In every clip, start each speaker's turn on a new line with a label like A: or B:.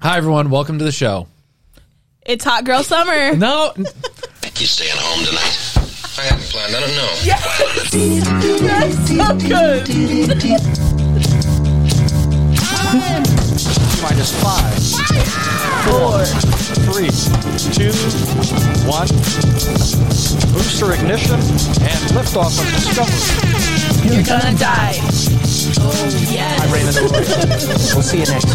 A: Hi, everyone. Welcome to the show.
B: It's hot girl summer.
A: No,
C: You staying home tonight? I haven't planned. I don't know.
B: That's so good.
D: Minus five, four, three, two, one. Booster ignition and liftoff of Discovery.
B: You're gonna die. Oh yes.
D: We'll see you next.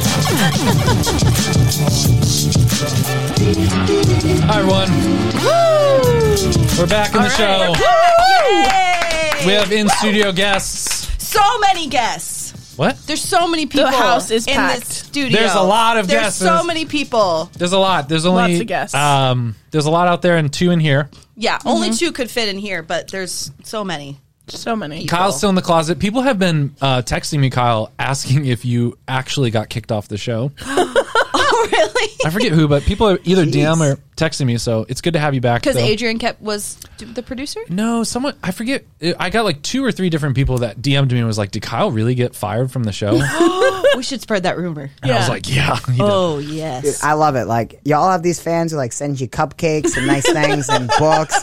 A: hi, everyone. We're back in the show.
B: Woo!
A: We have in studio guests.
E: so many guests.
A: What?
E: There's so many people.
B: house is
E: in
B: packed.
E: this studio.
A: There's a lot of
E: There's
A: guests.
E: so many people.
A: There's a lot. There's only
B: Lots of guests.
A: Um, there's a lot out there, and two in here.
E: Yeah, only two could fit in here, but there's so many.
B: So many.
A: Kyle's still in the closet. People have been uh, texting me, Kyle, asking if you actually got kicked off the show.
E: Oh, really?
A: I forget who, but people are either DM or texting me. So it's good to have you back.
E: Because
A: though.
E: Adrian kept was d- the producer.
A: No, someone I forget. I got like two or three different people that DM'd me and was like, "Did Kyle really get fired from the show?" And
E: we should spread that rumor.
A: I was like, "Yeah." he did."
E: Oh yes.
F: I love it. Like y'all have these fans who like send you cupcakes and nice things and books.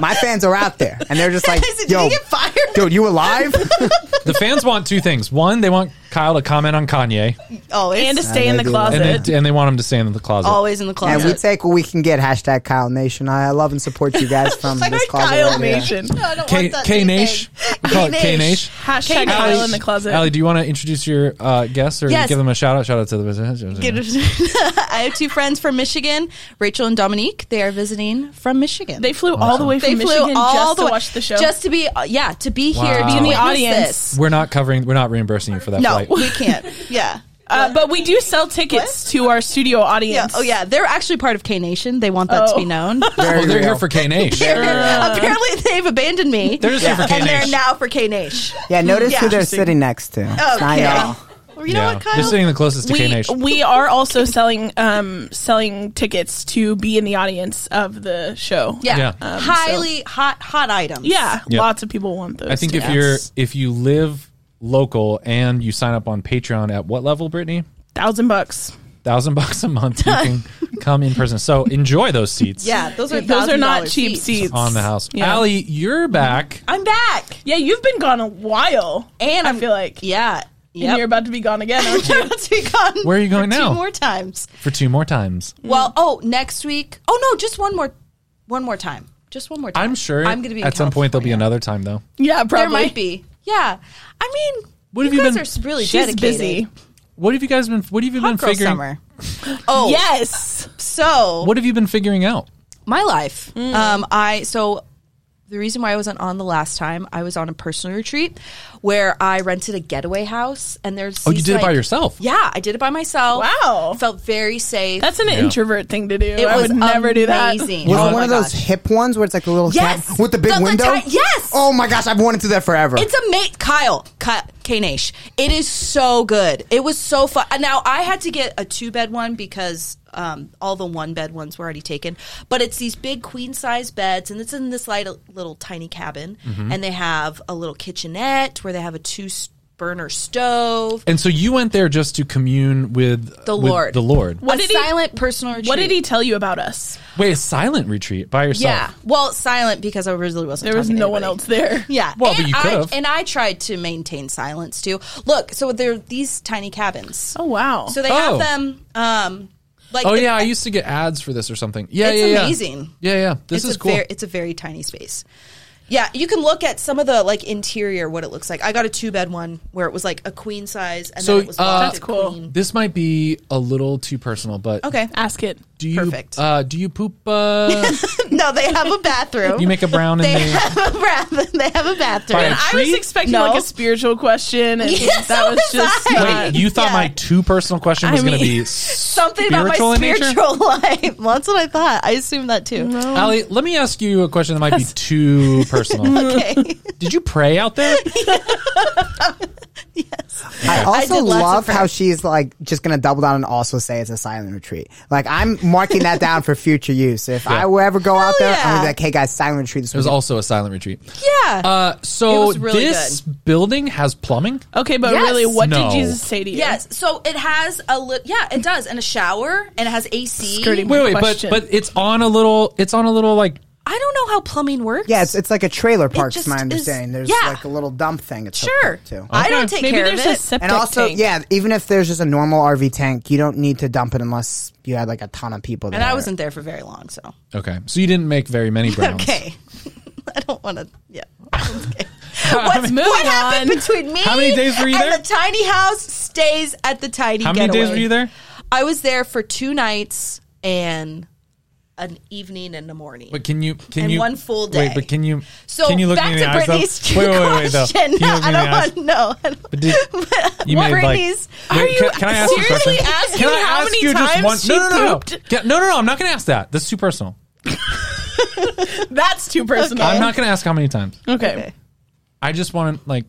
F: My fans are out there, and they're just like,
E: Did
F: "Yo,
E: you get fired?
F: dude, you alive?"
A: The fans want two things. One, they want Kyle to comment on Kanye,
E: Oh, it's
B: And to stay in the
F: do
B: closet.
A: and they, and they want him to stay in the closet.
E: always in the
F: and we
E: closet.
F: take what we can get. Hashtag Kyle Nation. I love and support you guys from
E: Like
F: this closet.
B: Kyle
F: right here.
B: Nation.
E: no, I don't
A: K
E: want that
A: K
E: new
A: Nash.
E: thing.
A: We call it K
E: K-Nash.
A: Nash.
B: Hashtag Kyle in the closet.
A: Allie, do you want to introduce your uh, guests or
E: Yes.
A: give them a shout out? Shout out to the
E: Get it- I have two friends from Michigan, Rachel and Dominique. They are visiting from Michigan.
B: They flew all the way from
E: They
B: Michigan just to
E: way-
B: watch the show.
E: just to be uh, yeah, to be here,
A: Wow.
E: to
A: Be
E: be
A: in the
B: audience.
A: We're not covering. We're not reimbursing you for that
E: No,
A: flight. Oh,
E: we can't. Yeah.
B: uh, but we do sell tickets to our studio
E: Yeah.
B: audience.
E: Oh, yeah. They're actually part of K Nation. They want that to
B: Oh.
E: be known.
F: Very
A: Well, they're
F: real.
A: here for K Nash.
E: Apparently, they've abandoned me.
A: They're just here for K
E: and they're
A: Nash.
E: now for K Nation.
F: yeah. Notice
E: Yeah. Oh,
F: who they're sitting next to. uh, It's not
E: Okay.
F: y'all.
E: Well, you know what, Kyle?
A: They're sitting the closest to K
B: We,
A: Nation.
B: we are also selling um, selling tickets to be in the audience of the show.
E: yeah.
A: Yeah.
B: Um,
E: Highly hot hot items.
B: Yeah,
A: Yeah.
B: lots of people want those.
A: I think if
B: tickets.
A: you're if you live local and you sign up on Patreon at what level, Brittany?
B: thousand bucks,
A: Thousand bucks a month, you can come in person. So enjoy those seats.
E: Yeah. Those are
B: those are not
E: $1,000
B: cheap seats
A: on the house.
B: Yeah.
A: Allie, you're back.
E: I'm back.
B: Yeah, you've been gone a while,
E: And
B: I
E: I'm-
B: feel like
E: Yeah.
B: and you're
E: Yep.
B: about to be gone again. Aren't you?
E: Let's be gone
A: Where are you going
E: for
A: now?
E: Two more times.
A: for two more times.
E: Well,
B: Mm.
E: oh, next week. Oh no, just one more, one more time. Just one more time.
A: I'm sure
E: I'm going to be in
A: at some point there'll be
E: California.
A: another time though.
B: yeah, probably.
E: There might be. Yeah. I mean,
A: What
E: what
A: have
E: you
A: you
E: guys
A: been-
E: are really
B: She's
E: dedicated.
B: busy.
A: What have you guys been what have you been
E: Hot girl
A: figuring
E: summer. Oh, yeah.
B: Yes.
E: So
A: What have you been figuring out?
E: my life. Um, I so the reason why I wasn't on the last time, I was on a personal retreat where I rented a getaway house, and there's
A: Oh, you
E: these,
A: did it by
E: like-
A: yourself.
E: Yeah, I did it by myself.
B: Wow.
E: felt very safe.
B: That's an introvert thing to do.
E: it
B: I
E: was
B: would never do that.
E: amazing.
F: Was
E: Oh
F: it one
E: my
F: of those
E: gosh.
F: hip ones where it's like a little
E: Yes.
F: cab with the big
E: The- the
F: window?
E: ti- yes.
F: Oh my gosh, I've wanted to do that forever.
E: It's a mate, Kyle, Ka- Kanesh. It is so good. It was so fun. And Now I had to get a two bed one because um, all the one bed ones were already taken. But it's these big queen size beds, and it's in this light, little tiny cabin,
F: Mm-hmm.
E: and they have a little kitchenette where they have a two s- burner stove.
A: And so you went there just to commune with
E: The
A: with
E: Lord.
A: The Lord.
B: What
E: a
B: did he-
E: silent personal retreat.
B: What did he tell you about us?
A: Wait, a silent retreat by yourself.
E: Yeah. Well, silent because I really wasn't.
B: There was
E: talking to
B: no one
E: anybody.
B: else there.
E: Yeah.
A: Well,
E: and
A: but you
E: I,
A: could've.
E: And I tried to maintain silence too. Look, so there are these tiny cabins.
B: Oh wow.
E: So they
A: Oh.
E: have them. Um, like
A: Oh
E: the-
A: yeah, I used to get ads for this or something. Yeah,
E: It's
A: yeah, yeah.
E: amazing.
A: Yeah, yeah. This
E: it's
A: is
E: a
A: cool.
E: Very, it's a very tiny space. Yeah, you can look at some of the like interior what it looks like. I got a two bed one where it was like a queen size, and
A: So,
E: then it was
A: uh,
E: locked
A: That's
E: and
B: cool.
E: Queen.
A: this might be a little too personal, but
E: Okay,
B: ask it.
A: do you
E: perfect.
A: uh do you poop uh
E: no, they have a bathroom.
A: you make a brown in
E: they
A: the
E: have a bath. They have a bathroom.
A: By a
B: And I was
A: tree?
B: expecting
E: No.
B: like a spiritual question, and
E: Yeah, so
B: that was
E: was
B: just
E: I.
B: not-
A: Wait, you thought
E: Yeah.
A: my two personal question
B: I
A: was going to
B: mean,
A: be
E: Something about my
A: spiritual in nature?
E: spiritual life. Well, that's what I thought. I assumed that too.
A: Ali, let me ask you a question that might be too personal.
E: Okay.
A: Did you pray out there?
F: I also
E: did lots
F: love
E: of her.
F: how she's like just gonna double down and also say it's a silent retreat. Like I'm marking that down for future use. If I were ever go
E: Hell
F: out there, I'm gonna be
E: yeah.
F: like, hey guys, silent retreat. This
A: It was
F: weekend."
A: also a silent retreat.
E: Yeah.
A: Uh,
E: It
A: so
E: was really Uh,
A: this building has plumbing.
B: Okay, but
E: Yes.
B: really, what
A: No.
B: did Jesus say to you?
E: yes. So it has a li- yeah, it does, and a shower, and it has AC.
B: Skirting.
A: Wait, wait,
B: Question.
A: but but it's on a little. It's on a little like
E: I don't know how plumbing works.
F: Yeah, it's, it's like a trailer park, to
E: just
F: my
E: is-
F: understanding. There's
E: yeah.
F: like a little dump thing. It's hooked
E: sure.
F: up to.
E: I don't take
B: maybe
E: care of
B: there's
E: it.
B: a septic
F: And also,
B: tank.
F: yeah, even if there's just a normal RV tank, you don't need to dump it unless you had like a ton of people there.
E: and I wasn't there for very long, so
A: okay. So you didn't make very many browns.
E: okay. I don't want to. Yeah. Okay.
A: How
E: What's
A: many-
E: what happened between me?
A: How many days were you
E: and
A: there?
E: the tiny house stays at the tiny.
A: How many days
E: getaway.
A: were you there?
E: I was there for two nights and an evening and a morning.
A: But can you can
E: And
A: you
E: one full
A: Wait,
E: day.
A: but can you
E: so
A: can you look me
E: back
A: in
E: to
A: the eyes? though? wait,
E: Brittany's
A: wait, wait, wait, though.
E: question.
A: Can you look me
E: I
A: in
E: don't
A: the eyes?
E: want no. I don't-
A: But did, you
E: What
A: made like.
E: Brittany's-
A: Wait,
E: Are
A: can,
E: you
A: can I ask you a
E: seriously
A: question?
E: asking
A: can I
E: how
A: ask
E: many
A: you just
E: times
A: one?
E: she
A: no, no, no, no.
E: pooped?
A: Yeah, no, no, no. I'm not going to ask that. That's too personal.
B: that's too personal.
A: I'm not going to ask how many times.
B: Okay.
A: I just want to like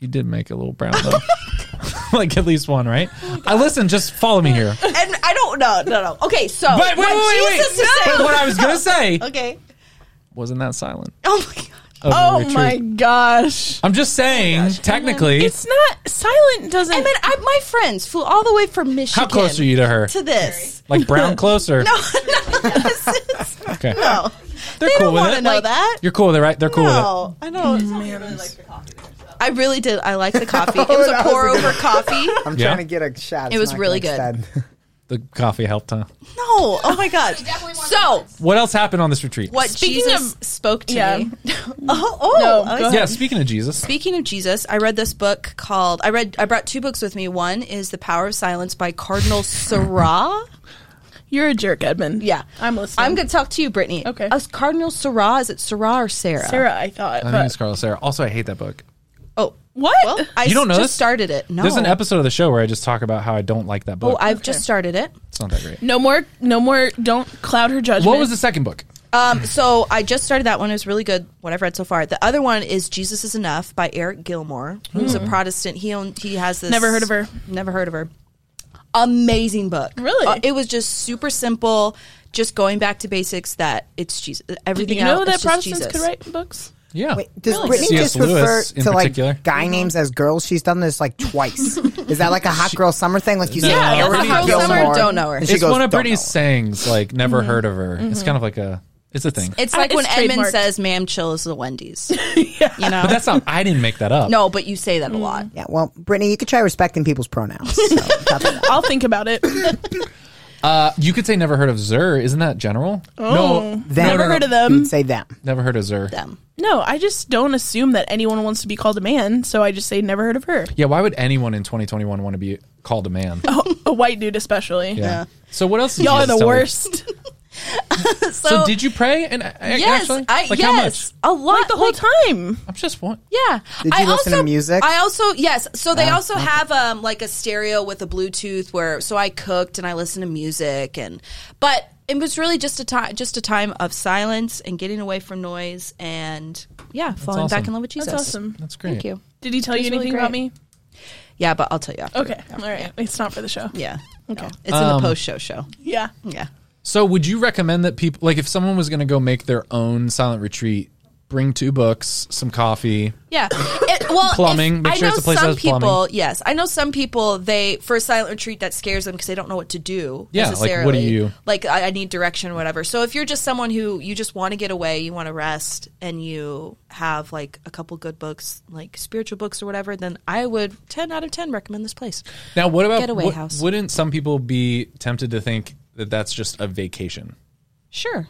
A: you did make a little brown though. like at least one, right? I listen, just follow me here. But
E: And I don't know. No, no. Okay, so
A: wait, wait,
E: what
A: wait,
E: Jesus
A: wait.
E: is saying-
A: But what I was gonna say
E: okay.
A: wasn't that silent.
E: Oh my Oh god.
A: of a
B: Oh
A: retreat.
B: my gosh.
A: I'm just saying, technically,
B: It's not silent. Doesn't
E: I mean, I, my friends flew all the way from Michigan.
A: how close are you to her?
E: to this?
A: Like brown close or
E: No, no,
A: okay.
E: no.
A: They're
E: they
A: cool
E: don't
A: with
E: wanna
A: it.
E: know
A: Like,
E: that.
A: You're cool with it, right? They're cool with
E: No, I
B: Mm,
E: know. I really did. I liked the coffee. It was a
F: That was
E: pour
F: a good-
E: over coffee.
F: I'm
A: Yeah.
F: trying to get a shot. It's
E: was
F: not
E: really
F: gonna
E: good.
F: extend.
A: it. The coffee helped, huh?
E: No. Oh my gosh. So
A: What else happened on this retreat?
E: what
B: Speaking
E: Jesus spoke to
B: Yeah.
E: me. oh, oh. I
B: No,
E: was-
B: go ahead.
A: Yeah, speaking of Jesus.
E: Speaking of Jesus, I read this book called I read I brought two books with me. One is The Power of Silence by Cardinal Seurat.
B: you're a jerk, Edmund.
E: Yeah.
B: I'm listening.
E: I'm going to talk to you, Brittany.
B: Okay.
E: Us Cardinal Seurat is it Seurat or Sarah?
B: Sarah. I thought.
A: I
B: but-
A: think it's Carlos Sarah. Also, I hate that book.
E: Oh,
B: what?
E: well, I
A: You don't know
E: just
A: this?
E: started it. No,
A: There's an episode of the show where I just talk about how I don't like that
E: Oh,
A: book.
E: I've just started it.
A: it's not that great.
B: no more. No more. Don't cloud her judgment.
A: What was the second book?
E: Um, so I just started that one. It was really good. What I've read so far. The other one is Jesus is Enough by Eric Gilmore, who's a Protestant. He owned. He has this.
B: Hmm. Never heard of her.
E: Never heard of her. Amazing book.
B: Really?
E: Uh, it was just super simple. Just going back to basics. That it's Jesus.
B: Did
E: Everything
B: you know
E: else,
B: that
E: it's just
B: Protestants could
E: Jesus.
B: write books?
A: Yeah.
F: Wait, does
B: Really?
F: Brittany
A: C.S.
F: just refer
A: Lewis in
F: to like
A: particular.
F: guy names as girls? She's done this like twice. Is that like a hot girl summer thing? Like you
A: No.
F: said,
A: Yeah,
F: Erica
A: that's a hot girl
F: Gilmore,
E: summer, don't know her.
F: and she
A: It's
F: goes,
A: one of
F: "Don't
A: Britney's
F: know her."
A: sayings, like never heard of her. It's kind of like a it's a thing.
E: It's like
B: Uh,
E: when
B: it's
E: Edmund
B: trademarked.
E: says, "Ma'am, chill is the Wendy's." You know.
A: but that's not I didn't make that up.
E: no, but you say that a
B: Hmm.
E: lot.
F: Yeah, well, Brittany, you could try respecting people's pronouns. So, that's all.
B: I'll think about it.
A: Uh, you could say never heard of Zur, isn't that general? no.
F: them.
B: Never heard of
F: You
B: them.
F: would say them.
A: Never heard of Zur.
E: Them.
B: No, I just don't assume that anyone wants to be called a man, so I just say never heard of her.
A: Yeah, why would anyone in 2021 want to be called a man?
B: A white dude, especially.
A: yeah. So what else? Did
B: Y'all
A: you
B: are the
A: tell me?
B: worst.
A: So, did you pray? And uh,
E: Yes,
A: actually,
E: I,
A: like
E: yes,
A: how much?
E: a lot,
B: like the whole time.
A: I'm just one.
E: Yeah.
F: Did you listen to music? Uh,
E: I also yes. So they also have um like a stereo with a Bluetooth where so I cooked and I listened to music and but it was really just a time just a time of silence and getting away from noise and yeah, falling
A: awesome.
E: back in love with Jesus.
B: That's awesome.
A: That's great.
E: Thank you.
B: Did he tell you
E: He's really
B: anything about
E: great.
B: me?
E: Yeah, but I'll tell you after.
B: Okay. All right. It's not for the show.
E: Yeah.
B: Okay.
E: It's in the post show show.
B: Yeah.
E: Yeah.
A: So would you recommend that people like if someone was going to go make their own silent retreat, bring two books, some coffee?
E: Yeah. It, well, if-
A: Plumbing. Make
E: I
A: sure
E: know
A: it's a place that
E: some
A: has plumbing.
E: people. Yes, I know some people. They for a silent retreat that scares them because they don't know what to do.
A: Yeah, like, what do
E: necessarily.
A: you-
E: Like I, I need direction, or whatever. So if you're just someone who you just want to get away, you want to rest, and you have like a couple good books, like spiritual books or whatever, then I would ten out of ten recommend this place.
A: Now, what about
E: Getaway
A: what-
E: house.
A: Wouldn't some people be tempted to think that that's just a vacation?
E: Sure.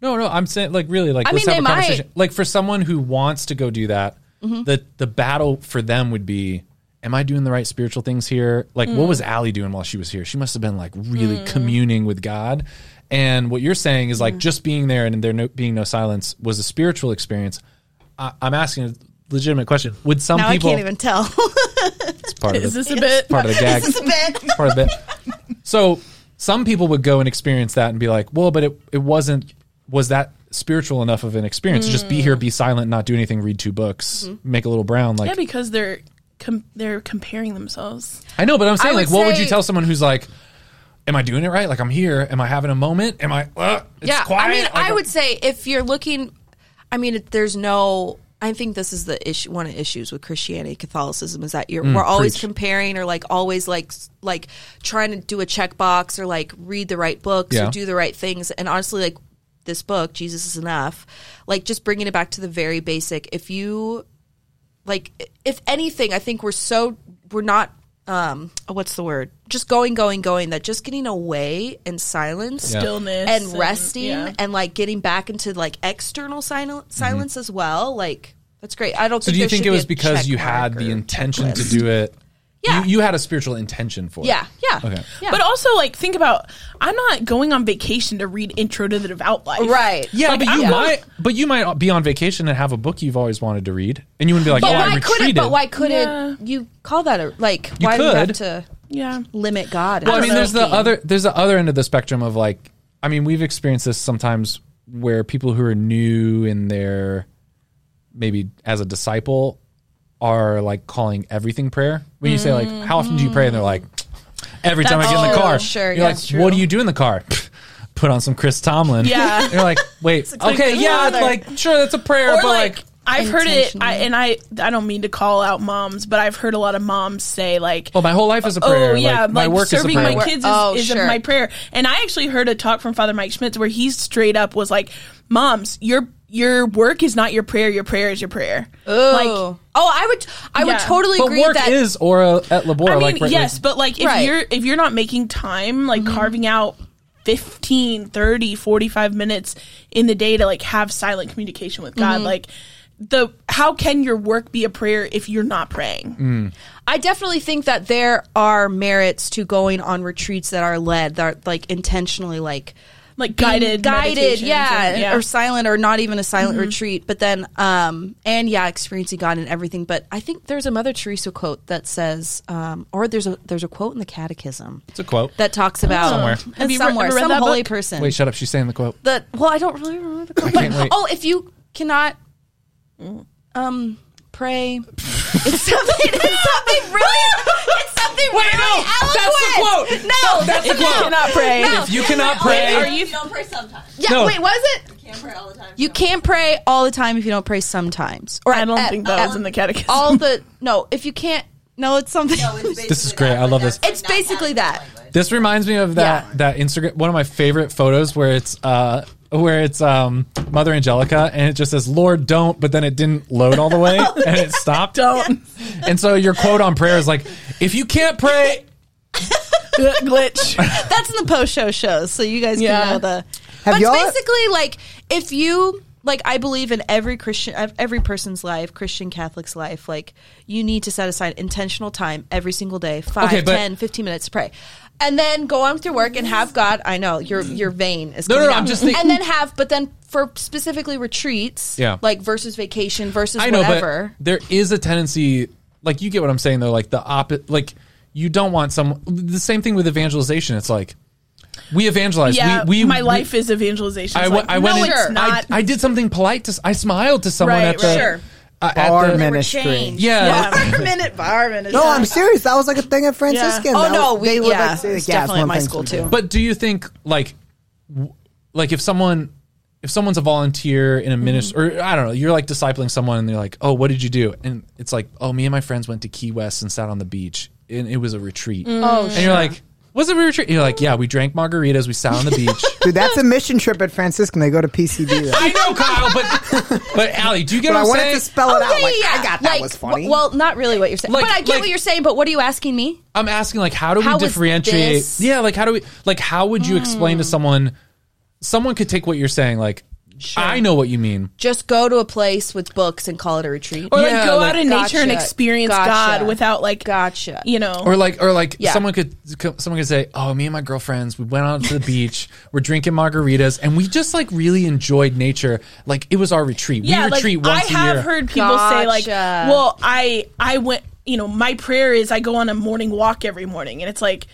A: No, no, I'm saying like really like
E: I
A: let's
E: mean,
A: have a
E: they might. Mm-hmm.
A: conversation. Like for someone who wants to go do that, the the battle for them would be am I doing the right spiritual things here? Like what
E: Mm.
A: was Allie doing while she was here? She must have been like really communing with God. And what you're saying is like just being there and there no, being no silence was a spiritual experience. I, I'm asking a legitimate question. Would some
E: Now
A: people
E: I can't even tell.
A: it's part of
B: Is
A: the-
B: this a bit?
A: part of the gag.
E: But-
A: part of it. So some people would go and experience that and be like, well, but it, it wasn't, was that spiritual enough
E: Mm. Mm-hmm.
A: of an experience? to Just be here, be silent, not do anything, read two books, make a little brown. Like,
B: Yeah, because they're com- they're comparing themselves.
A: I know, but I'm saying,
E: would
A: like, what would you
E: say-
A: tell someone who's like, "Am I doing it right? Like, I'm here. Am I having a moment? Am I? Uh, it's
E: yeah,
A: quiet.
E: I mean,
A: Like,
E: I would say if you're looking, I mean, if there's no. I think this is the issue. One of the issues with Christianity, Catholicism is that you're we're always
A: Mm, preach.
E: comparing or like always like s- like trying to do a checkbox or like read the right books
A: Yeah.
E: or do the right things. And honestly, like this book, Jesus is enough. Like just bringing it back to the very basic. If you like if anything i think we're so we're not um what's the word just going going going that just getting away and silence
A: Yeah.
B: Stillness
E: and
B: and-
E: resting and,
B: yeah.
E: like getting back into like external sil- silence as well like that's great i don't
A: Mm-hmm. So
E: think
A: do you
E: there should
A: think
E: be
A: it was
E: a
A: because you
E: check
A: had
E: mark
A: the
E: or-
A: intention to do it?
E: Yeah.
A: You, you had a spiritual intention for
E: yeah
A: it.
E: yeah
A: Okay.
E: yeah
B: But also, like, think about I'm not going on vacation to read Intro to the Devout Life.
E: right
A: Yeah,
B: Like,
A: but
B: I'm
A: you
B: not-
A: might, but you might be on vacation and have a book you've always wanted to read, and you wouldn't be like,
E: but
A: "Oh, I
E: why couldn't
A: retreated."
E: but why couldn't
B: Yeah.
E: you call that a like
A: You
E: why do you have
A: could.
E: to
B: Yeah.
E: limit god
A: Well, I
E: as
A: mean, there's the
E: thinking?
A: other there's the other end of the spectrum of like, I mean, we've experienced this sometimes where people who are new in their maybe as a disciple are like calling everything prayer. When you say like, how often do you pray? And they're like, every time I
E: That's
A: get in the
E: true.
A: car.
E: Sure,
A: You're like,
E: that's
A: what
E: true.
A: do you do in the car? Put on some Chris Tomlin.
B: Yeah.
A: You're like, wait, okay,
B: good
A: yeah,
B: father.
A: like sure, that's a prayer,
B: Or
A: but like,
B: like, I've heard it, I,
E: Intentionally.
B: and I I don't mean to call out moms, but I've heard a lot of moms say like,
A: well, my whole life is a prayer.
B: Oh yeah,
A: like,
B: like,
A: my work is a
B: serving
A: prayer.
B: my kids is,
E: Oh,
B: is a-
E: sure.
B: my prayer. And I actually heard a talk from Father Mike Schmitz where he straight up was like, "Moms, your your work is not your prayer. Your prayer is your prayer." Like,
E: oh oh i would i would
B: Yeah.
E: totally
A: but
E: agree
A: work
E: that
A: is ora et labora.
B: I mean,
A: like, right,
B: yes,
A: like,
B: but like if
E: Right. Mm-hmm.
B: you're if you're not making time, like carving out 15, 30, 45 minutes in the day to like have silent communication with
E: Mm-hmm.
B: God, like the how can your work be a prayer if you're not praying?
A: Mm.
E: I definitely think that there are merits to going on retreats that are led that are like intentionally like
B: Like
E: being
B: guided,
E: guided,
B: meditations
E: yeah,
B: and- yeah. Mm-hmm.
E: or silent, or not even a silent retreat. But then, um, and yeah, experiencing God and everything. But I think there's a Mother Teresa quote that says, um, or there's a there's a quote in the Catechism
A: it's a quote.
E: that talks about
A: Somewhere.
E: It's
B: Oh, Have you re-
E: somewhere
B: ever read
E: some
B: that
E: holy
B: book?
E: person.
A: Wait, shut up. She's saying the quote.
E: the well, I don't really remember the quote. but-
A: can't wait.
E: oh, if you cannot, um, pray. It's something. It's something really. It's something
A: Wait, no,
E: really
A: that's the
E: eloquent.
A: quote.
E: No,
A: that's the
E: no,
A: quote.
B: Not praying.
E: No.
A: If you cannot pray,
B: Are you
G: don't pray sometimes.
E: Yeah,
A: No.
E: wait, was it?
G: Can't pray all the time.
E: You can't pray all the time if you don't pray sometimes. Or
B: I don't
E: at-
B: think that
E: at-
B: was in the catechism.
E: all the no. If you can't, no, it's something.
G: No, it's
A: This is
G: basically
A: great.
G: that,
A: I
G: but
A: love
G: that's
A: this.
E: It's
G: not
E: basically that.
G: language.
A: This reminds me of that
E: Yeah.
A: that Instagram one of my favorite photos where it's uh where it's um Mother Angelica and it just says Lord don't but then it didn't load all the way and it stopped.
B: don't
A: And so your quote on prayer is like if you can't pray
B: glitch.
E: That's in the post show shows, so you guys
B: Yeah.
E: can know the.
F: Have
E: but
F: y'all-
E: it's basically like if you like, I believe in every Christian, ev- every person's life, Christian Catholic's life. Like you need to set aside intentional time every single day, five,
A: Okay,
E: ten,
A: but-
E: fifteen 10, 15 minutes to pray. And then go on with your work and have God. I know your your vein is
A: No, no,
E: coming
A: no,
E: out.
A: I'm just thinking-
E: And then have, but then for specifically retreats,
A: Yeah.
E: like versus vacation versus
A: I know
E: whatever.
A: but there is a tendency like you get what I'm saying though like the opposite like you don't want some the same thing with evangelization it's like we evangelize
B: Yeah,
A: we, we we-
B: my life is evangelization.
A: I,
B: It's
A: w-
B: like,
A: I went
B: no,
A: in-
E: it's
B: it's
A: I-
B: not.
A: I, did something polite to s- I smiled to someone
B: Right,
A: at the
B: right.
E: Sure.
A: uh, at
F: Bar
A: the-
F: ministry.
A: yeah,
E: Bar minute, bar minute.
F: No, I'm serious. That was like a thing at Franciscan.
E: Oh
F: That was-
E: no, we
F: they
E: yeah,
F: would, like, say,
E: it's
F: yeah,
E: definitely
F: one
E: at my
F: thing
E: school
F: to do.
E: too.
A: But do you think like w- like if someone if someone's a volunteer in a
E: Mm-hmm.
A: ministry or I don't know, you're like discipling someone and they're like, "Oh, what did you do?" And it's like, "Oh, me and my friends went to Key West and sat on the beach and it was a retreat."
E: Mm-hmm.
A: Oh, and you're like, "Was it a retreat?" You're like, "Yeah, we drank margaritas, we sat on the beach."
F: Dude, that's a mission trip at Franciscan. They go to PCB.
A: I know, Kyle, but but Allie, do you get
F: but
A: what
F: I
A: I'm
F: wanted
A: saying?
F: to spell it out.
E: Oh, yeah,
F: like,
E: yeah, yeah.
F: I got Oh, that
E: Like,
F: was funny.
E: w- well, not really what you're saying,
A: Like-
E: but I get
A: like-
E: what you're saying. But what are you asking me?
A: I'm asking like how do
E: How
A: we
E: is
A: differentiate?
E: this- Hmm.
A: Yeah, like how do we like how would you explain to someone someone could take what you're saying like I know what you mean.
E: Just go to a place with books and call it a retreat.
B: or like
A: Yeah,
B: go
A: like-
B: out in nature and
E: Gotcha.
B: experience
E: Gotcha.
B: God without like
E: Gotcha.
B: you know
A: or like or like
E: Yeah.
A: someone could someone could say oh me and my girlfriends we went out to the beach we're drinking margaritas and we just like really enjoyed nature like it was our retreat
B: yeah
A: we
B: like
A: retreat
B: I
A: once a
B: have
A: year
B: heard people say like
E: Gotcha.
B: well I I went you know my prayer is I go on a morning walk every morning and it's like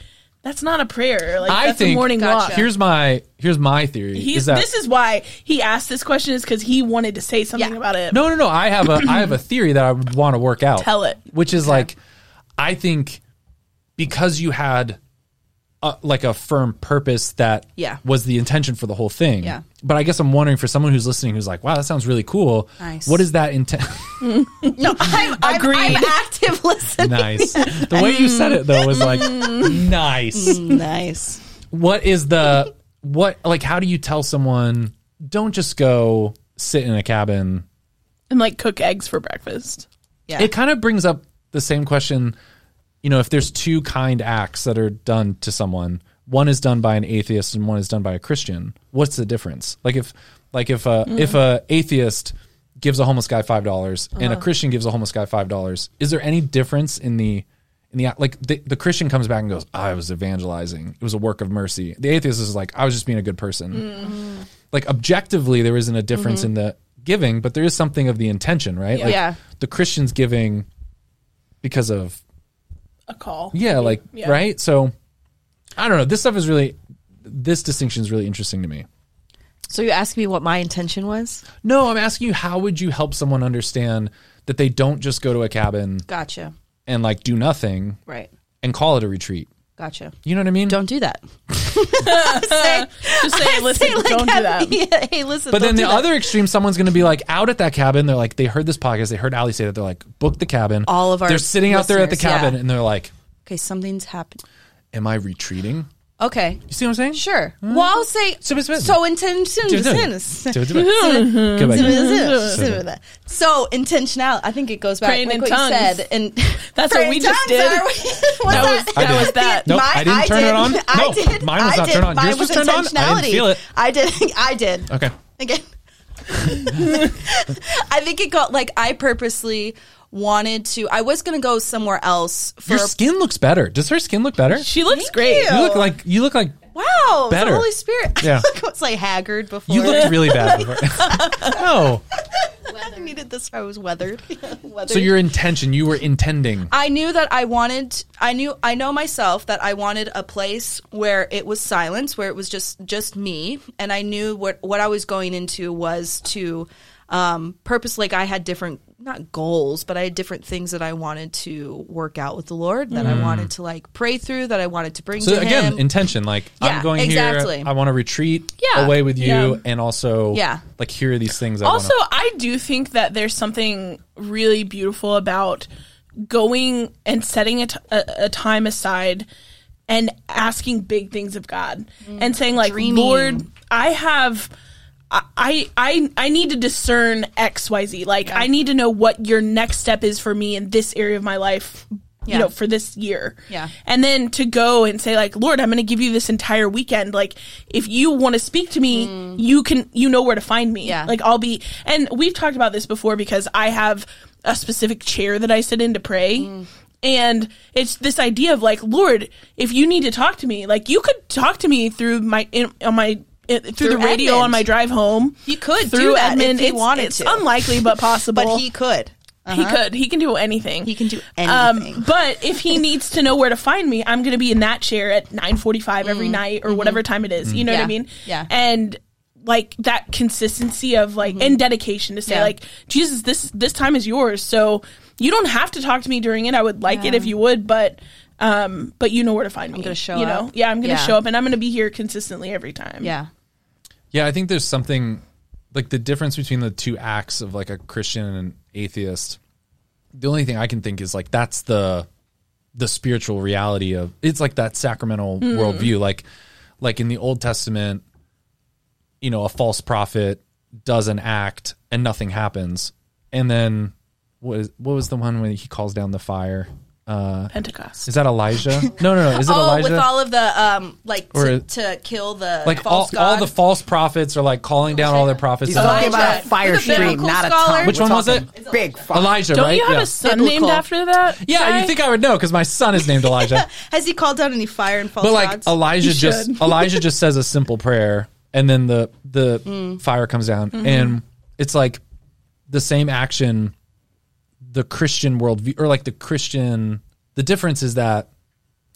B: That's not a prayer. Like
A: I
B: that's
A: think
B: a morning
E: Gotcha.
B: walk.
A: here's my here's my theory.
B: He's,
A: is that
B: this is why he asked this question is because he wanted to say something
E: Yeah.
B: about it.
A: No, no, no. I have a I have a theory that I would want to work out.
B: Tell it.
A: Which is like, I think because you had a, like a firm purpose that
E: Yeah.
A: was the intention for the whole thing.
E: Yeah.
A: But I guess I'm wondering for someone who's listening who's like, wow, that sounds really cool.
E: Nice.
A: What is that intent?
E: No, I'm, I'm,
B: Agreed.
E: I'm active listening.
A: nice. The way you said it though was like
E: Mm.
A: nice.
E: nice.
A: What is the what like? How do you tell someone don't just go sit in a cabin
B: And like cook eggs for breakfast.
E: Yeah.
A: It kind of brings up the same question. You know, if there's two kind acts that are done to someone, one is done by an atheist and one is done by a Christian. What's the difference? Like if, like if a
E: Mm.
A: if a atheist gives a homeless guy five dollars and
E: Uh-huh.
A: a Christian gives a homeless guy five dollars, is there any difference in the in the act? like the, the Christian comes back and goes, I was evangelizing. It was a work of mercy. The atheist is like, I was just being a good person
E: Mm-hmm.
A: like objectively there isn't a difference in the giving but there is something of the intention right like
E: Yeah.
A: the christians giving because of
B: A call.
A: yeah like
B: Yeah.
A: right so i don't know this stuff is really this distinction is really interesting to me
E: So you asked me what my intention was?
A: no i'm asking you how would you help someone understand that they don't just go to a cabin
E: Gotcha.
A: and like do nothing
E: Right.
A: and call it a retreat
E: Gotcha.
A: you know what i mean
E: Don't do that. Say-
B: Just say, listen,
E: say, like,
B: don't do that.
E: yeah, hey, listen.
A: But then
E: don't
A: the
E: do that.
A: other extreme, someone's going to be like out at that cabin. They're like, they heard this podcast. They heard Ali say that. They're like, book the cabin.
E: All of our
A: They're sitting out there at the
E: listeners,
A: cabin
E: yeah.
A: and they're like,
E: Okay, something's happened.
A: am I retreating?
E: Okay.
A: You see what I'm saying?
E: Sure.
B: Hmm.
E: Well, I'll say
A: So it's been-
E: so intention.
A: Do it, do it. Do it, do it. Go back in.
E: So intentional. I think it goes back
B: Mm-hmm. Praying
E: like
B: in
E: what
B: tongues.
E: you said, and
B: That's
E: Praying
B: what we
E: in
B: just
E: tongues, are
B: did.
E: we- was
B: That was-
E: that-
B: that was that.
A: Nope,
E: My-
A: I didn't turn it
E: did.
A: on.
E: I
A: No,
E: did.
A: mine was
E: I
A: not
E: did.
A: turned on.
E: Mine
A: Yours was
E: was
A: turned on. I didn't
E: intentionality.
A: feel it.
E: I did. I did.
A: Okay.
E: Again. I think it got like I purposely wanted to. I was gonna go somewhere else for.
A: Your skin looks better. Does her skin look better?
B: She looks great.
E: you.
A: You look like you look like
E: wow,
A: Better.
E: the Holy Spirit.
A: Yeah.
E: I was like haggard before.
A: you looked really bad. Before. no.
E: I needed this. I was weathered. weathered.
A: So your intention, you were intending.
E: I knew that I wanted I knew I know myself that I wanted a place where it was silence, where it was just just me, and I knew what what I was going into was to um purpose like I had different not goals, but I had different things that I wanted to work out with the Lord, that I wanted to like pray through, that I wanted to bring
A: So
E: to
A: again,
E: him.
A: intention. Like
E: Yeah,
A: I'm going
E: exactly.
A: here. I want to retreat
E: Yeah.
A: away with you,
B: Yeah.
A: and also
E: Yeah.
A: like here are these things. I
B: also
A: wanna,
B: i do think that there's something really beautiful about going and setting a, t- a, a time aside and asking big things of god
E: Mm.
B: and saying like lord i have I, I I need to discern XYZ. Like I need to know what your next step is for me in this area of my life,
E: Yeah.
B: you know, for this year.
E: Yeah.
B: And then to go and say like, "Lord, I'm going to give you this entire weekend. Like if you want to speak to me, you can you know where to find me."
E: Mm. Yeah.
B: Like I'll be and we've talked about this before because I have a specific chair that I sit in to pray.
E: Mm.
B: And it's this idea of like, Lord, if you need to talk to me, like you could talk to me through my in, on my in, through, the
E: Through
B: radio on
E: Edmund.
B: my drive home.
E: You could do that if he
B: it's,
E: wanted
B: it's
E: to.
B: unlikely but possible.
E: but he could. Um,
B: He could. He can do anything.
E: He can do anything.
B: Um, but if he needs to know where to find me, I'm going to be in that chair at 9:45 every night or whatever time it is. You know what
E: Mm-hmm. Yeah.
B: I mean?
E: Yeah. Mm-hmm.
B: And like that consistency of like and dedication to say
E: Yeah.
B: like Jesus, this this time is yours. So you don't have to talk to me during it. I would like it if you would, but um, but you know where to find me.
E: gonna show
B: you know?
E: up.
B: Yeah, I'm going to
E: Yeah.
B: show up and I'm going to be here consistently every time.
E: yeah.
A: yeah, I think there's something like the difference between the two acts of like a Christian and an atheist. The only thing I can think is like that's the the spiritual reality of it's like that sacramental
E: Mm-hmm.
A: worldview like like in the old testament you know a false prophet does an act and nothing happens and then what, is, what was the one when he calls down the fire uh
B: Pentecost.
A: is that elijah no no no is it
E: Oh,
A: elijah
E: with all of the um, like
A: Or-
E: to, to kill the
A: like all,
E: false
A: all
E: god.
A: the false prophets are like calling down all their prophets
F: He's
A: And-
F: talking
E: Elijah.
F: about a fire
E: He's a
F: stream,
E: biblical
F: not a
E: scholar.
F: tongue.
A: Which
F: We're
A: one was
F: talking Big fire.
A: elijah
B: Don't
A: right
B: you have
A: yeah.
B: a son
E: Biblical.
B: named after that?
A: yeah
B: guy?
A: you think i would know because my son is named elijah
E: Has he called down any fire and false
A: but like oh,
E: gods?
A: Elijah just
B: should.
A: Elijah just says a simple prayer and then the the
B: Mm.
A: fire comes down
B: Mm-hmm.
A: and it's like the same action the Christian worldview or like the Christian the difference is that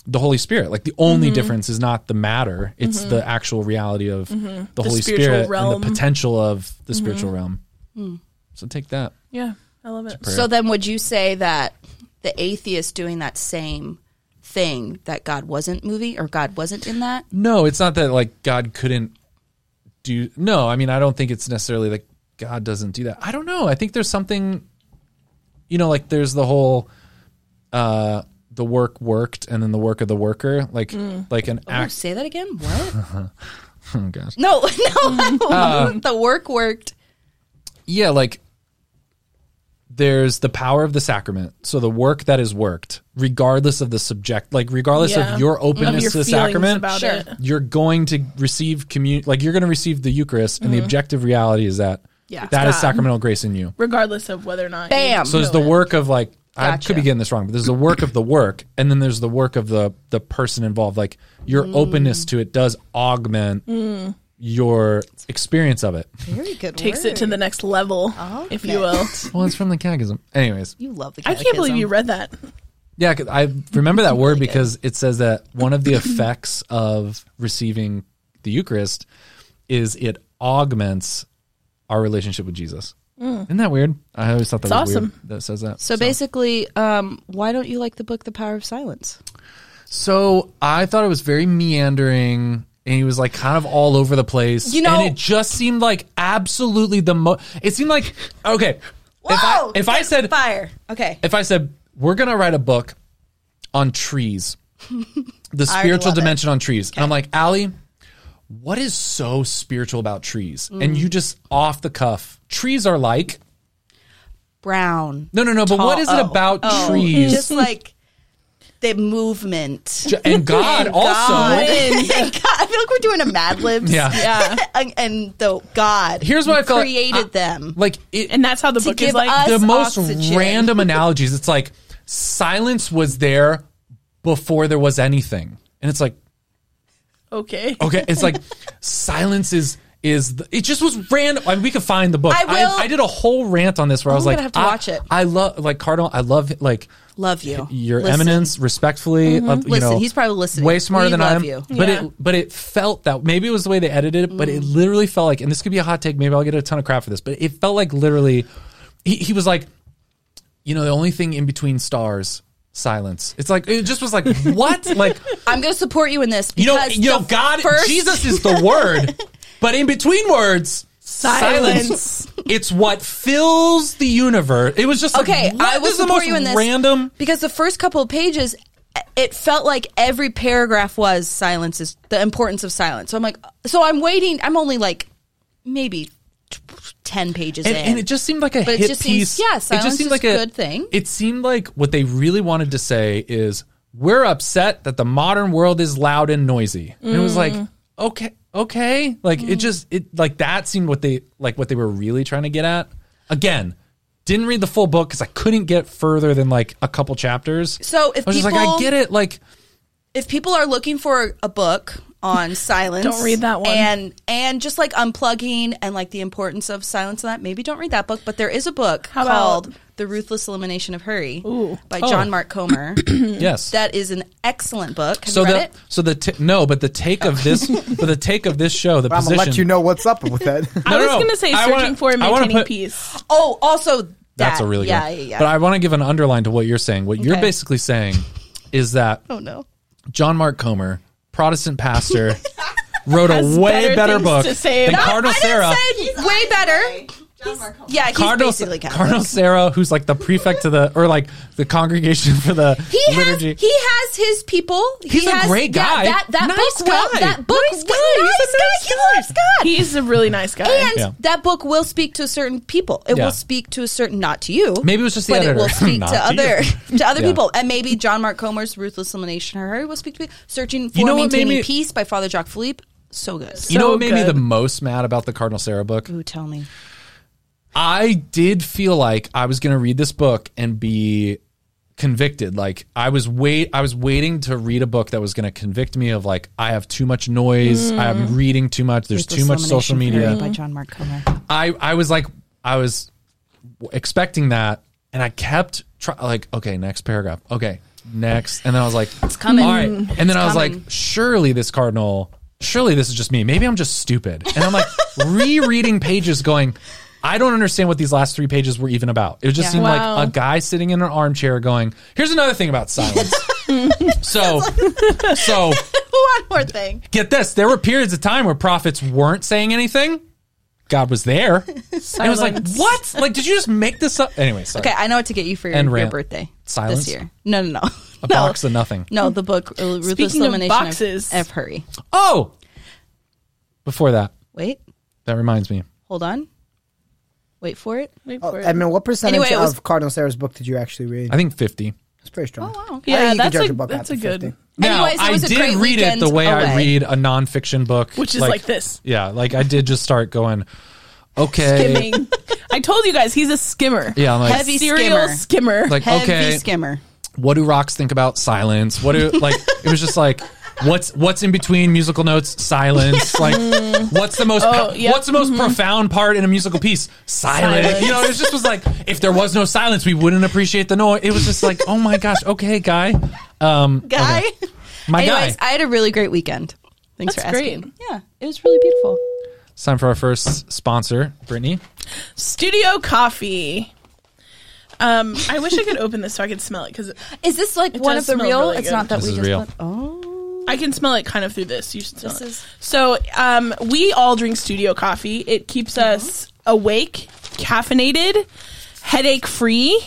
A: the Holy Spirit. Like the
B: Mm-hmm.
A: only difference is not the matter; it's the actual reality of the, Holy
B: Mm-hmm. spiritual
A: Spirit
B: realm. Mm-hmm. Mm.
A: and the potential of the spiritual realm. So take that.
B: Yeah, I love it.
E: So then, would you say that the atheist doing that same thing that God wasn't movie or God wasn't in that?
A: No, it's not that like God couldn't do. No, I mean I don't think it's necessarily like God doesn't do that. I don't know. I think there's something, you know, like there's the whole, uh, the work worked and then the work of the worker, like
B: Mm.
A: like an
E: Oh,
A: act.
E: say that again. What?
A: Oh gosh.
E: no, no. the work worked.
A: yeah, like there's the power of the sacrament. So the work that is worked, regardless of the subject, like regardless
B: Yeah. Mm.
A: of your openness
B: Of your
A: to the
B: feelings
A: sacrament,
B: about
E: Sure.
B: it.
A: you're going to receive communion. Like you're going to receive the Eucharist, and the objective reality is that
E: Mm-hmm. Yeah.
A: that is
B: God.
A: sacramental grace in you.
B: regardless of whether or not.
E: Bam.
A: So there's the work of like I
E: Gotcha.
A: could be getting this wrong, but there's the work of the work, and then there's the work of the the person involved. Like your
E: Mm.
A: openness to it does augment your experience of it.
E: Very good.
B: takes it to the next level, if you will.
A: Well, it's from the catechism, anyways.
E: You love the.
B: I
E: Catechism.
B: can't believe you read that.
A: Yeah, 'cause I remember that word because it says that one of the effects of receiving the Eucharist is it augments our relationship with Jesus. Isn't that weird? I always thought that
B: It's
A: was
B: awesome.
A: weird that it says that.
E: So basically, um, why don't you like the book The Power of Silence?
A: So I thought it was very meandering and he was like kind of all over the place.
E: You know-
A: and it just seemed like absolutely the most. It seemed like, okay. if I, if I said,
E: fire, okay,
A: if I said we're gonna write a book on trees, the
E: already
A: spiritual
E: love it.
A: dimension on trees, and I'm like, Allie, what is so spiritual about trees?
E: Mm.
A: And you just off the cuff, trees are like
E: brown,
A: no, no, no. But what
E: Tall-
A: is it
E: oh,
A: about
E: oh.
A: trees?
E: just like the movement.
A: J- and God also.
E: God, I feel like we're doing a Mad Libs.
A: Yeah.
E: and, and the God.
A: Here's what I felt
E: created
A: I-
E: them.
A: Like it,
B: And that's how the
E: To
B: book is
E: give
B: like.
E: us-
A: the
E: That's
A: most
E: oxygen.
A: random analogies. It's like silence was there before there was anything, and it's like
B: okay.
A: Okay, it's like silence is is the, it just was random. I mean, we could find the book.
E: I will-
A: I, did a whole rant on this where I was
E: I'm
A: like,
E: gonna have to
A: I,
E: watch it.
A: I love like Cardinal. I love like
E: Love you.
A: your
E: Listen. Mm-hmm.
A: eminence, respectfully. uh, you
E: Listen,
A: know,
E: he's probably listening.
A: Way smarter
E: We
A: than I
E: love
A: am.
E: you.
A: But
B: Yeah.
A: it but it felt that maybe it was the way they edited it, but
E: Mm.
A: it literally felt like, and this could be a hot take. Maybe I'll get a ton of crap for this, but it felt like literally, he, he was like, you know, the only thing in between stars. Silence. It's like it just was like what? Like
E: I'm going to support you in this.
A: you know,
E: because
A: you know,
E: the
A: God,
E: first-
A: Jesus is the word, but in between words,
E: Silence.
A: It's what fills the universe. It was just like,
E: Okay,
A: what?
E: I will
A: This is the
E: support
A: most
E: you in this.
A: Random.
E: because the first couple of pages, it felt like every paragraph was silence is the importance of silence. So I'm like, so I'm waiting. I'm only like maybe t- ten pages
A: And,
E: in,
A: and it just seemed like a
E: But it
A: hit
E: just
A: piece.
E: seems-
A: it
E: yeah,
A: just
E: silence
A: seemed
E: is
A: like
E: a
A: a
E: good thing.
A: It seemed like what they really wanted to say is we're upset that the modern world is loud and noisy. And it was like,
E: Mm.
A: okay, okay, like it just it like that seemed what they like what they were really trying to get at. Again, didn't read the full book because I couldn't get further than like a couple chapters.
E: So if
A: I was just like, I
E: people-
A: get it, like
E: if people are looking for a book on silence,
B: Don't read that one.
E: And and just like unplugging and like the importance of silence and that, maybe don't read that book. But there is a book
B: How
E: called
B: about-
E: The Ruthless Elimination of Hurry by
A: Oh.
E: John Mark Comer.
A: yes.
E: Mm. that is an excellent book. Have
A: so
E: you read
A: the
E: it?
A: so the t- no, but the take of this, but the take of this show, the
F: I'm
A: position.
F: gonna let you know what's up with that.
B: I
A: no,
B: was
A: no.
B: going to say
A: I
B: searching
A: wanna-
B: for and
A: I wanna
B: maintaining
A: put-
B: peace.
E: Oh, also that,
A: That's a really
E: yeah,
A: good.
E: yeah yeah.
A: But I want to give an underline to what you're saying. What you're
E: Okay.
A: basically saying is that
E: oh no.
A: John Mark Comer, Protestant pastor, wrote
B: Has
A: a way
B: better
A: better
B: things
A: book
B: to say
A: than
B: about-
A: Cardinal Sarah.
E: I didn't say way better. He's- yeah, he's
A: Cardinal,
E: basically Catholic.
A: Cardinal Sarah, who's like the prefect of the or like the congregation for the
E: He
A: liturgy.
E: has he has his people. He
A: He's a
E: has-
A: great guy.
E: Yeah, that that
A: Nice
E: book will-
A: guy.
E: that book
A: Nice
E: will-
A: guy. He's a
E: nice
A: nice
E: guy. He loves God.
B: He's a really nice guy.
E: And
A: Yeah.
E: that book will speak to certain people. It
A: Yeah.
E: will speak to a certain not to you.
A: Maybe it was just the
E: but
A: editor.
E: it will speak to
A: Not to
E: other to other
A: Yeah.
E: people. And maybe John Mark Comer's Ruthless Elimination of Hurry will speak to people. Searching for
A: You know what made
E: Maintaining
A: me-
E: Peace by Father Jacques Philippe. So good.
A: you know
B: so
A: what made me
B: good.
A: the most mad about the Cardinal Sarah book?
E: Ooh, tell me.
A: I did feel like I was going to read this book and be convicted. Like I was wait, I was waiting to read a book that was going to convict me of like I have too much noise, I'm reading too much, there's too much
E: Ruthless
A: social
E: Elimination
A: media.
E: of Hurry by John Mark Comer.
A: I I was like I was w- expecting that, and I kept try, like okay next paragraph okay next. And then I was like, it's
E: coming.
A: All right. And then I was
E: coming.
A: like, surely this cardinal, surely this is just me. Maybe I'm just stupid. And I'm like rereading pages going, I don't understand what these last three pages were even about. It just
E: Yeah.
A: seemed
B: Wow.
A: like a guy sitting in an armchair going, here's another thing about silence. so, so
E: One more thing.
A: get this. There were periods of time where prophets weren't saying anything. God was there. And it was like,
B: Silence.
A: what? Like, did you just make this up? Anyway, sorry.
E: Okay, I know what to get you for your,
A: And
E: your
A: rant.
E: birthday
A: Silence?
E: this year. No, no, no.
A: A
E: no.
A: box of nothing.
E: No, the book uh, Ruthless
B: Speaking of
E: Elimination of,
B: boxes.
E: of Hurry.
A: Oh, before that,
E: Wait,
A: that reminds me.
E: hold on. Wait for it.
B: Wait
F: Oh,
B: for it.
F: Edmund, what percentage
E: Anyway, it was-
F: of Cardinal Sarah's book did you actually read?
A: I think fifty.
F: It's pretty strong.
E: Oh, okay.
F: I
B: yeah,
F: think you could
B: that's
F: judge
B: a,
F: a book
B: that's
F: after
B: a good.
F: 50.
A: Now
E: Anyways, it
A: I
E: was a
A: did
E: great
A: read it
E: weekend
A: the way I
E: away.
A: read a nonfiction book,
B: Which is like this.
A: Yeah, like I did just start going. Okay.
B: Skimming. I told you guys he's a skimmer.
A: Yeah, I'm like,
E: Heavy
B: serial
E: skimmer.
B: skimmer.
A: like
E: Heavy
A: okay.
E: skimmer.
A: What do rocks think about silence? What do like? it was just like. What's what's in between musical notes? Silence. Like, what's the most
B: Oh, yep.
A: what's the most profound part in a musical piece? Silence.
B: Silence.
A: You know, it just was like if there was no silence, we wouldn't appreciate the noise. It was just like, oh my gosh, okay, guy, um,
E: Guy.
A: okay. my
E: Anyways,
A: guy.
E: I had a really great weekend. Thanks
B: That's
E: for asking.
B: great.
E: Yeah, it was really beautiful.
A: It's time for our first sponsor, Brittany.
B: Studio coffee. Um, I wish I could open this so I could smell it because
E: Is this like
B: It
E: one
B: does
E: of the
B: smell
E: real?
B: really
E: it's
B: good.
E: not that
A: This
E: we
A: is
E: just
A: real.
E: put- oh,
B: I can smell it kind of through this. You should smell
E: This
B: it.
E: is-
B: so um, we all drink studio coffee. It keeps
E: Uh-huh.
B: us awake, caffeinated, headache free,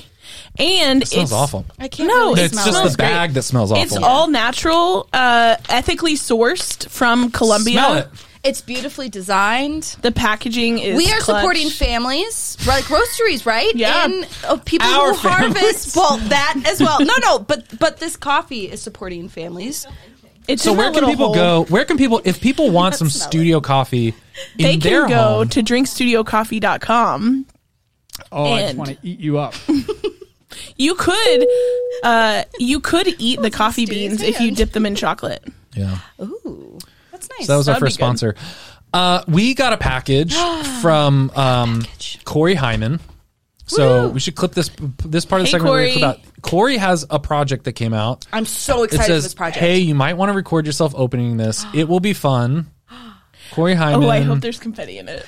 B: and it
A: Smells awful.
E: I can't.
B: No,
E: really
A: It's
E: smell
A: just
E: it.
A: the bag that smells awful.
B: It's all natural, uh, ethically sourced from Colombia.
A: Smell it.
E: It's beautifully designed.
B: The packaging is.
E: we are
B: clutch.
E: supporting families, like groceries, right?
B: Yeah.
E: and uh, people
A: Our
E: who harvest. Well, that as well. No, no, but but this coffee is supporting families.
B: It's
A: So
B: in
A: where
B: that
A: can
B: little
A: people
B: hole.
A: go? Where can people if people want some
E: smell it.
A: studio coffee in
B: They
A: their
B: can go
A: home?
B: to drinkstudiocoffee.com.
G: Oh, I just
B: And-
G: want to eat you up.
B: You could, uh, you could eat the coffee beans if you
E: hand.
B: dip them in chocolate.
A: yeah.
E: Ooh, that's nice.
A: So that was our
B: That'd be
A: first
B: good.
A: sponsor. Uh, we got a package from um, Corey Hyman. So we should clip this this part of the
B: Hey,
A: segment. we're gonna
B: Corey.
A: clip out. Corey has a project that came out.
E: I'm so
A: It
E: excited for
A: says,
E: this project.
A: "Hey, you might want to record yourself opening this. It will be fun." Corey Hyman.
B: Oh, I hope there's confetti in it.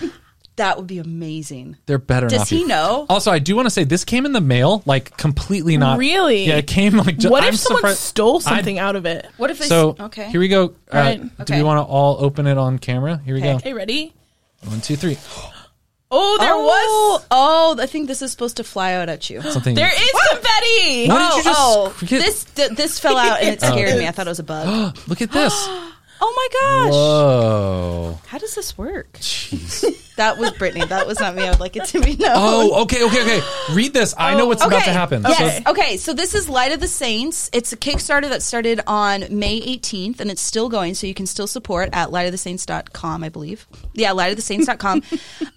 E: that would be amazing.
A: There better
E: Does
A: not be.
E: he know?
A: Also, I do want to say this came in the mail, like completely
B: uh,
A: not
B: Really?
A: Yeah, it came like. ju-
B: What
A: I'm
B: if someone
A: surprised-
B: stole
A: I-
B: something out of it?
E: What if they?
A: so
E: okay.
A: here we go. Uh,
B: right.
A: Do we
E: Okay.
A: want to all open it on camera? Here we
B: Okay, ready?
A: go. One, two, three.
B: Oh, there
E: oh,
B: was.
E: Oh, I think this is supposed to fly out at you.
A: Something.
B: There is
A: What? Why
B: confetti.
A: did
E: Oh,
A: you just
E: oh,
A: get- Oh.
E: this th- this fell out and it scared me. I thought it was a bug.
A: Look at this. Oh.
E: Oh my gosh!
A: Whoa.
E: How does this work?
A: Jeez.
E: That was Brittany. That was not me. I would like it to be known.
A: Oh, okay, okay, okay. Read this. I know what's about to happen.
E: Oh, Yes.
A: So-
E: okay. So this is Light of the Saints. It's a Kickstarter that started on May 18th and it's still going. So you can still support at lightofthesaints.com, I believe. Yeah, lightofthesaints.com.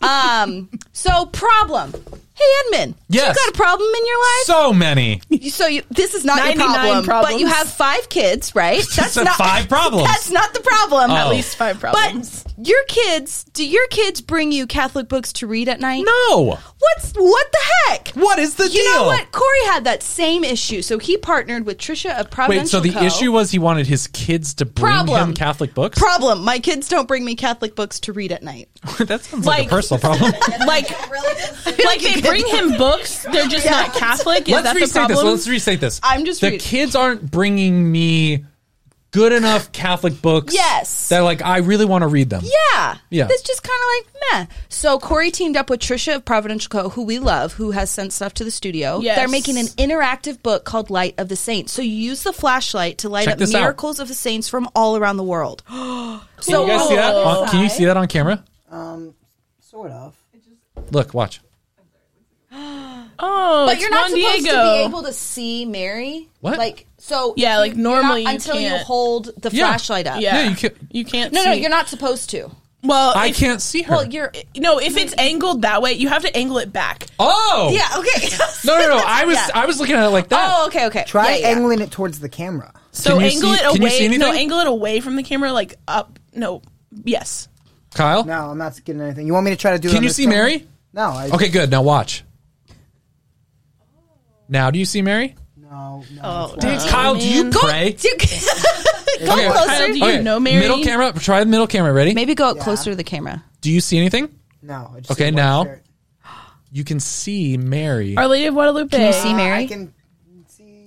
E: um, so problem. Hey, Edmund.
A: Yes.
E: You got a problem in your life?
A: so many.
E: So you, this is not your
B: 99
E: problem, but you
B: problems.
E: have five kids, right?
A: said five problems.
E: That's not the problem.
A: At Oh.
B: At least five problems.
E: But your kids, do your kids bring you Catholic books to read at night?
A: No.
E: What's what the heck?
A: What is the
E: you
A: deal?
E: know what? Corey had that same issue, so he partnered with Trisha of Providential.
A: Wait, so the
E: Co.
A: issue was he wanted his kids to bring
E: problem
A: him Catholic books?
E: Problem. My kids don't bring me Catholic books to read at night.
A: that sounds like,
B: Like-
A: a personal problem.
B: like, like they bring him books. They're just not Catholic. Is
A: Let's
B: that the
A: restate this.
B: problem?
A: Let's restate this.
E: I'm just
A: the
E: reading.
A: kids aren't bringing me good enough Catholic books.
E: Yes.
A: that like I really want to read them.
E: Yeah.
A: Yeah.
E: It's just kind of like meh. So Corey teamed up with Trisha of Providential Co., who we love, who has sent stuff to the studio.
B: Yes.
E: They're making an interactive book called Light of the Saints. So you use the flashlight to light
A: Check
E: up
A: this out.
E: miracles of the saints from all around the world. so
A: Can you guys see that?
E: Oh.
A: On, Uh, can you see that on camera?
F: Sort of.
A: Look, watch.
B: oh,
E: but you're not
B: Juan
E: supposed
B: Diego.
E: to be able to see Mary.
A: What?
E: Like so
B: Yeah,
E: you-
B: like
E: you're not-
B: normally you
E: until you
B: can't.
E: hold the
A: Yeah.
E: flashlight up.
B: yeah,
A: Yeah, you
B: you,
A: can't-
B: can't.
E: No, no,
B: see.
E: you're not supposed to.
B: Well,
A: I
B: if-
A: can't see her.
E: Well, you're
B: No, if it's angled that way, you have to angle it back.
A: oh,
E: Yeah, okay.
A: No, no, no. I was
E: Yeah.
A: I was looking at it like that.
E: Oh, okay, okay.
F: Try
E: Yeah, yeah.
F: angling it towards the camera.
B: So
A: Can you
B: angle
A: see-
B: it
A: can you see
B: away. No,
A: anything?
B: angle it away from the camera, like up. No, yes.
A: Kyle,
F: No, I'm not getting anything. You want me to try to do? it
A: can
F: on
A: you
F: this
A: see
F: phone?
A: Mary?
F: No. I,
A: Okay, good. Now watch. Now, do you see Mary? No.
F: No,
E: Oh,
F: no. it's
A: Dang, Kyle, do you pray?
E: Go
A: Okay.
B: Kyle,
E: closer.
B: do you know Mary?
A: Middle camera. Try the middle camera. Ready?
E: Maybe go closer to the camera.
A: Do you see anything?
F: No. I just
A: Okay,
F: need one
A: now.
F: shirt.
A: You can see Mary.
E: Oh,
B: Our Lady of Guadalupe.
E: Can you see Mary?
F: I can see.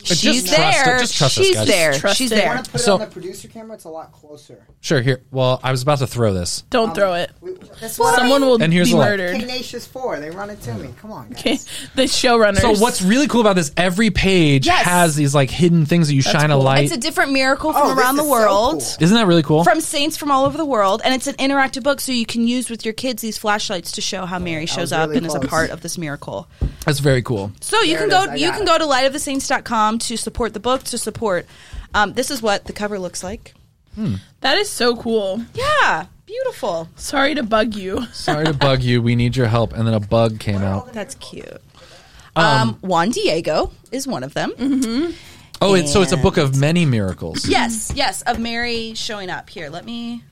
E: She's
A: Just trust her.
E: there.
A: Just trust us,
E: She's
A: guys.
E: there.
B: Trust
E: She's
B: it.
F: I
E: there.
F: want to put
A: So-
F: it on the producer camera. It's a lot closer.
A: Sure. Here. Well, I was about to throw this.
B: Don't throw it.
F: We, that's what
B: Someone will
A: And here's
B: be
A: the line.
B: murdered.
F: Tenacious Four. They run it to me. Come on, guys.
B: Okay. The showrunners.
A: So what's really cool about this? Every page
E: Yes.
A: has these like hidden things that you shine a light.
E: It's a different miracle from
F: Oh, this
E: around the
F: is so
E: world.
F: cool.
A: Isn't that really cool?
E: From saints from all over the world, and it's an interactive book, so you can use with your kids these flashlights to show how Mary shows up
F: really
E: and is a
F: close.
E: part of this miracle.
A: That's very cool.
E: So you
F: There
E: can
F: it is.
E: go
F: I
E: you
F: got
E: can
F: it.
E: go to lightofthesaints.com to support the book, to support um, this is what the cover looks like.
B: that is so cool.
E: Yeah. Beautiful.
B: Sorry to bug you.
A: Sorry to bug you. We need your help. And then a bug came out.
E: That's cute. Um, Juan Diego is one of them.
A: Oh, it's, so it's a book of many miracles.
E: Yes, yes, of Mary showing up. Here, let me.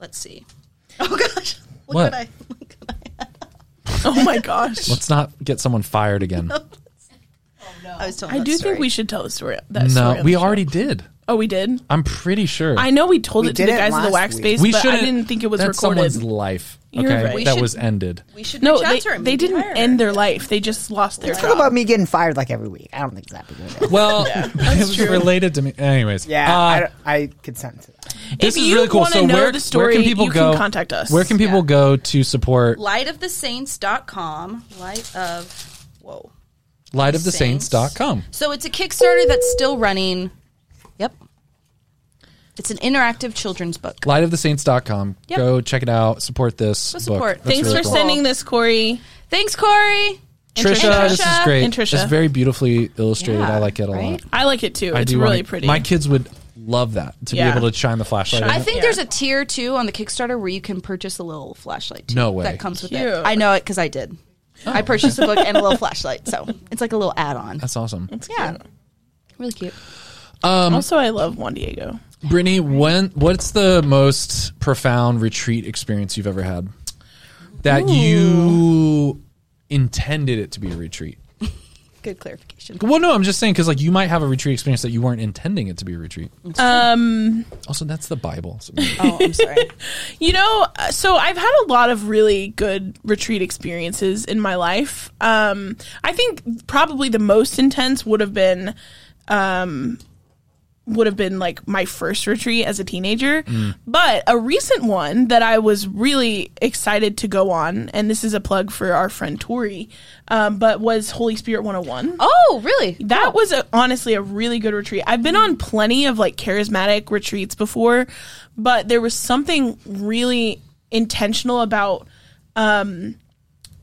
E: Let's see. Oh gosh, look
A: What?
E: what I. Look what I,
B: Oh my gosh.
A: Let's not get soone fired again.
E: I was telling.
B: I
E: that
B: do
E: story.
B: think we should tell the story. That story on
A: No,
B: the
A: we
B: show.
A: already did.
B: Oh, we did.
A: I'm pretty sure.
B: I know we told
F: We
B: it to the
F: did it
B: guys of the
F: last
B: Wax
F: week.
B: Space,
A: we
B: but
A: should.
B: I didn't think it was
A: that's
B: recorded.
A: someone's life.
B: You're
A: okay,
B: right. We
A: that
E: should-
A: was ended.
E: we should
B: No,
E: reach
B: they,
E: out to her. and
B: they
E: maybe
B: didn't
E: hire her.
B: end their life. They just lost their
F: Talk
B: job.
F: about me getting fired like every week. I don't think that's happening.
A: Well, it was related to me. Anyways,
F: Yeah,
A: uh,
F: I, don't- I consent to that.
A: this
B: If
A: is
B: you
A: really cool.
B: wanna
A: So
B: know
A: where,
B: the story,
A: where can people
B: you
A: go?
B: can contact us.
A: Where can people go to support
E: Lightofthesaints.com. Light of. Whoa.
A: lightofthesaints.com?
E: So it's a Kickstarter that's still running. Yep. It's an interactive children's book.
A: Lightofthesaints.com.
E: Yep.
A: Go check it out. Support this.
E: Go
A: book.
E: support.
A: That's
B: Thanks
A: really
B: for
A: cool.
B: sending this, Corey.
E: Thanks, Corey. And
A: Trisha,
E: Trisha.
A: this is great.
B: And Trisha.
A: It's very beautifully illustrated.
E: Yeah,
A: I like it a lot.
E: right?
B: I like it too.
A: I
B: it's
A: do
B: really
A: wanna-
B: pretty.
A: My kids would love that to
B: Yeah.
A: be able to shine the flashlight. on
E: I
A: it.
E: think there's a tier too on the Kickstarter where you can purchase a little flashlight. Too
A: No way. Oh.
E: That comes with
B: Cute.
E: it. I know it because I did. I purchased a book and a little flashlight, so it's like a little add-on.
A: That's awesome.
E: yeah, really cute.
A: um,
B: also, I love Juan Diego.
A: Brittany, when what's the most profound retreat experience you've ever had that you intended it to be a retreat?
E: Good clarification.
A: Well, no, I'm just saying because like you might have a retreat experience that you weren't intending it to be a retreat.
B: Um,
A: Also, that's the Bible. So-
E: Oh, I'm sorry.
B: you know, uh, so I've had a lot of really good retreat experiences in my life. Um, I think probably the most intense would have been um, would have been like my first retreat as a teenager. But a recent one that I was really excited to go on, and this is a plug for our friend Tori, um, but was Holy Spirit 101.
E: oh, really?
B: That was a, honestly a really good retreat. I've been on plenty of like charismatic retreats before, but there was something really intentional about um,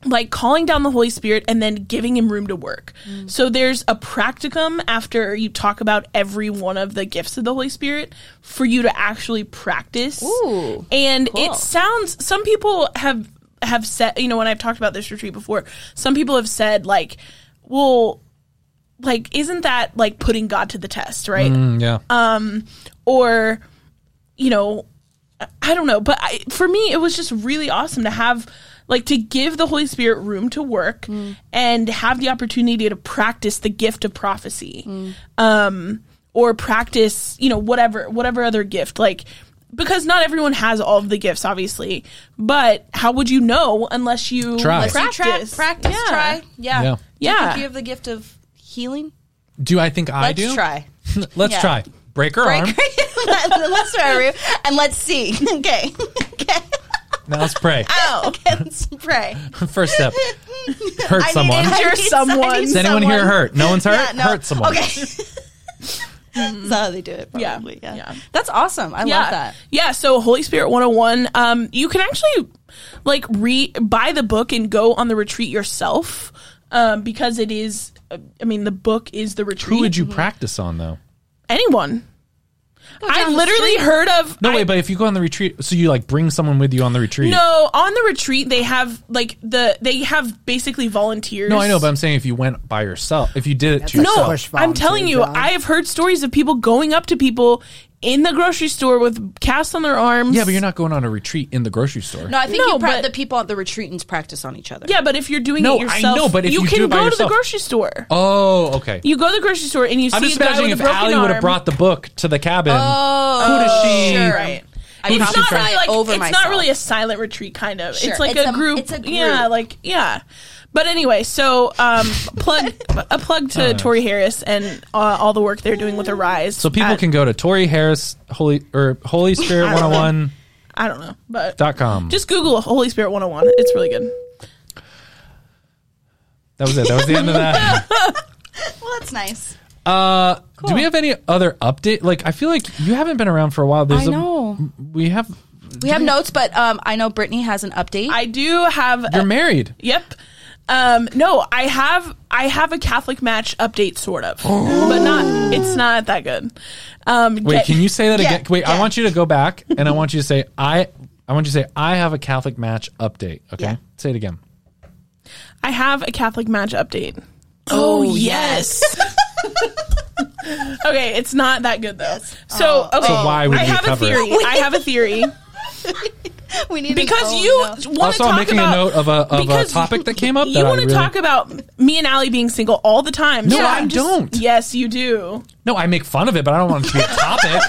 B: like calling down the Holy Spirit and then giving him room to work.
E: Mm.
B: So there's a practicum after you talk about every one of the gifts of the Holy Spirit for you to actually practice.
E: Ooh,
B: and
E: cool.
B: it sounds some people have have said, you know, when I've talked about this retreat before, some people have said like, well, like isn't that like putting God to the test, right?
A: Mm, yeah.
E: um,
B: or you know I- i don't know but I, for me it was just really awesome to have like to give the holy spirit room to work and have the opportunity to practice the gift of prophecy um or practice you know whatever whatever other gift like because not everyone has all of the gifts obviously but how would you know unless you
A: Try.
B: unless you
E: practice,
B: practice
E: practice,
B: Yeah.
E: try.
A: Yeah.
E: Yeah, Do you
B: Yeah.
E: think you have the gift of healing?
A: Do I think I
E: Let's
A: do? Mm,
E: try.
A: Let's
E: Yeah.
A: try. Break her arm.
E: Let's try, Rue, and let's see. Okay, okay.
A: Now let's pray.
E: Oh, okay, let's pray.
A: First step. Hurt
E: I need
A: someone.
E: I
B: Injure
E: need- I need
B: someone. Is
A: Is anyone here
E: someone.
A: hurt? No one's hurt?
E: Yeah, no.
A: Hurt someone.
E: Okay. That's how they do it.
B: Yeah.
E: Probably. Yeah.
B: Yeah.
E: That's awesome. I
B: yeah.
E: love that.
B: Yeah, so Holy Spirit 101, um you can actually like re buy the book and go on the retreat yourself um because it is uh, I mean the book is the retreat.
A: Who would you practice on though?
B: Anyone. I
E: down the
B: literally
E: street.
B: heard of
A: No,
B: I-
A: wait, but if you go on the retreat, so you like bring someone with you on the retreat.
B: No, on the retreat they have like the they have basically volunteers.
A: No, I know, but I'm saying if you went by yourself, if you did it to
F: That's
A: yourself,
F: Push
B: I'm telling
F: volunteers
B: you,
F: on.
B: I have heard stories of people going up to people in the grocery store with casts on their arms.
A: Yeah, but you're not going on a retreat in the grocery store.
E: No, I think
B: No,
E: you pra-
B: but-
E: the people at the retreatants practice on each other.
B: Yeah, but if you're doing
A: No,
B: it
A: I
B: yourself,
A: know, but if you
B: can
A: do it by
B: go to
A: yourself-
B: the grocery store.
A: Oh, okay.
B: You go to the grocery store and you
A: I'm
B: see
A: just
B: a guy
A: imagining
B: with a
A: if
B: broken
A: Allie
B: arm.
A: would have brought the book to the cabin.
E: Oh,
A: who does she?
E: sure.
B: Right.
E: I
B: it's
E: probably
B: not
E: cried
B: really like
E: over
B: it's
E: myself.
B: not really a silent retreat kind of.
E: Sure.
B: It's like
E: It's
B: a,
E: a-
B: group.
E: it's a group.
B: Yeah, like yeah. But anyway, so um, plug a plug to Tori Harris and uh, all the work they're doing with Arise.
A: So people
B: at-
A: can go to Tori Harris Holy or Holy Spirit
B: I don't know.
A: 101.com.
B: I don't know, but just Google Holy Spirit 101. It's really good.
A: That was it. That was the end of that.
E: Well, that's nice.
A: Uh, Do we have any other update? Like, I feel like you haven't been around for a while. There's
E: I know.
A: A, we have.
E: We have notes, but um, I know Brittany has an update.
B: I do have a-
A: You're married.
B: Yep. Um, no, I have I have a Catholic match update sort of, but not it's not that good. Um,
A: Wait,
B: get-
A: can you say that
E: Yeah,
A: again? Wait, I
E: yeah.
A: want you to go back and I want you to say I. I want you to say I have a Catholic match update. Okay,
E: Yeah.
A: say it again.
B: I have a Catholic match update.
E: oh,
B: okay, it's not that good though. So
E: Oh.
B: okay,
A: So why would
B: I
A: we
B: have
A: cover
B: a
A: it?
B: theory. I have a theory
E: we need an-
B: because
E: oh,
B: you
E: no.
B: want to
A: Also,
B: talk
A: I'm making
B: about
A: a note of a, of a
B: because
A: topic that came up.
B: You
A: that I
B: want to
A: really-
B: talk about me and Allie being single all the time?
A: No,
B: So
A: I
B: I'm just-
A: don't.
B: Yes, you do.
A: No, I make fun of it, but I don't want it to be a topic.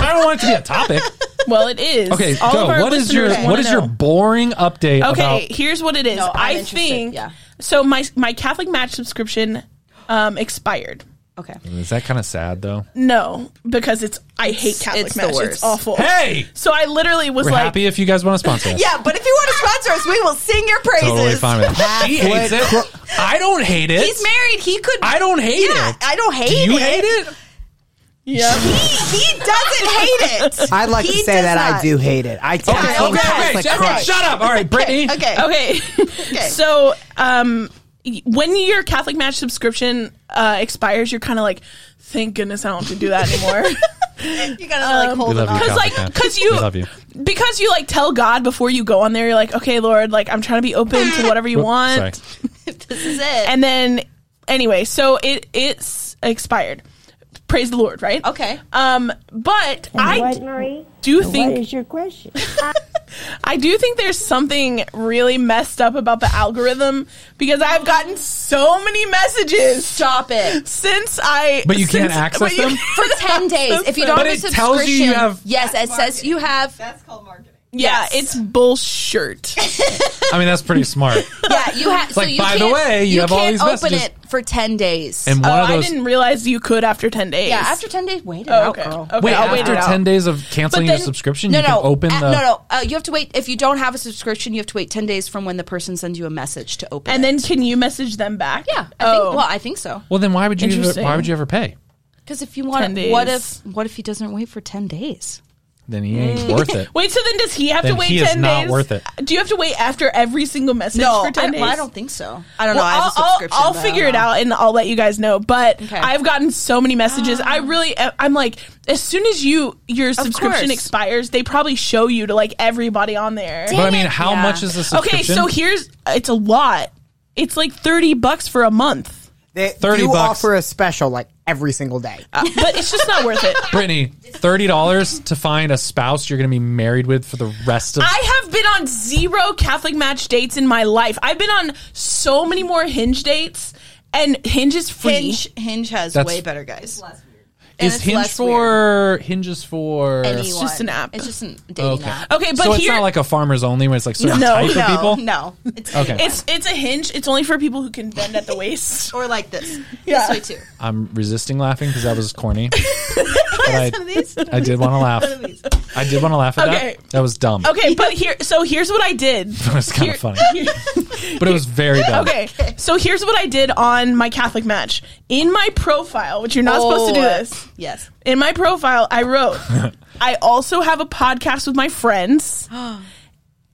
A: I don't want it to be a topic.
B: Well, it is.
A: Okay,
B: all
A: go.
B: of our
A: What is your
B: listeners wanna
A: what is your
B: know.
A: boring update
B: Okay,
A: about?
B: here's what it is.
E: No, I'm
B: I
E: interested,
B: think
E: yeah.
B: so. My my Catholic Match subscription um, expired.
E: Okay.
A: Is that kind of sad though?
B: No, because it's I hate Catholic
E: it's the
B: Match. It's
E: worst.
B: awful.
A: Hey,
B: So I literally was
A: we're
B: like,
A: happy if you guys want to sponsor us.
E: Yeah, but if you want to sponsor us, we will sing your praises.
A: totally fine with that. She hates it. I don't hate it.
E: He's married. He could.
A: I don't hate
E: yeah,
A: it.
E: I don't hate
A: Do
E: it.
A: you hate it?
B: yeah,
E: He, he doesn't hate it.
F: I'd like
E: He
F: to say
E: does
F: that
E: not.
F: I do hate it. I take
E: Okay,
F: it
A: Okay,
F: from
E: okay,
F: Catholic
A: okay, shut up,
F: Christ.
A: shut up. All right, Brittany.
E: Okay.
B: okay. so um, y- when your Catholic Match subscription uh, expires, you're kind of like, thank goodness I don't have to do that anymore.
E: Um, You gotta like
A: We
E: hold
A: love
E: it
A: you,
E: on.
B: Because
A: Catholic
B: like,
A: Match.
B: because you,
A: we love you.
B: because you like tell God before you go on there, you're like, okay, Lord, like I'm trying to be open to whatever you want.
A: Sorry.
E: This is it.
B: And then anyway, so it it's expired. Praise the Lord, right?
E: okay.
B: Um, but I
H: What, Marie?
B: do
H: What
B: think
H: is your question?
B: I do think there's something really messed up about the algorithm because I've gotten so many messages
E: Stop it.
B: since I.
A: But you can't
B: since-
A: access
B: but you-
A: them?
E: For ten days, if you don't
A: But
E: have a
A: it tells
E: subscription,
A: you you have-
E: yes, it says you have.
B: Yeah,
E: Yes.
B: it's bullshit.
A: I mean, that's pretty smart.
E: Yeah, you have.
A: like,
E: so you
A: by the
E: can't-
A: way, you
E: you
A: have all
E: can't
A: these
E: open
A: messages.
E: it for ten days.
A: And
B: Oh,
A: one of
B: I
A: those.
B: didn't realize you could after ten days.
E: yeah, after ten days, wait it
B: Oh,
E: out,
B: okay.
E: girl.
B: Okay,
A: wait,
B: I'll wait
A: after
B: it out.
A: ten days of canceling your
E: then-
A: subscription,
E: no,
A: you
E: no,
A: can open
E: uh,
A: the.
E: no, no. Uh, you have to wait. If you don't have a subscription, you have to wait ten days from when the person sends you a message to open.
B: And
E: it.
B: then can you message them back?
E: yeah, I
B: oh.
E: think, well, I think so.
A: Well, then why would you? Ever,
B: Interesting.
A: why would you ever pay?
E: Because if you
B: 10
E: want,
B: days.
E: what if what if he doesn't wait for ten days?
A: Then he ain't worth it.
B: Wait, so then does he have
A: Then
B: to wait
A: he is
B: ten
A: not
B: days?
A: worth it.
B: Do you have to wait after every single message for
E: I,
B: ten days?
E: well, I don't think so. I don't
B: Well,
E: know. I have a
B: I'll- I'll-
E: subscription.
B: I'll,
E: but I
B: figure
E: don't
B: it
E: know.
B: out and I'll let you guys know. But
E: Okay. Ah.
B: I've gotten so many messages. I really, I- I'm like, as soon as you your subscription
E: course.
B: expires, they probably show you to like everybody on there.
A: But I mean, how
E: Yeah.
A: much is the subscription?
B: Okay, so here's it's a lot. It's like thirty bucks for a month,
F: They
A: 30
F: do
A: bucks.
F: offer a special like every single day.
E: Uh, Ah.
B: but it's just not worth it.
A: Brittany, thirty dollars to find a spouse you're going to be married with for the rest of.
B: I have been on zero Catholic match dates in my life. I've been on so many more Hinge dates, and Hinge is free.
E: Hinge Hinge has
A: That's-
E: way better guys. And
A: is
E: it's
A: Hinge
E: less
A: for hinges for?
E: Anyone.
B: just an app.
E: It's just an dating
A: Okay.
E: app.
B: Okay, but
A: so it's
B: here
A: not like a farmers only where it's like certain
B: No,
A: type
E: no,
A: of people.
E: no. It's
A: Okay.
B: it's it's a Hinge. It's only for people who can bend at the waist.
E: or like this.
B: Yeah.
E: This way too.
A: I'm resisting laughing because that was corny. but I, I did want to laugh. I did want to laugh at
B: Okay.
A: that. That was dumb.
B: Okay, but here, so here's what I did.
A: It was kind of funny, but it was very dumb.
B: Okay, so here's what I did on my Catholic match. In my profile, which you're not supposed to do
E: Oh,
B: this,
E: Yes.
B: in my profile, I wrote, I also have a podcast with my friends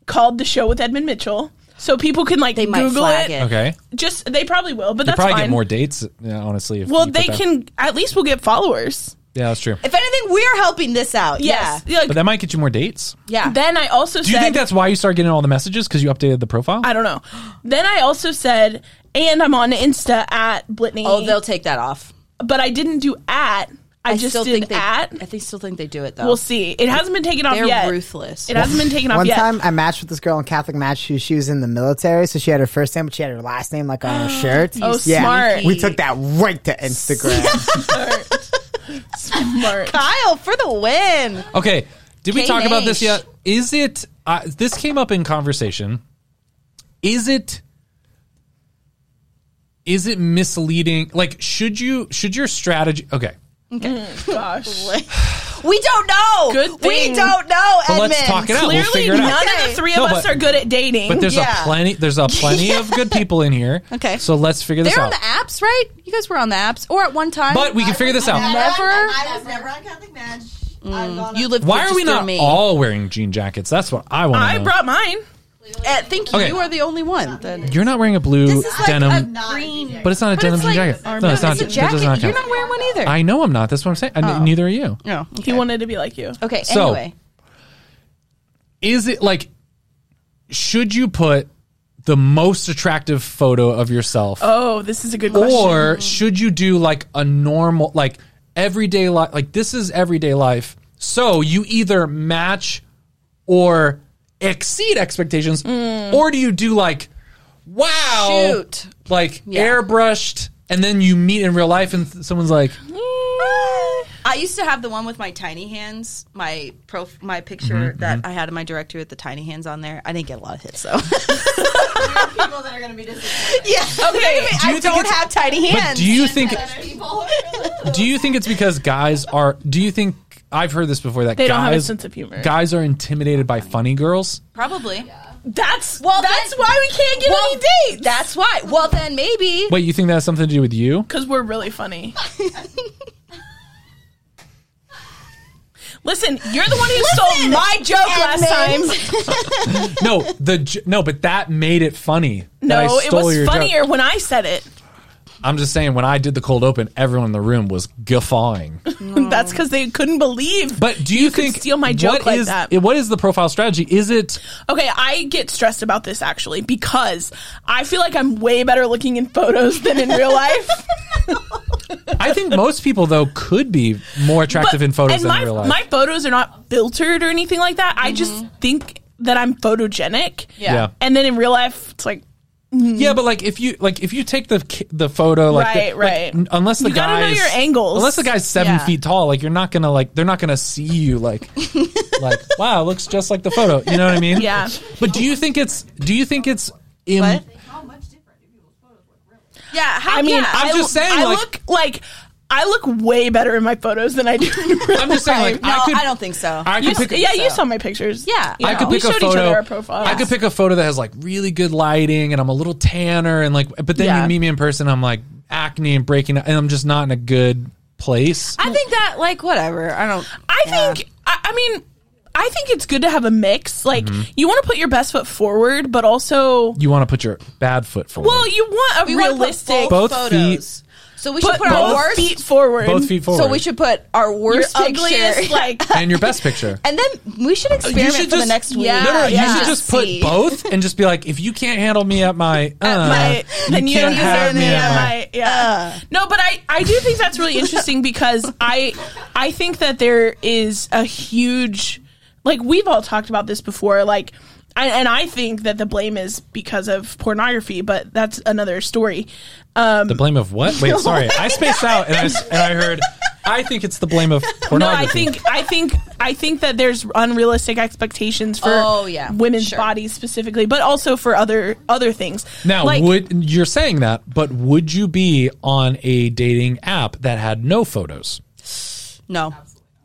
B: called The Show with Edmund Mitchell. So people can like
E: They might
B: Google
E: flag it.
A: Okay.
B: Just they probably will, but
A: You
B: that's
A: probably
B: fine.
A: get more dates, yeah, honestly. If
B: well,
A: you put
B: they
A: that-
B: can at least we'll get followers.
A: Yeah, that's true.
E: If anything, we're helping this out.
B: Yes, Yeah, like,
A: But that might get you more dates.
E: Yeah.
B: then I also
A: Do you
B: said
A: think that's why you started getting all the messages because you updated the profile?
B: I don't know. Then I also said, and I'm on Insta at Blitney.
E: Oh, they'll take Oh, that off.
B: but I didn't do at. I, just
E: still
B: did
E: think they,
B: at.
E: I think, still think they do it though.
B: We'll see. It hasn't been taken off
E: They're
B: yet.
E: ruthless.
B: It hasn't been taken off
F: One
B: yet.
F: time I matched with this girl in Catholic match who she was in the military, so she had her first name, but she had her last name like on her shirt.
B: Oh, smart.
F: We took that right to Instagram.
B: Smart.
E: Kyle for the win.
A: Okay. Did we talk about this
E: K-Nash.
A: yet? Is it, uh, this came up in conversation. Is it, is it misleading? Like, should you, should your strategy, okay.
B: Gosh.
E: We don't know.
B: Good
E: We
B: thing.
E: don't know,
A: But
E: Edmund.
A: let's talk it out. we'll
B: Clearly,
A: figure it
B: none
A: out.
B: of the three of
A: No,
B: us
A: but-
B: are good at dating.
A: But there's
E: Yeah.
A: a plenty, there's a plenty of good people in here.
E: Okay.
A: So let's figure this
E: They're on
A: out.
E: the apps, right? You guys were on the apps, or at one time.
A: But we can figure this out.
E: never.
H: I was never Mm, on Catholic Match. I've gone
E: You lived.
A: Why
E: just
A: are we
E: through
A: not
E: me.
A: all wearing jean jackets? That's what I want
B: I
A: to know.
B: brought mine.
E: Uh, thank you.
A: Okay.
E: You are the only one. Then.
A: You're not wearing a blue
E: This is like
A: denim,
E: a
H: Not
E: green.
A: but it's not a
E: But
A: denim
E: it's like-
A: jean jacket.
E: or
A: No, it's not.
E: It's a
A: that does not
E: jacket. You're
A: count.
E: not wearing one either.
A: I know I'm not. That's what I'm saying. I- neither are you.
E: no.
B: He wanted to be like you.
E: Okay.
A: So-
E: Anyway,
A: Is it like? Should you put the most attractive photo of yourself,
B: Oh, this is a good question.
A: or should you do like a normal, like everyday life? Like this is everyday life. So you either match or exceed expectations, or do you do like, wow,
E: Mm. Shoot.
A: like
E: Yeah.
A: airbrushed, and then you meet in real life, and th- someone's like,
E: I used to have the one with my tiny hands. My pro, my picture
A: Mm-hmm,
E: that I had in my directory with the tiny hands on there. I didn't get a lot of hits though.
H: people that are going to be disappointed.
E: yeah. Okay.
A: you
E: I
A: think
E: don't
A: it's-
E: have tiny
A: but
E: hands.
A: do you think?
H: People.
A: Do you think it's because guys are? Do you think I've heard this before that
B: They
A: guys
B: don't have a sense of humor.
A: Guys are intimidated by funny girls.
E: Probably.
B: That's
E: Well,
B: that's
E: then-
B: why we can't get
E: Well,
B: any dates.
E: That's why. Well, then maybe.
A: Wait, you think that has something to do with you?
B: because we're really funny. Listen, you're the one who stole my joke last time.
E: Edmund.
A: No, the j- no, but that made it funny. that I
B: No, it
A: stole
B: was
A: your joke.
B: funnier when I said it.
A: I'm just saying when I did the cold open, everyone in the room was guffawing.
B: That's because they couldn't believe.
A: But do you, think
B: steal my
A: what
B: joke like
A: is-
B: that.
A: What is the profile strategy? Is it
B: okay, I get stressed about this actually because I feel like I'm way better looking in photos than in real life.
A: I think most people though could be more attractive
B: But-
A: in photos
B: and
A: than
B: my,
A: in real life.
B: My photos are not filtered or anything like that. I just think that I'm photogenic.
A: Yeah. Yeah.
B: And then in real life, it's like
A: Yeah, but like if you like if you take the ki- the photo like
B: Right,
A: the- like,
B: right.
A: n- unless the
B: You gotta
A: guy
B: know
A: is-
B: your angles.
A: unless the guy's seven
E: Yeah.
A: feet tall like you're not gonna like they're not gonna see you like like wow looks just like the photo you know what I mean
B: Yeah.
A: but do you think it's do you think it's Im-
E: What?
H: How much different do people's photos look? Really?
E: Yeah. How,
B: I mean,
E: yeah.
A: I'm
B: I,
A: just saying,
B: I
A: like-
B: look like I look way better in my photos than I do. In real
A: I'm just saying like
E: no,
A: I could
E: I don't think so.
A: I
B: You
A: could pick
B: s- yeah, you
E: so.
B: saw my pictures.
E: Yeah.
B: You
A: I
B: know,
A: could
B: we
A: pick a
B: showed
A: photo.
B: each other our profiles.
A: I could pick a photo that has like really good lighting, and I'm a little tanner, and like, but then
B: Yeah.
A: you meet me in person, I'm like acne and breaking, out, and I'm just not in a good place.
E: I think that like whatever. I don't.
B: I
E: Yeah.
B: think. I, I mean, I think it's good to have a mix. Like,
A: Mm-hmm.
B: you want to put your best foot forward, but also,
A: you want to put your bad foot forward.
B: well, you want a
E: We wanna put
B: realistic.
A: both
E: photos. So we should
B: Put
E: put our
B: both
E: worst.
B: feet forward.
A: both feet forward.
E: So we should put our
B: Your
E: worst picture.
B: ugliest, like
A: and your best picture.
E: and then we should experiment for the next week.
B: yeah,
A: No, no,
B: yeah.
A: you should just put
E: See.
A: both and just be like, if you can't handle me at my, uh,
B: my, then you,
A: can't
B: don't deserve
A: have
B: me.
A: me
B: Am
A: at my.
B: I? Yeah.
E: Uh.
B: No, but I, I do think that's really interesting because I I think that there is a huge like we've all talked about this before like I, and I think that the blame is because of pornography, but that's another story.
A: the blame of what? Wait, sorry, I spaced out and I s- and I heard. I think it's the blame of
B: No, I
A: pornography.
B: think I think I think that there's unrealistic expectations for
E: Oh, yeah.
B: women's
E: Sure.
B: bodies specifically, but also for other other things.
A: Now,
B: Like-
A: would you're saying that, but would you be on a dating app that had no photos?
E: No.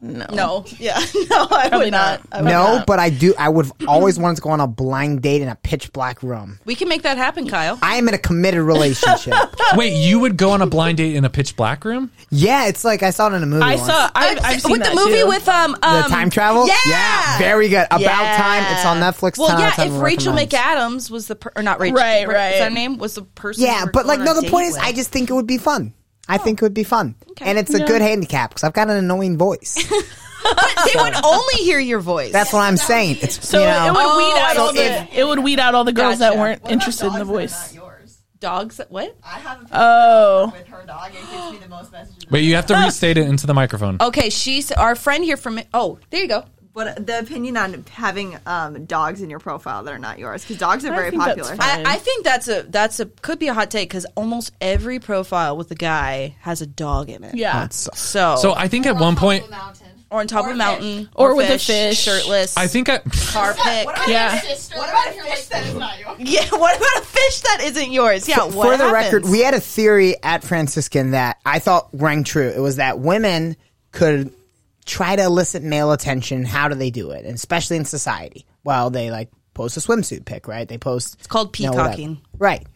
E: No. No. Yeah. No, I would not. I would
F: no,
E: not.
F: but I do. I would have always wanted to go on a blind date in a pitch black room.
E: We can make that happen, Kyle.
F: I am in a committed relationship.
A: Wait, you would go on a blind date in a pitch black room?
F: yeah, it's like I saw it in a movie.
B: I
F: once.
B: saw I've, I've
E: Uh,
B: seen
E: with
B: that
E: the movie
B: too.
E: with um,
F: the
E: um
F: time travel.
E: Yeah.
F: very good. About
E: Yeah.
F: time. It's on Netflix.
E: Well,
F: 10 out of
E: yeah.
F: 10
E: If Rachel
F: recommends.
E: McAdams was the per- or not Rachel,
B: Right,
E: what- Is
B: right.
E: her name was the person.
F: Yeah,
E: we were
F: but like,
E: going on
F: no.
E: a
F: The point
E: date
F: is, I
E: with.
F: just think it would be fun. I think it would be fun, and it's a good handicap because I've got an annoying voice.
E: they would only hear your voice.
F: That's what I'm saying. It's
B: So
F: you
B: it
F: know,
B: would weed out
E: so
B: all the
E: if-
B: it would weed out all the girls
E: Oh, Gotcha.
B: that weren't
H: What about
B: interested in the
H: dogs that are
B: voice.
H: Not yours.
E: dogs. What?
H: I have a picture
B: Oh.
H: with her dog. It gives me the most messages.
A: Wait, you have to restate it into the microphone.
E: Okay, she's our friend here from. Oh, there you go.
H: But the opinion on having um, dogs in your profile that are not yours because dogs are
B: I
H: very
B: think that's
H: popular.
B: fine.
E: I, I think that's a that's a could be a hot take because almost every profile with a guy has a dog in it.
B: Yeah.
E: So,
A: So I think at one point,
E: or on top of a mountain,
B: Or with a fish.
E: shirtless.
A: I think I,
E: car pick.
B: Yeah.
H: What about a fish that is not yours?
E: Yeah, what about a fish that isn't yours? Yeah, what
F: for the record,
E: happens?
F: we had a theory at Franciscan that I thought rang true. It was that women could try to elicit male attention. How do they do it? And especially in society. Well, they like post a swimsuit pic, right? They post. It's
E: called peacocking.
F: right.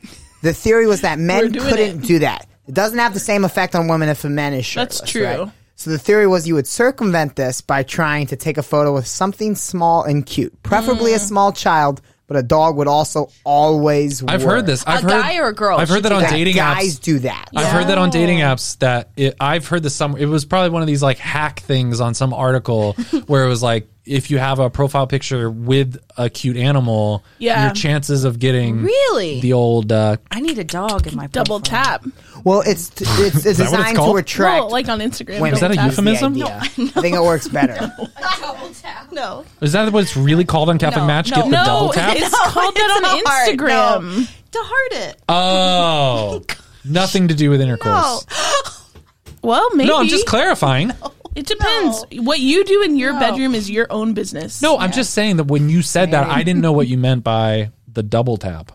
F: The theory was that men
B: doing
F: couldn't do that. It doesn't have the same effect on women if a man is shirtless.
B: That's true.
F: right? So the theory was you would circumvent this by trying to take a photo with something small and cute, preferably
E: Mm.
F: a small child, but a dog would also always.
A: I've
F: work.
A: heard this. I've heard,
E: guy or a girl
A: I've
E: should
A: heard that
E: do
A: on
F: that
A: dating
F: guys
A: apps.
F: do that.
A: I've heard that on dating apps that it, I've heard this some. It was probably one of these like hack things on some article where it was like if you have a profile picture with a cute animal,
B: Yeah.
A: your chances of getting
E: Really?
A: the old uh,
E: I need a dog in my
B: Double
E: profile.
B: tap.
F: Well, it's it's, it's
A: that what it's
F: designed to
A: called?
F: attract.
B: Well, like on Instagram.
F: women.
B: double
A: Is that a
B: tap.
A: euphemism?
F: That's the idea. I think it works better.
E: No,
A: is that what it's really called on Catholic
E: No,
A: Match?
E: no.
A: Get the
B: No,
A: double tap.
B: It's called that on
E: not hard,
B: Instagram.
E: no. To heart it.
A: Uh, Oh, nothing to do with intercourse.
B: Well, maybe.
A: No, I'm just clarifying.
B: It depends. What you do in your bedroom is your own business.
A: No, I'm just saying that when you said that, I didn't know what you meant by the double tap.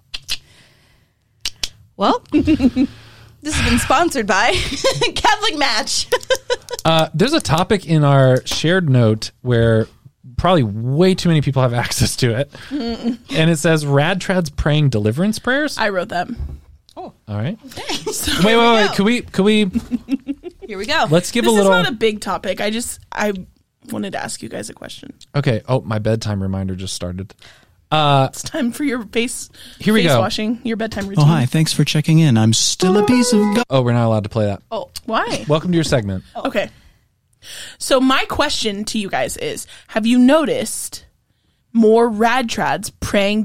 E: Well, this has been sponsored by Catholic Match.
A: Uh, there's a topic in our shared note where probably way too many people have access to it, and it says Radtrad's praying deliverance prayers.
B: Mm. I wrote that.
A: All right. wait, wait, wait. Could we? Could we?
E: Here we go.
A: Let's give
B: This
A: a little.
B: is not a big topic. I just I wanted to ask you guys a question.
A: okay. Oh, my bedtime reminder just started.
B: It's time for your face
A: Here we
B: face
A: go.
B: washing, your bedtime routine.
I: Oh, hi. Thanks for checking in. I'm still a piece of gum.
A: Oh, we're not allowed to play that.
B: Oh, why?
A: Welcome to your segment.
B: Okay. So my question to you guys is: Have you noticed more rad trads praying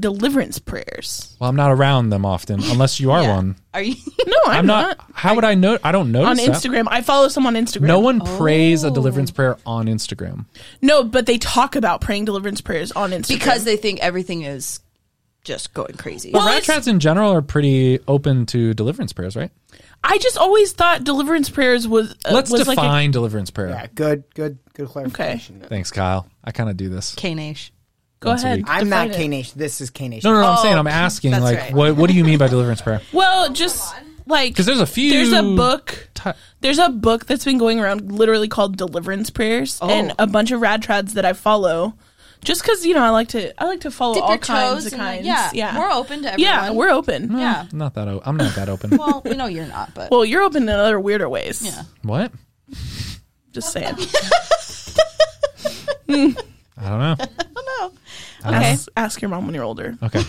B: deliverance prayers?
A: Well, I'm not around them often, unless you are
E: Yeah.
A: one.
E: Are you?
B: No, I'm,
A: I'm
B: not,
A: not. How would I know? I don't
B: on
A: notice that.
B: Instagram. Oh. I follow someone on Instagram.
A: No one prays a deliverance prayer on Instagram.
B: no, but they talk about praying deliverance prayers on Instagram
E: because they think everything is just going crazy.
B: Well,
A: Rat
B: it's-
A: trads in general are pretty open to deliverance prayers, right?
B: I just always thought deliverance prayers was uh,
A: Let's
B: was like a-
A: define deliverance prayer.
F: Yeah, good, good, good clarification.
A: Thanks, Kyle. I kind of do this.
E: K-Nash.
B: go
A: once a
B: ahead.
A: week.
F: I'm not K
B: define it.
F: Nation. This is K Nation.
A: No, no, no I'm
E: Oh,
A: saying I'm asking.
E: that's
A: Like,
E: right.
A: what what do you mean by deliverance prayer?
B: Well, just like
A: 'Cause there's a few
B: There's a book.
A: Ti-
B: There's a book that's been going around, literally called Deliverance Prayers,
E: Oh.
B: and a bunch of rad trads that I follow. Just because you know, I like to I like to follow
E: Dip
B: all
E: your
B: kinds
E: toes
B: of
E: and, like,
B: kinds.
E: yeah,
B: yeah,
E: we're open to
B: Yeah,
E: everyone.
B: we're open.
E: Yeah.
A: I'm not that. O- I'm not that open.
E: Well, we know you're not, but
B: Well, you're open in other weirder ways.
E: Yeah.
A: what?
B: just saying.
A: I don't know.
B: okay, ask your mom when you're older.
A: Okay.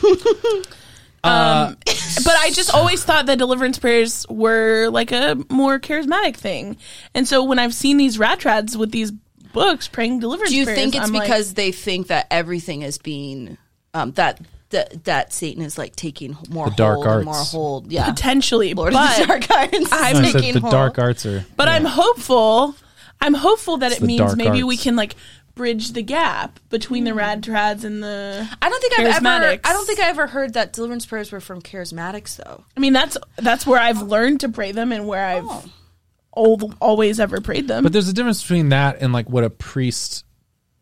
B: But I just always thought that deliverance prayers were like a more charismatic thing, and so when I've seen these rad trads with these books praying deliverance,
E: do you
B: prayers,
E: think it's
B: I'm like,
E: because they think that everything is being um, that that that Satan is like taking more
A: The dark
E: hold and
A: arts.
E: more hold? Yeah,
B: potentially,
E: Lord of
B: but
E: the Dark Arts.
B: I'm
A: No, I said
E: taking
A: the
E: hold.
A: dark arts are.
B: But I'm hopeful. I'm hopeful that it
A: the
B: means
A: dark
B: maybe we
A: arts.
B: can like bridge the gap between the rad trads and the.
E: I don't think I've ever.
B: Charismatics.
E: I don't think I ever heard that deliverance prayers were from charismatics though.
B: I mean, that's that's where I've learned to pray them and where I've al- always ever prayed them.
A: But there's a difference between that and like what a priest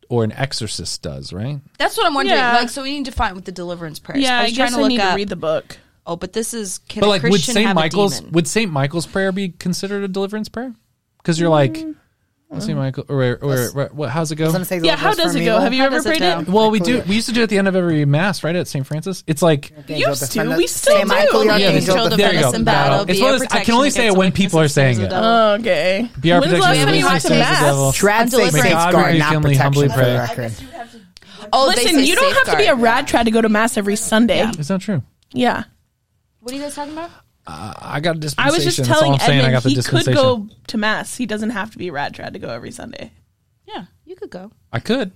A: or an exorcist does, right?
E: That's what I'm wondering.
B: Yeah.
E: Like, so we need to find what the deliverance prayers.
B: yeah, I,
E: I was
B: guess
E: trying to look
B: I need
E: up.
B: to read the book.
E: oh, but this is can
A: but
E: a
A: like, would
E: Christian
A: Saint
E: have
A: Michael's
E: a demon?
A: would Saint Michael's prayer be considered a deliverance prayer? Because you're like, "Oh, Saint Michael, or, or, or, what? How's it go?
F: Doesn't it say
B: Yeah, how
F: deliver us
B: does
F: from
B: it go?
F: evil?
B: Have you
E: How
B: ever
E: does it
B: prayed
E: go?
B: it?
A: Well, we do. We used to do it at the end of every mass, right? At St. Francis. It's like
F: Angel
B: used
F: defend
B: to.
F: us.
B: We still
F: Saint
B: do.
F: Michael, your
E: Only
A: Yeah,
F: angel
A: the-
E: angel to
F: defend
A: there you
E: defend
A: go.
E: us in battle.
A: Battle. It's
E: be
A: one
E: our
A: of those- I can
E: protection Oh,
A: only say it
E: against the
A: when people
E: wickedness
A: are
E: and
A: saying
E: snares
A: it.
E: of the devil.
B: okay.
A: Be our
B: When's the
A: protection against the snares
B: last time you went to
A: of the
B: mass?
A: devil.
F: Trad
E: Until
F: say
E: it's right.
F: safeguard,
A: God,
F: not
A: we humbly, humbly
F: protection for the
A: pray.
F: record.
E: Oh, they
B: Listen,
E: say
B: you don't have to be a
E: safeguard.
B: rad trad to go to mass every Sunday. Yeah.
A: It's not true.
E: What are you guys talking about?
A: I got a dispensation.
B: I was just
A: That's all
B: telling
A: I'm saying. I
B: Edmund
A: got the
B: he could
A: dispensation.
B: go to mass. He doesn't have to be a rad trad to go every Sunday.
E: Yeah, you could go.
A: I could.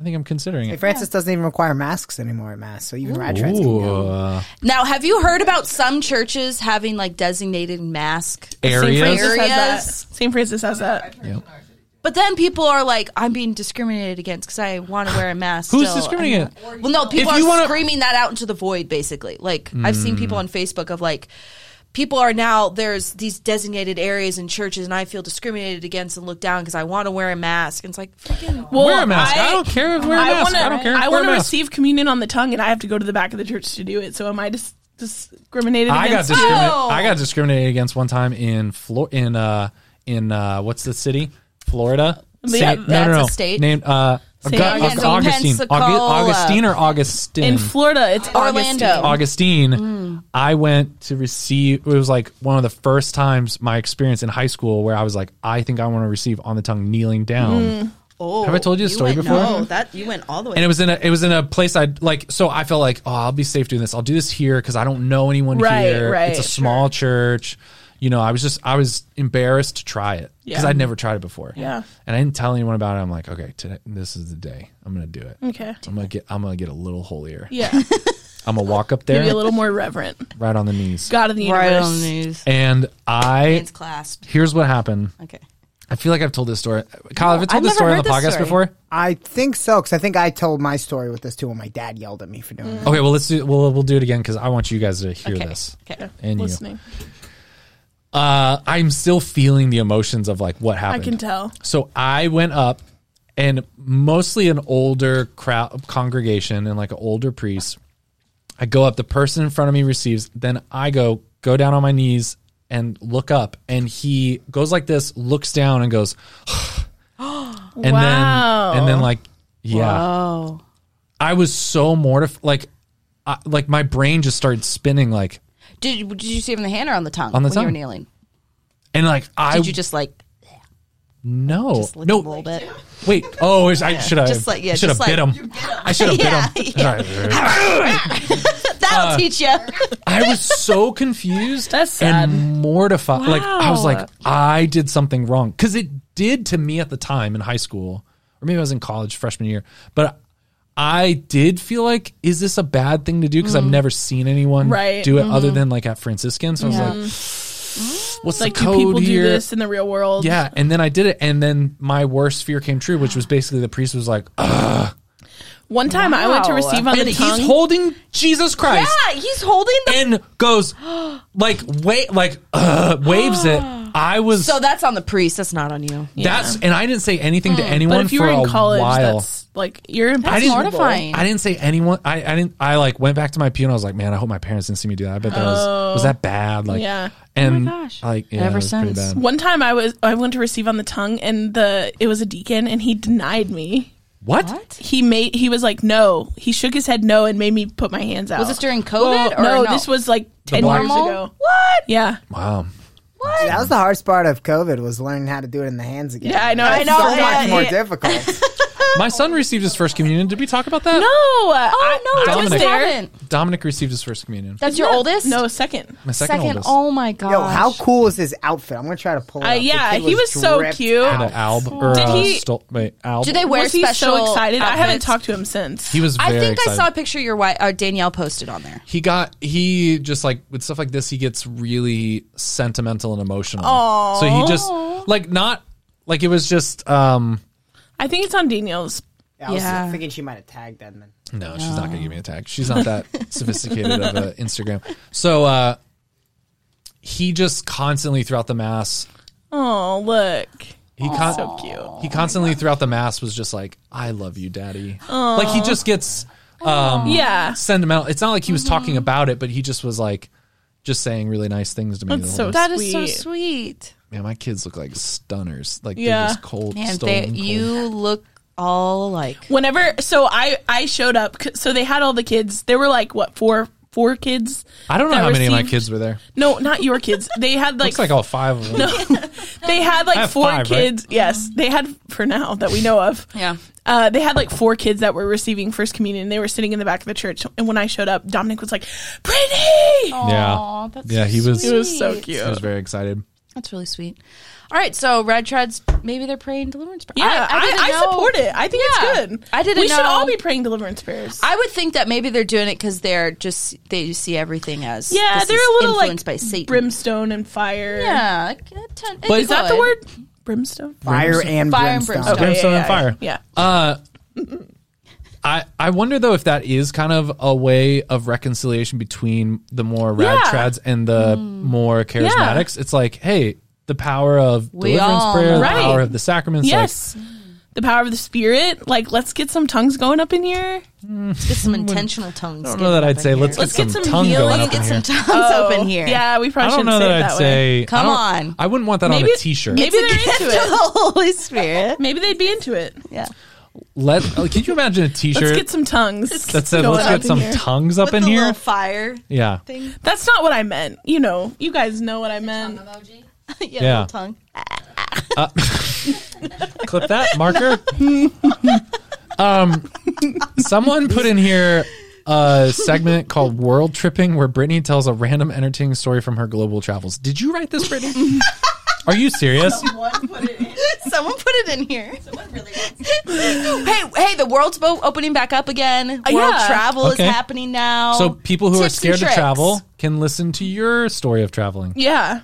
A: I think I'm considering
F: Like
A: it.
F: Francis doesn't even require masks anymore at mass, so even rad trans can go.
A: Ooh, uh,
E: Now, have you heard about some churches having like designated mask
A: areas.
E: Francis-
B: Has that.
E: Areas.
B: St. Francis has that.
E: But then people are like, I'm being discriminated against because I want to wear a mask.
A: Who's
E: still.
A: discriminating
E: I'm not- Well, no, people
A: If you
E: are
A: wanna- Mm.
E: screaming that out into the void, basically. Like, I've seen people on Facebook of like, people are now, there's these designated areas in churches, and I feel discriminated against and looked down because I want to wear a mask. And it's like, freaking.
B: Well,
A: Wear a mask. I don't care if wear a mask.
B: Wanna,
A: I don't care if wear
B: I
A: a
B: want to
A: mask.
B: receive communion on the tongue, and I have to go to the back of the church to do it. So am I dis- discriminated
A: I got
B: against? Ah,
A: discriminated.
E: Oh.
A: I got discriminated against one time in Flor- in uh in uh what's the city? Florida.
B: Yeah,
A: Saint- no,
E: that's
A: no, no.
E: a state.
A: Named uh
B: Saint
A: Aug-
B: Augustine.
A: Augustine. Augu-
E: Pensacola.
A: Augustine or Augustine?
B: in Florida, it's
E: Orlando.
A: Augustine,
B: Augustine.
E: Mm.
A: I went to receive. It was like one of the first times my experience in high school where I was like, I think I want to receive on the tongue kneeling down.
E: Oh,
A: Have I told you the story
E: went-
A: before?
E: No, that, you went all the way.
A: And it was in a it was in a place I would like. So I felt like, oh, I'll be safe doing this. I'll do this here because I don't know anyone
B: Right,
A: here.
B: right,
A: it's a small church. You know, I was just I was embarrassed to try it because
B: Yeah.
A: I'd never tried it before.
B: Yeah.
A: and I didn't tell anyone about it. I'm like, okay, today this is the day. I'm gonna do it.
B: Okay.
A: I'm gonna get I'm gonna get a little holier.
B: Yeah,
A: I'm gonna walk up
B: maybe
A: there
B: a little more reverent.
A: right on the knees.
B: God of the universe.
E: right on the news.
A: And I
E: It's clasped.
A: here's what happened.
E: Okay.
A: I feel like I've told this story. Kyle, have I told
E: I've
A: this
E: never
A: story on
E: heard
A: the
E: this
A: podcast
E: story.
A: before?
F: I think so, because I think I told my story with this too when my dad yelled at me for doing it.
A: Okay, well let's do we'll we'll do it again because I want you guys to hear
E: Okay.
A: this.
E: Okay.
A: And you.
B: Listening,
A: uh, I'm still feeling the emotions of like what
B: I
A: happened.
B: can tell.
A: So I went up, and mostly an older crowd congregation and like an older priest. I go up. The person in front of me receives. Then I go go down on my knees and look up, and he goes like this, looks down, and goes, and
B: Wow.
A: then and then like yeah. I was so mortified. Like, I, like my brain just started spinning. Like,
E: Did, did you see him in the hand or on the tongue?
A: On the
E: when you
A: tongue.
E: were kneeling.
A: and like I
E: Did you just like
A: no
E: lick
A: no
E: him a little bit?
A: Wait. Oh, is- I should have.
E: Just like- yeah,
A: should have
E: just
A: bit
E: like-
A: him. I should have
E: Yeah,
A: bit him.
E: That'll teach you.
A: I was so confused
B: That's sad.
A: and mortified. Like I was
B: Wow.
A: like, I did something wrong because it did to me at the time in high school, or maybe I was in college freshman year. But I did feel like, is this a bad thing to do? Because I've never seen anyone
B: Mm-hmm. Right. Mm-hmm.
A: do it other than like at Franciscan. So I was like, what's
B: Like,
A: the
B: do
A: code
B: people
A: here?
B: do this in the real world?
A: Yeah, and then I did it, and then my worst fear came true, which was basically the priest was like,
B: One time I went to
E: Wow.
B: receive on
A: and
B: the
A: he's
B: tongue.
A: holding Jesus Christ.
E: ah, he's holding
A: and goes like wait like uh, waves it. I was
E: So that's on the priest. That's not on you.
A: that's and I didn't say anything to anyone
B: but if you
A: for
B: were in
A: a
B: college,
A: while.
B: that's like you're
A: I
B: impossible.
A: didn't,
E: mortifying.
A: I didn't say anyone. I, I didn't. I like went back to my pew and I was like, man, I hope my parents didn't see me do that. I bet that was was that bad. Like
B: Yeah.
A: And
E: gosh.
A: like yeah,
E: Ever
A: it was pretty
E: since.
A: bad.
B: One time I was I went to receive on the tongue, and the it was a deacon, and he denied me.
A: What?
B: He made he was like no. He shook his head no and made me put my hands out.
E: Was this during COVID or
B: no,
E: no?
B: This was like ten
A: black-
B: years ago.
E: What?
B: Yeah,
A: Wow.
F: That was the hardest part of COVID was learning how to do it in the hands again.
B: yeah, I know.
E: I
B: it's
E: know,
B: so
F: So
E: yeah,
B: bad.
F: much more
E: yeah.
F: difficult.
A: My son received his first communion. Did we talk about that?
B: No, oh
E: Oh no,
B: I, I was
A: Dominic.
B: there.
A: Dominic received his first communion.
E: That's your oldest?
B: No, second.
A: My second,
E: Second.
A: oldest.
E: Oh my god.
F: Yo, how cool is his outfit? I'm gonna try to pull. It
B: Uh,
F: up. The
B: yeah,
F: kid
B: he was so
F: dripped
B: cute.
F: out.
A: and an alb or
B: Did
A: uh,
B: he-
A: stole- wait, alb.
E: Do they wear
B: was he
E: special?
B: so excited? I haven't
E: outfits?
B: talked to him siness
A: He was.
E: I
A: Very
E: think I
A: excited.
E: saw a picture your wife or Danielle posted on there.
A: he got he just like with stuff like this he gets really sentimental and emotional so he just like not like it was just um
B: I think it's on Danielle's.
F: Yeah, I was
E: Yeah.
F: thinking she might have tagged that. Man.
A: no she's not gonna give me a tag she's not that sophisticated of a instagram so uh he just constantly throughout the mass
B: Oh look,
A: he con-
B: so cute.
A: he constantly throughout the mass was just like i love you daddy like he just gets um
B: Yeah,
A: sentimental it's not like he was talking about it but he just was like just saying really nice things to me
B: That's
A: the
B: so
A: whole-
E: That
B: That
E: is
B: is so
E: so sweet.
A: Man, my kids look like stunners. Like
B: Yeah.
A: they're just cold,
E: Man,
A: stolen
E: they,
A: cold.
E: you look all alike.
B: whenever so i i showed up c- so they had all the kids there were like what four four kids
A: I don't know
B: that
A: how many of my
B: received-
A: kids were there.
B: no not your kids they had like,
A: Looks like all five of them.
B: they had
A: I
B: like
A: have
B: four
A: five, right?
B: kids yes they had for now that we know of
E: Mm-hmm. Yeah.
B: uh, they had like four kids that were receiving first communion. They were sitting in the back of the church, and when I showed up, Dominic was like, "Brittany!"
A: yeah, yeah, he was.
B: It was so
A: He was
B: cute.
A: very excited.
E: That's really sweet. All right, so Red Treads, maybe they're praying deliverance prayers.
B: Yeah, I, I,
E: didn't know-
B: support it. I think
E: Yeah.
B: it's good.
E: I didn't
B: We should
E: know-
B: all be praying deliverance prayers.
E: I would think that maybe they're doing it because they're just they see everything as
B: yeah,
E: this
B: they're
E: is
B: a little like
E: influenced by Satan.
B: brimstone and fire.
E: yeah, like, it turn- it
B: is that the
E: could.
B: word? Brimstone.
F: Fire and
E: Fire and
F: brimstone.
E: brimstone.
A: Brimstone
B: yeah,
A: and fire. Uh,
B: Yeah.
A: I, I wonder though if that is kind of a way of reconciliation between the more rad
B: Yeah. Mm.
A: trads and the more charismatics. It's like, hey, the power of
E: We
A: deliverance
E: all
A: prayer,
B: Right.
A: the power of the sacraments. like,
B: yes. the power of the spirit. Like, let's get some tongues going up in here.
E: Get some intentional tongues.
A: I don't know that I'd say let's,
B: Let's
A: get,
B: get
A: some,
B: some
A: tongue
B: healing.
A: going up
E: Let's
A: in
E: get
A: here.
E: some tongues
B: Oh,
E: open here.
B: Yeah, we
A: I
B: probably
A: don't
B: shouldn't
A: know that
B: say it
A: I'd
B: that way.
A: say. I
E: Come
A: don't-
E: on.
A: I wouldn't want that on
B: Maybe-
A: a T-shirt.
B: maybe-
E: It's a
B: they're
E: gift
B: into it.
E: of the Holy Spirit.
B: Maybe they'd be into it.
E: Yeah.
A: Let oh, can you imagine a
B: Let's
A: T-shirt
B: get some tongues.
A: that said
B: going
A: "Let's
B: up
A: get
B: in
A: some
B: here."
A: tongues up
E: With
A: in
E: the
A: here"?
E: little fire
A: yeah,
E: thing.
B: That's not what I meant. You know, you guys know what I meant.
E: yeah,
A: Yeah.
E: little tongue.
A: clip that marker. um, someone put in here a segment called "World Tripping," where Brittany tells a random entertaining story from her global travels. Did you write this, Brittany? Are you serious?
E: Someone put it in here. Someone really wants Hey, hey, the world's bo- opening back up again. World
B: yeah.
E: travel
A: Okay.
E: is happening now.
A: So people who are
E: Tips and
A: scared to
E: tricks.
A: travel can listen to your story of traveling.
B: Yeah.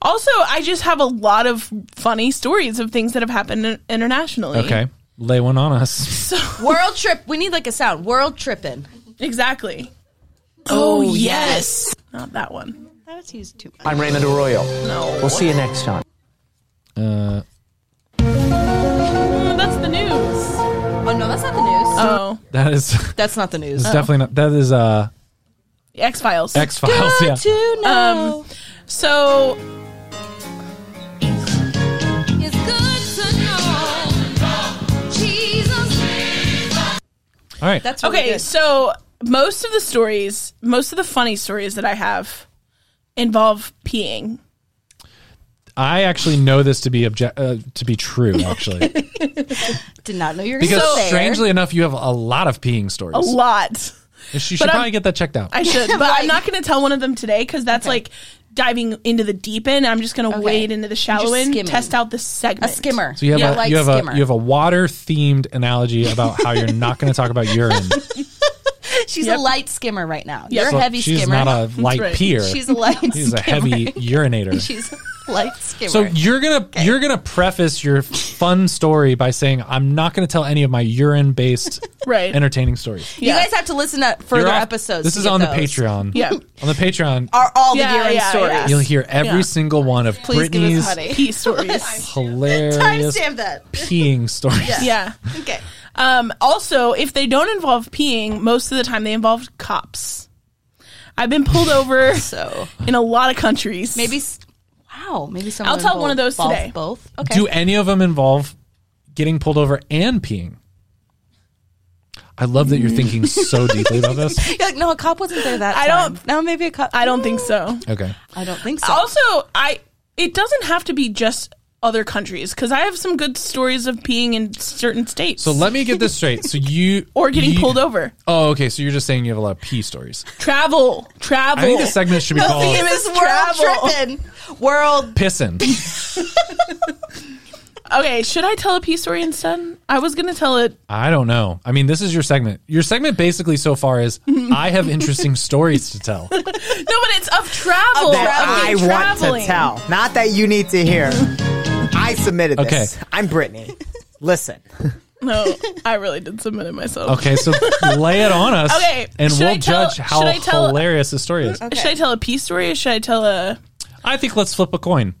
B: Also, I just have a lot of funny stories of things that have happened in- internationally.
A: Okay, lay one on us.
E: World trip. We need like a sound. World tripping.
B: Exactly. Oh, yes. Not that one.
E: That was used too much.
D: I'm Raymond Arroyo. We'll see you next time.
A: Uh,
B: Oh, that's the news.
E: Oh no, that's not the news.
B: Oh,
A: that is it's
E: that's not the news.
A: definitely not. That is uh,
B: X Files.
A: X Files. Yeah.
E: To know
B: so
E: is good to know. Jesus.
A: All right.
E: That's really
B: Okay,
E: good.
B: so most of the stories, most of the funny stories that I have involve peeing.
A: I actually know this to be obje- uh, to be true. Actually.
E: Did not know you were
A: Because
E: gonna say
A: strangely enough, you have a lot of peeing stories.
B: A lot.
A: And She should
B: But I'm-
A: probably get that checked out.
B: I should, but I'm not going to tell one of them today cuz that's like diving into the deep end. I'm just going to
E: Okay.
B: wade into the shallow
E: You're just
B: end,
E: skimming.
B: test out the
E: a
B: segment.
E: skimmer.
A: so you have
E: yeah,
A: a
E: like
A: you have
E: skimmer.
A: a you have a water themed analogy about how you're not going to talk about urine.
E: she's
B: Yep.
E: a light skimmer right now.
B: Yep.
E: You're
A: So
E: a heavy
A: she's
E: skimmer.
A: not a light
B: right.
A: peer.
E: she's a light.
A: She's a
E: skimmer.
A: heavy urinator.
E: She's a light skimmer.
A: So you're gonna you're gonna preface your fun story by saying I'm not gonna tell any of my urine based
B: Right.
A: entertaining stories.
E: you guys have to listen to further
A: You're off-
E: episodes.
A: This
E: to
A: is
E: get
A: on the
E: those.
A: Patreon.
B: Yeah.
A: on the Patreon,
E: Are all the
B: Yeah,
E: urine
B: yeah,
E: stories?
B: yeah.
A: you'll hear every
B: Yeah.
A: single one of
E: Please give
A: Brittany's
E: us honey.
B: pee stories.
A: hilarious
E: Timestamp that.
A: peeing stories.
B: yeah.
E: Okay.
B: Um, also, if they don't involve peeing, most of the time they involve cops. I've been pulled over
E: So
B: in a lot of countries.
E: maybe. s- Wow. Maybe someone.
B: I'll tell one of those
E: involved
B: today.
E: Both. Okay.
A: Do any of them involve getting pulled over and peeing? I love that you're thinking so deeply about this.
E: You're like, no, a cop wasn't there that
B: I
E: time.
B: don't-
E: No, maybe a cop.
B: I don't think so.
A: Okay.
E: I don't think so.
B: Also, I it doesn't have to be just other countries because I have some good stories of peeing in certain states.
A: So let me get this straight. So you
B: or getting
A: you-
B: pulled over.
A: Oh, okay. So you're just saying you have a lot of pee stories.
B: Travel, travel.
A: I think this segment should be called
E: This is world
B: travel.
E: tripping. World.
A: pissing.
B: okay, should I tell a pee story instead? I was gonna tell it.
A: I don't know. I mean, this is your segment. Your segment basically so far is I have interesting stories to tell.
B: No, but it's of travel.
F: that I
B: traveling,
F: want to
B: traveling.
F: tell. Not that you need to hear. I submitted this.
A: Okay.
F: I'm Brittany. Listen,
B: No, I really did submit it myself.
A: Okay, so lay it on us.
B: Okay,
A: And
B: should
A: we'll
B: I tell-
A: judge how
B: should I tell-
A: hilarious the story is.
B: Should I tell a pee story or should I tell a?
A: I think let's flip a coin.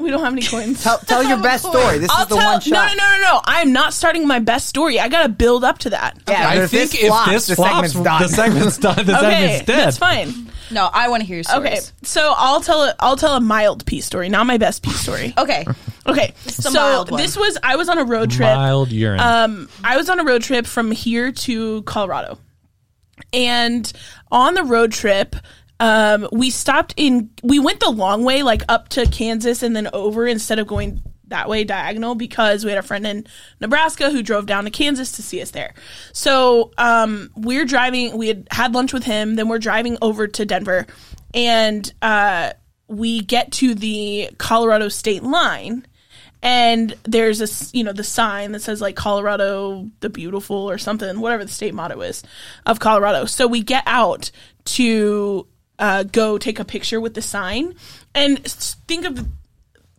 B: We don't have any coins.
F: tell, tell your best story. This
B: I'll
F: is the
B: tell.
F: one
B: no,
F: shot.
B: no, no, no, no. I'm not starting my best story. I gotta build up to that.
F: Yeah, but
A: I think if this
F: the
A: flops,
F: segment's done.
A: the segment's done. The
B: Okay,
A: segment's dead.
B: that's fine.
E: No, I want to hear your stories.
B: Okay, so I'll tell a, I'll tell a mild pee story, not my best pee story.
E: Okay.
B: Okay,
E: is a
B: so
E: mild one.
B: this was I was on a road trip.
A: Mild urine.
B: Um, I was on a road trip from here to Colorado, and on the road trip, um, we stopped in. We went the long way, like up to Kansas and then over, instead of going that way diagonal, because we had a friend in Nebraska who drove down to Kansas to see us there. So um, we're driving. We had had lunch with him. Then we're driving over to Denver, and uh, we get to the Colorado state line and there's a s- you know the sign that says like Colorado the beautiful or something whatever the state motto is of Colorado. So we get out to uh, go take a picture with the sign and s- think of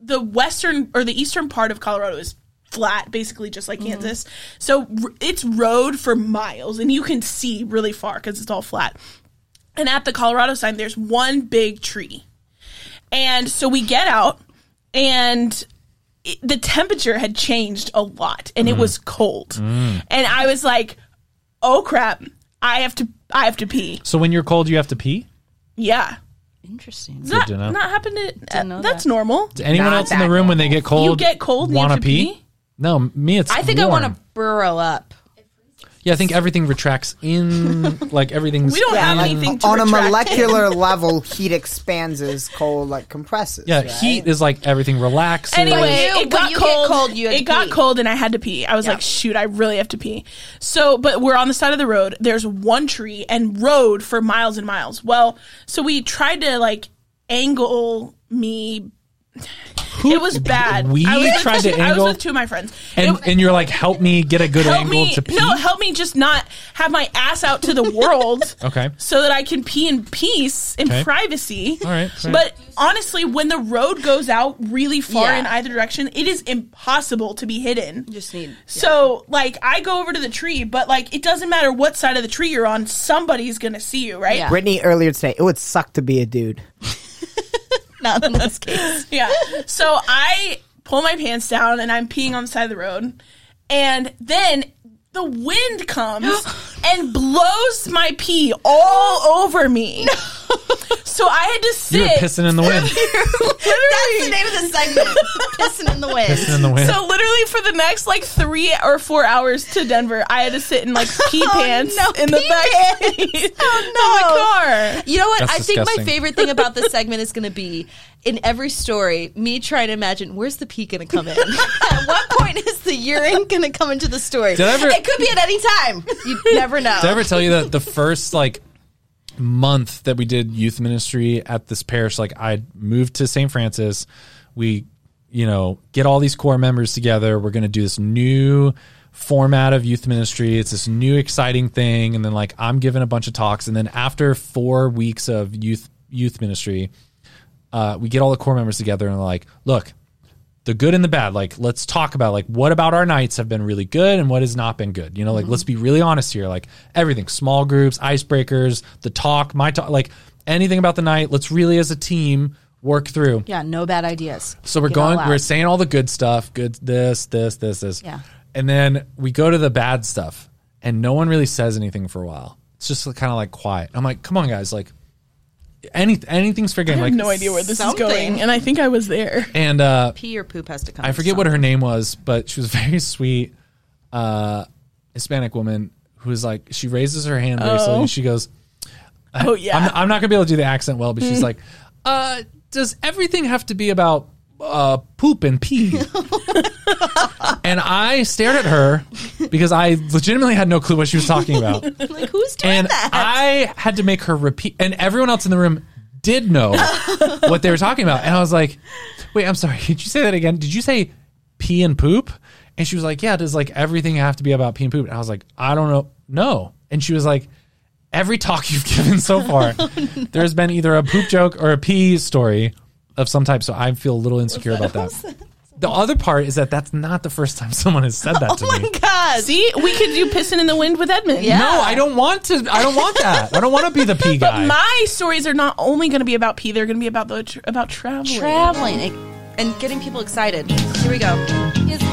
B: the western or the eastern part of Colorado is flat, basically just like Kansas. So r- it's road for miles, and you can see really far because it's all flat. And at the Colorado sign, there's one big tree, and so we get out, and it, the temperature had changed a lot, and it was cold,
A: Mm.
B: and I was like, "Oh crap! I have to, I have to pee."
A: So when you're cold, you have to pee.
B: Yeah.
E: Interesting.
B: Not,
A: to know.
B: not happened to
E: know
B: uh, that's
E: that.
B: normal.
A: Does anyone
F: Not
A: else in the
F: that
A: room when they get cold?
B: You get cold and you
A: Wanna
B: have to pee?
A: No, me. It's.
E: I think I
A: warm.
E: want to burrow up.
A: Yeah, I think everything retracts in. Like everything's.
B: We don't have
A: in-
B: anything to
F: on a
B: retract.
F: molecular level, heat expands as cold like compresses.
A: Yeah,
F: right?
A: heat is like everything relaxes.
B: Anyway,
E: But you-
B: it got
E: when you get
B: cold.
E: cold, you had
B: it
E: to
B: got
E: pee.
B: cold, and I had to pee. I was like, "Shoot, I really have to pee." So, but we're on the side of the road. There's one tree and road for miles and miles. Well, so we tried to like angle me. it was bad.
A: we
B: I was with
A: tried
B: two-
A: to
B: I
A: angle?
B: was with two of my friends.
A: and
B: It-
A: and you're like, help me get a good
B: help
A: angle
B: me,
A: to pee.
B: no, help me just not have my ass out to the world.
A: Okay.
B: so that I can pee in peace in
A: Okay.
B: privacy.
A: All right, fair.
B: But honestly, when the road goes out really far
E: Yeah.
B: in either direction, it is impossible to be hidden.
E: Just need.
B: So, like, I go over to the tree, but like, it doesn't matter what side of the tree you're on, somebody's gonna see you, right?
E: Yeah.
F: Brittany earlier today, it would suck to be a dude.
E: Not in this case.
B: yeah. So I pull my pants down and I'm peeing on the side of the road. And then the wind comes and blows my pee all over me. So I had to sit.
A: You're pissing in the wind.
E: That's the name of the segment. Pissing in the wind.
A: pissing in the wind.
B: So literally for the next like three or four hours to Denver, I had to sit in like Oh, pee Oh, pants
E: no,
B: in the
E: pee
B: back seat of my car.
E: You know what?
A: That's
E: I think
A: disgusting.
E: my favorite thing about this segment is going to be in every story, me trying to imagine where's the pee going to come in? at what point is the urine going to come into the story?
A: I ever-
E: it could be at any time. You never know.
A: Did I ever tell you that the first like month that we did youth ministry at this parish, like I moved to St. Francis, we, you know, get all these core members together. We're going to do this new format of youth ministry. It's this new exciting thing, and then like I'm giving a bunch of talks, and then after four weeks of youth youth ministry, uh, we get all the core members together and like, look, the good and the bad. Like, let's talk about like what about our nights have been really good and what has not been good. You know, like let's be really honest here. Like everything, small groups, icebreakers, the talk, my talk, like anything about the night. Let's really as a team work through.
E: yeah, no bad ideas.
A: So we're
E: Get
A: going,
E: all out.
A: we're saying all the good stuff, good this, this, this, this.
E: Yeah.
A: And then we go to the bad stuff and no one really says anything for a while. It's just kind of like quiet. I'm like, come on, guys, like any, anything's fair game.
B: I
A: Like
B: have no idea where this
E: something.
B: is going, and I think I was there.
A: And uh,
E: pee or poop has to come.
A: I forget what her name was, but she was a very sweet uh, Hispanic woman who was like, she raises her hand very slowly and she goes,
B: Oh yeah,
A: I'm, I'm not going to be able to do the accent well, but she's like, uh, does everything have to be about uh, poop and pee? and I stared at her because I legitimately had no clue what she was talking about.
E: Like who's doing
A: And
E: that?
A: I had to make her repeat, and everyone else in the room did know what they were talking about. And I was like, wait, I'm sorry. Did you say that again? Did you say pee and poop? And she was like, yeah, does like everything have to be about pee and poop? And I was like, I don't know. No. And she was like, every talk you've given so far, there's been either a poop joke or a pee story of some type. So I feel a little insecure about that. The other part is that that's not the first time someone has said that to me.
E: Oh God.
B: see, we could do pissing in the wind with Edmund.
E: Yeah.
A: No, I don't want to. I don't want that. I don't want to be the pee guy.
B: My stories are not only going to be about pee; they're going to be about the tr- about traveling.
E: Traveling and getting people excited. Here we go. It's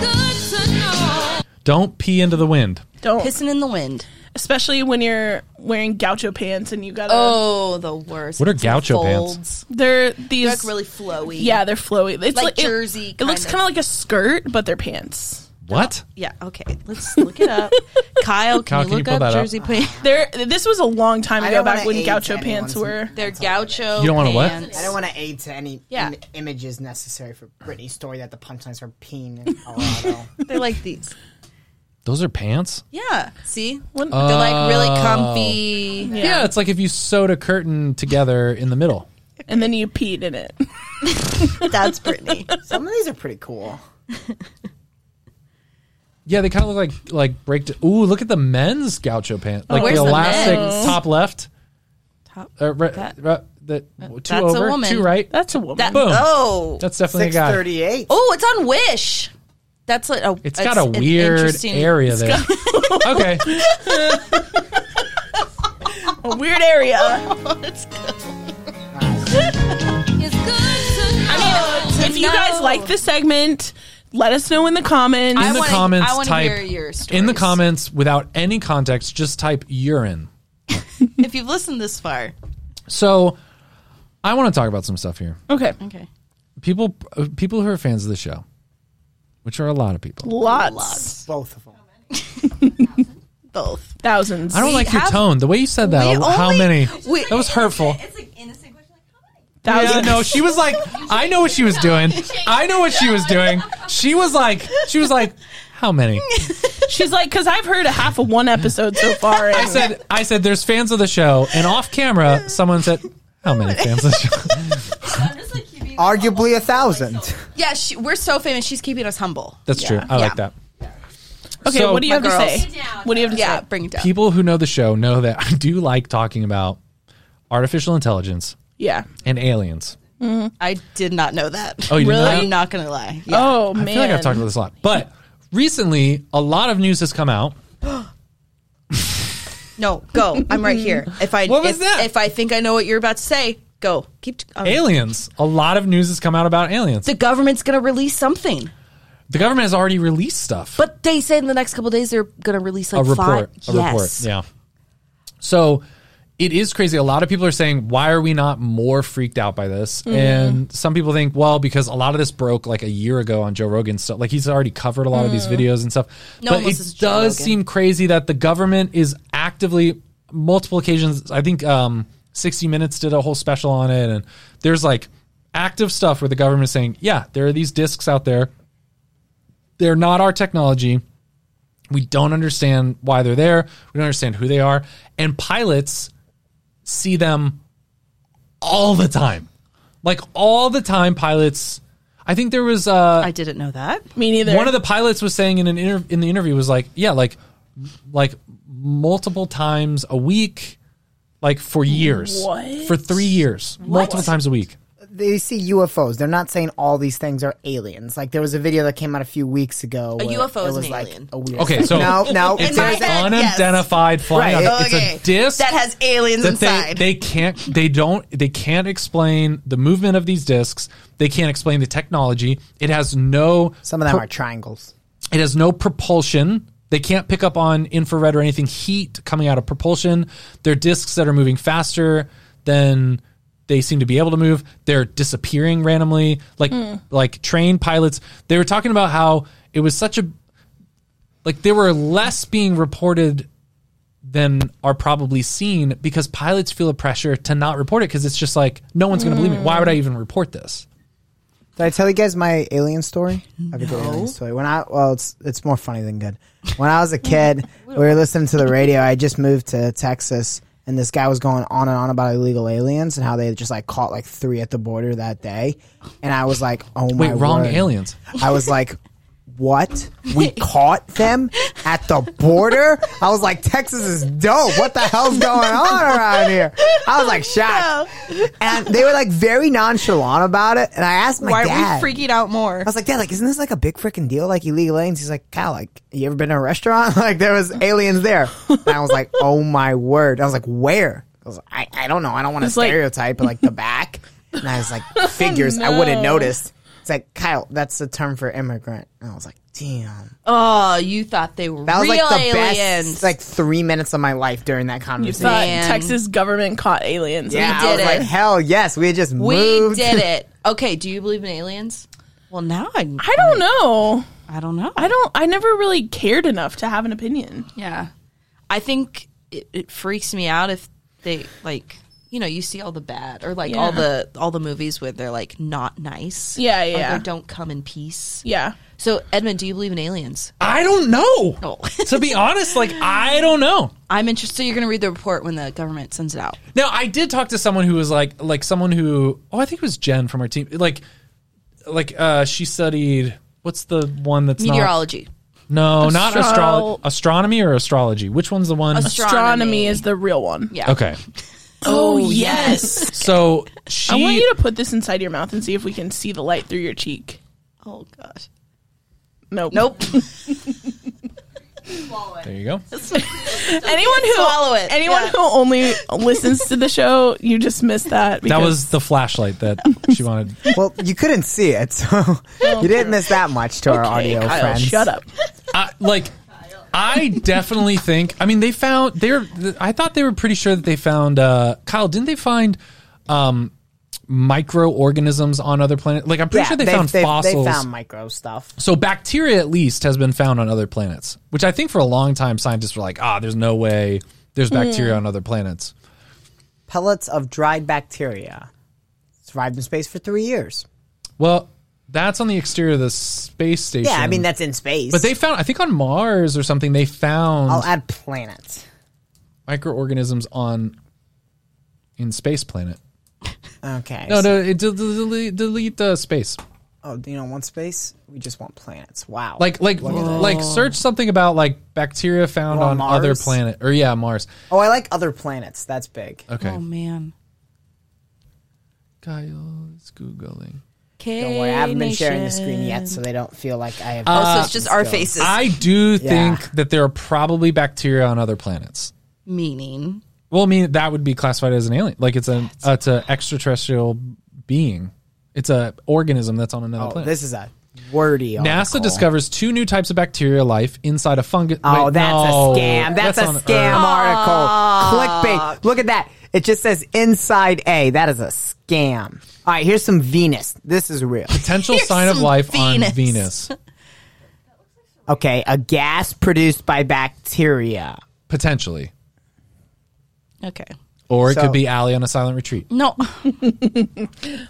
E: good to know.
A: don't pee into the wind.
B: Don't,
E: Pissing in the wind.
B: especially when you're wearing gaucho pants and you gotta.
E: Oh, the worst.
A: What are
E: It's in
A: gaucho
E: folds.
A: pants?
B: They're
E: They're
B: these
E: like really flowy.
B: yeah, they're flowy. It's
E: Like
B: it-
E: jersey
B: It looks
E: kind
B: kind
E: of.
B: of like a skirt, but they're pants.
A: What?
E: Yeah. Okay. Let's look it up. Kyle, can
A: Kyle, can
E: you
A: you
E: look
A: pull
E: up
A: that up?
E: Jersey pants?
B: They're, this was a long time
F: I
B: ago
F: don't
B: back
F: wanna
B: when
F: age
B: gaucho
F: anyone's-
B: pants were.
E: They're gaucho.
A: You don't wanna what?
E: pants.
F: I don't want to aid to any
E: Yeah.
F: im- images necessary for Britney's story that the punchlines are peeing in Colorado.
E: They're like these.
A: Those are pants?
E: Yeah. See,
A: Uh,
E: they're like really comfy.
A: Yeah. it's like if you sewed a curtain together in the middle.
B: and then you peed in it.
E: That's Brittany.
F: Some of these are pretty cool.
A: Yeah, they kind of look like like break. Ooh, look at the men's gaucho pant, like
E: Oh, where's
A: the
E: the
A: elastic
E: men's?
A: top left.
E: Top-
A: Uh, re-
E: that-
A: re- the, two
E: that's a
A: over,
E: woman.
A: two right.
B: That's a woman.
E: That,
A: Boom.
E: Oh.
A: That's definitely a
F: Six
A: guy.
F: thirty-eight.
E: Oh, it's on Wish. That's like oh,
A: It's got a
E: an
A: weird
E: interesting-
A: area there. okay,
B: a weird area. if you guys like this segment, let us know in the comments.
A: in
E: I
A: the
E: wanna-
A: comments
E: I wanna
A: type
E: hear your
A: in the
E: stories.
A: comments without any context, just type urine.
E: If you've listened this far,
A: So, I want to talk about some stuff here.
B: okay.
E: okay.
A: People, uh, people who are fans of the show, which are a lot of people.
B: Lots.
F: Both of them.
E: Both.
B: Thousands.
A: I don't like your
E: have-
A: tone. The way you said that.
E: we
A: how
E: only-
A: many?
E: we-
A: that was hurtful.
H: It's like innocent question. Like, how many?
A: Yeah,
B: Thousands.
A: uh, no, she was like, I know what she was doing. I know what she was doing. She was like, she was like, how many?
B: She's like, because I've heard a half of one episode so far.
A: I said, I said, there's fans of the show, and off camera, someone said, how many fans of the show?
H: I'm just like keeping.
F: Arguably a thousand.
E: Yeah, she, we're so famous. She's keeping us humble.
A: That's true. I like that.
B: okay,
A: So-
B: what do you
A: My
B: have to
E: girls.
B: say? What do you have to
E: Yeah,
B: say?
E: bring it down.
A: People who know the show know that I do like talking about artificial intelligence
B: Yeah.
A: and aliens.
E: I did not know that.
A: Oh, you didn't know
E: I'm
A: that?
E: not gonna lie. Yeah.
B: Oh man.
A: I feel like I've talked about this a lot, but recently, a lot of news has come out.
E: No, go. I'm right here. If I
A: What was
E: if,
A: that?
E: if I think I know what you're about to say, go. Keep. um,
A: Aliens. A lot of news has come out about aliens.
E: the government's gonna release something,
A: The government has already released stuff.
E: but they say in the next couple days they're gonna release like
A: a report.
E: Five.
A: A
E: yes.
A: report. Yeah. So it is crazy. A lot of people are saying, why are we not more freaked out by this?
E: Mm-hmm.
A: And some people think, well, because a lot of this broke like a year ago on Joe Rogan stuff. Like he's already covered a lot of these videos and stuff.
E: Mm-hmm. No one
A: but
E: listens
A: it
E: to Joe
A: does
E: Rogan.
A: seem crazy that the government is actively multiple occasions. I think um, 60 Minutes did a whole special on it, and there's like active stuff where the government is saying, yeah, there are these discs out there. They're not our technology. We don't understand why they're there. We don't understand who they are. And pilots see them all the time. Like all the time pilots I think there was uh
E: I didn't know that.
B: Me neither.
A: one of the pilots was saying in an inter- in the interview was like, yeah, like like multiple times a week like for years.
B: What?
A: For 3 years. Multiple times a week.
F: They see UFOs. They're not saying all these things are aliens. Like there was a video that came out a few weeks ago. A
E: UFO is
F: was
E: an
F: like
E: alien.
F: a weird.
A: Okay, so
F: no, no,
A: it's
E: my
A: an
F: there's-
E: head, yes.
A: unidentified flying
F: Right.
A: object.
E: Okay.
A: It's a disc
E: That has aliens
A: that
E: inside.
A: They, they can't they don't they can't explain the movement of these discs. They can't explain the technology. It has no
F: some of them are triangles.
A: it has no propulsion. They can't pick up on infrared or anything heat coming out of propulsion. They're discs that are moving faster than they seem to be able to move. They're disappearing randomly, like like trained pilots. They were talking about how it was such a like there were less being reported than are probably seen because pilots feel a pressure to not report it because it's just like no one's going to believe me. Why would I even report this?
F: Did I tell you guys my alien story? I have a good alien story. When I well, it's it's more funny than good. When I was a kid, we were listening to the radio. I just moved to Texas, and this guy was going on and on about illegal aliens and how they just like caught like three at the border that day, and I was like, oh my,
A: Wait, wrong
F: word.
A: aliens.
F: I was like, what? We caught them at the border? I was like, Texas is dope. What the hell's going on around here? I was like, shocked. And they were like very nonchalant about it. And I asked my
E: Why
F: dad.
E: are we freaking out more?
F: I was like, Dad, like, isn't this like a big freaking deal? Like illegal aliens? He's like, Kyle, like, you ever been to a restaurant? Like there was aliens there. And I was like, oh my word. I was like, where? I was like, I, I don't know. I don't want to
B: It's like-
F: stereotype, but like the back. And I was like, figures. I wouldn't
B: No.
F: noticed. It's like, Kyle, that's the term for immigrant. And I was like, damn.
E: oh, you thought they were
F: That was
E: real
F: like the
E: aliens?
F: best like three minutes of my life during that
B: you
F: conversation.
B: thought
E: Man.
B: Texas government caught aliens.
F: yeah,
E: we
F: I
E: did
F: was like,
E: it.
F: hell yes, we had just
E: we
F: moved.
E: did it. Okay. Do you believe in aliens? Well, now I.
B: I don't know.
E: Mm. I don't know.
B: I don't. I never really cared enough to have an opinion.
E: Yeah. I think it, it freaks me out if they like you know, you see all the bad or like all
B: Yeah.
E: the all the movies where they're like not nice.
B: Yeah,
E: Or
B: yeah.
E: they don't come in peace.
B: Yeah.
E: So Edmund, do you believe in aliens?
A: I don't know.
E: No.
A: to be honest, like I don't know.
E: Oh. I'm interested. So you're going to read the report when the government sends it out.
A: Now I did talk to someone who was like like someone who oh I think it was Jen from our team like like uh she studied what's the one that's not-
E: Meteorology.
A: no not
B: Astro-
A: astrology astronomy or astrology which one's the one
E: Astro- Astronomy.
B: Astronomy is the real one.
E: Yeah.
A: okay
B: Oh, yes.
A: so she
B: I want you to put this inside your mouth and see if we can see the light through your cheek.
E: Oh gosh.
B: Nope.
E: Nope.
A: there you go
B: anyone who
E: Swallow it.
B: Anyone
E: Yeah.
B: who only listens to the show, you just missed that.
A: that
B: because-
A: was the flashlight that she wanted
F: Well, you couldn't see it, so you didn't miss that much to our
B: Okay,
F: audio
B: Kyle,
F: friends.
B: Shut up.
A: I, like I definitely think. I mean, they found they're. I thought they were pretty sure that they found uh, Kyle. Didn't they find um, microorganisms on other planets? Like I'm pretty sure they
F: they've-
A: found
F: they've-
A: fossils.
F: They found micro stuff.
A: so bacteria, at least, has been found on other planets, which I think for a long time scientists were like, ah, there's no way there's bacteria
F: Hmm.
A: on other planets.
F: Pellets of dried bacteria survived in space for three years.
A: Well, that's on the exterior of the space station.
F: Yeah, I mean that's in space.
A: But they found, I think, on Mars or something, they found
F: I'll add planets.
A: microorganisms on in space planet.
F: Okay.
A: No,
F: so-
A: no, it, del- del- delete, delete the space.
F: Oh, you don't want space? We just want planets. Wow.
A: Like, like, like, search something about like bacteria found
F: Or
A: on other
F: Mars?
A: planet, or yeah, Mars.
F: oh, I like other planets. That's big.
A: Okay,
E: Oh man.
A: Kyle is googling.
F: Don't worry, I haven't been sharing the screen yet, so they don't feel like I have.
A: Uh,
E: Oh, so it's just our faces.
A: I do
F: Yeah.
A: think that there are probably bacteria on other planets.
E: Meaning.
A: Well, I mean, that would be classified as an alien. Like, it's an uh, it's an extraterrestrial being. It's a organism that's on another
F: Oh,
A: planet.
F: this is a wordy.
A: NASA
F: article.
A: discovers two new types of bacteria life inside a fungus.
F: Oh, that's a scam. That's, a scam
A: Ah.
F: article. Clickbait. Look at that. It just says inside A. That is a scam. All right, here's some Venus. This is real.
A: Potential
E: Here's
A: sign of
E: some
A: life on
E: Venus.
A: Venus.
F: Okay, a gas produced by bacteria.
A: Potentially.
E: Okay.
A: Or it
F: So-
A: could be Allie on a silent retreat.
E: No.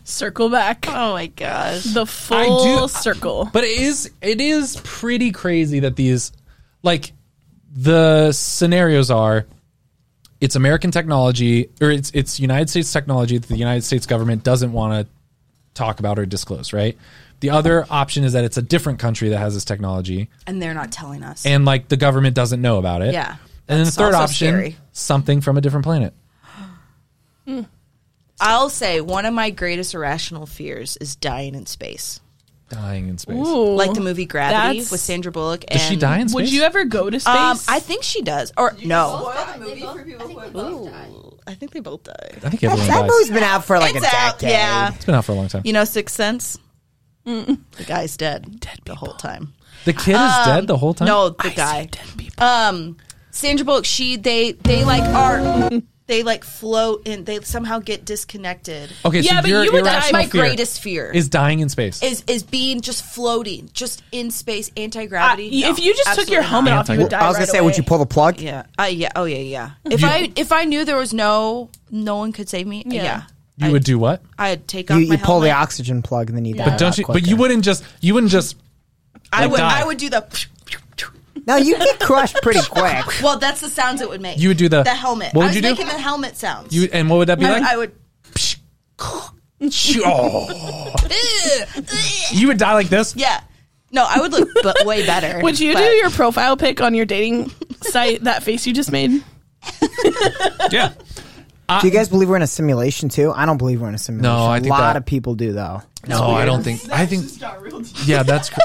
B: Circle back.
E: Oh my gosh.
B: The
A: I do-
B: full circle.
A: But it is it is pretty crazy that these like the scenarios are it's American technology or it's it's United States technology that the United States government doesn't want to talk about or disclose, right? The other option is that it's a different country that has this technology
E: And they're not telling us.
A: and like the government doesn't know about it.
E: Yeah.
A: And then the
E: That's
A: third
E: also
A: option,
E: scary.
A: something from a different planet.
E: I'll say one of my greatest irrational fears is dying in space.
A: Dying in space.
B: Ooh.
E: Like the movie Gravity
B: That's-
E: with Sandra Bullock. And
A: Does she die in space?
B: Would you ever go to space?
E: Um, I think she does. Or no. I think they both die.
A: I think everyone
F: That
A: dies.
F: movie's been out for like
E: It's
F: a
E: out.
F: decade.
E: Yeah.
A: It's been out for a long time.
E: You know Sixth Sense?
B: Mm.
E: The guy's dead. Dead the whole time.
A: The kid is dead the whole time.
E: No, the guy. Um, Sandra Bullock. She they they like are they like float and they somehow get disconnected.
A: Okay,
B: Yeah,
A: so
B: but
A: your
B: you would die.
E: That's
A: irrational
E: my
A: fear
E: greatest fear.
A: is dying in space.
E: is is being just floating, just in space, anti
B: I-
E: gravity.
B: if you just took your helmet off, you would die.
F: I was gonna
B: right
F: say,
B: away.
F: would you pull the plug?
E: yeah, uh, yeah, oh yeah, yeah. If I if I knew there was no no one could save me, uh, yeah,
A: you would do what?
E: I'd take off.
F: You,
E: my
F: you pull the
E: helmet.
F: oxygen plug and then you die. a
A: But don't
F: lot
A: you? But
F: quicker.
A: you wouldn't just. You wouldn't just.
E: I
A: like,
E: would
A: die.
E: I would do the.
F: No, you get crushed pretty quick.
E: Well, that's the sounds it would make.
A: You would do the-
E: the helmet.
A: what would
E: I was
A: you do?
E: making the helmet sounds.
A: You and what would that be
E: I,
A: like? oh.
E: I would.
A: you would die like this.
E: Yeah. No, I would look but way better.
B: Would you do
E: but-
B: your profile pic on your dating site? That face you just made.
A: Yeah.
F: Do you guys believe we're in a simulation too? I don't believe we're in a simulation.
A: No, I think
F: a lot
A: that-
F: of people do though.
A: No, I don't think. I think. Yeah, that's. Cr-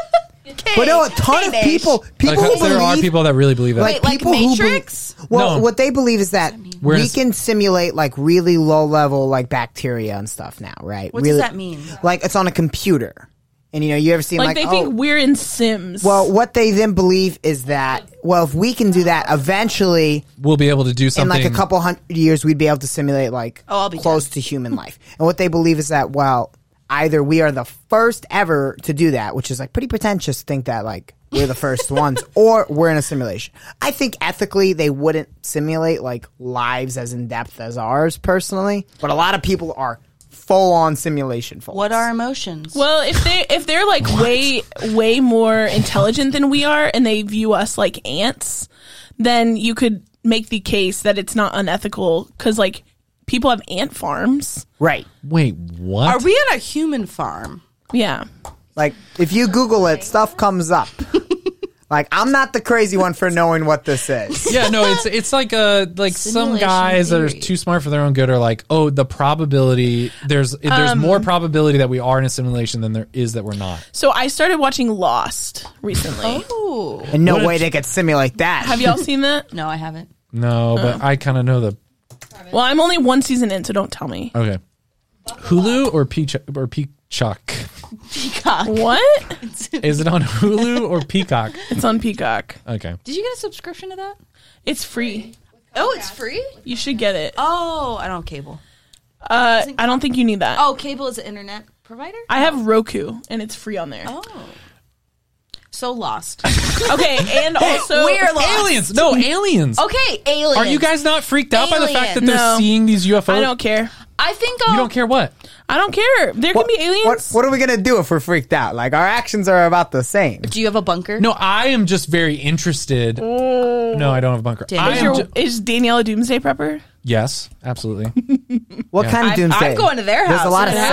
F: But no, a ton of
E: Hey,
F: people,
A: like,
F: people who
A: there are
F: believe-
A: people that really believe that.
E: Wait, like
F: people who be-
E: Matrix?
F: well,
A: No.
F: what they believe is that
A: We're in a
F: we
A: s-
F: can simulate like really low level like bacteria and stuff now, right?
E: What
F: Really-
E: does that mean?
F: Like it's on a computer, and you know you ever seen
B: Like,
F: like,
B: they
F: oh,
B: think we're in Sims.
F: well, what they then believe is that well, if we can do that, eventually
A: we'll be able to do something.
F: in like a couple hundred years, we'd be able to simulate like
E: Oh, I'll be
F: close to human life. And what they believe is that well, either we are the first ever to do that, which is like pretty pretentious to think that like we're the first ones, or we're in a simulation. I think ethically they wouldn't simulate like lives as in depth as ours personally, but a lot of people are full on simulation folks.
E: What are emotions?
B: Well, if they if they're like way way more intelligent than we are, and they view us like ants, then you could make the case that it's not unethical because like people have ant farms.
F: right?
A: Wait, what?
E: Are we on a human farm?
B: Yeah,
F: Like if you Google it, stuff comes up. like I'm not the crazy one for knowing what this is.
A: yeah, no, it's it's like a like some
E: Simulation
A: guys that are
E: theory.
A: too smart for their own good are like, oh, the probability there's there's more probability that we are in a simulation than there is that we're not.
B: so I started watching Lost recently.
E: Ooh.
F: And no
A: What
F: way
A: if-
F: they could simulate that.
B: Have y'all seen that?
E: No, I haven't.
A: No, but I kind of know the
B: Well, I'm only one season in, so don't tell me.
A: okay. Hulu or Peacock or Peacock?
E: Peacock.
B: What?
A: Is it on Hulu or Peacock?
B: It's on Peacock.
A: Okay.
E: Did you get a subscription to that?
B: It's free.
E: Oh, it's free?
B: You should get it.
E: Oh, I don't have cable.
B: Uh, I don't think you need that.
E: Oh, cable is an internet provider?
B: I have Roku, and it's free on there.
E: oh. So lost.
B: Okay, and also
E: We're lost.
A: Oh, Aliens. No, aliens.
E: Okay, aliens.
A: Are you guys not freaked out by the fact that
E: Aliens.
A: they're
B: No.
A: seeing these UFOs?
B: I don't care.
E: I think
A: You
E: I'll,
A: don't care what?
B: I don't care. There
F: What-
B: can be aliens.
F: What, what are we gonna do if we're freaked out? Like our actions are about the same.
E: Do you have a bunker?
A: No, I am just very interested. No, I don't have a bunker.
E: Damn.
A: I
B: Is,
A: am
B: your,
A: ju-
B: is Danielle a doomsday prepper?
A: yes, absolutely.
F: What kind of
E: I,
F: doomsday?
E: I'm going to their house.
F: There's a lot
E: if
F: of
E: it
F: sex.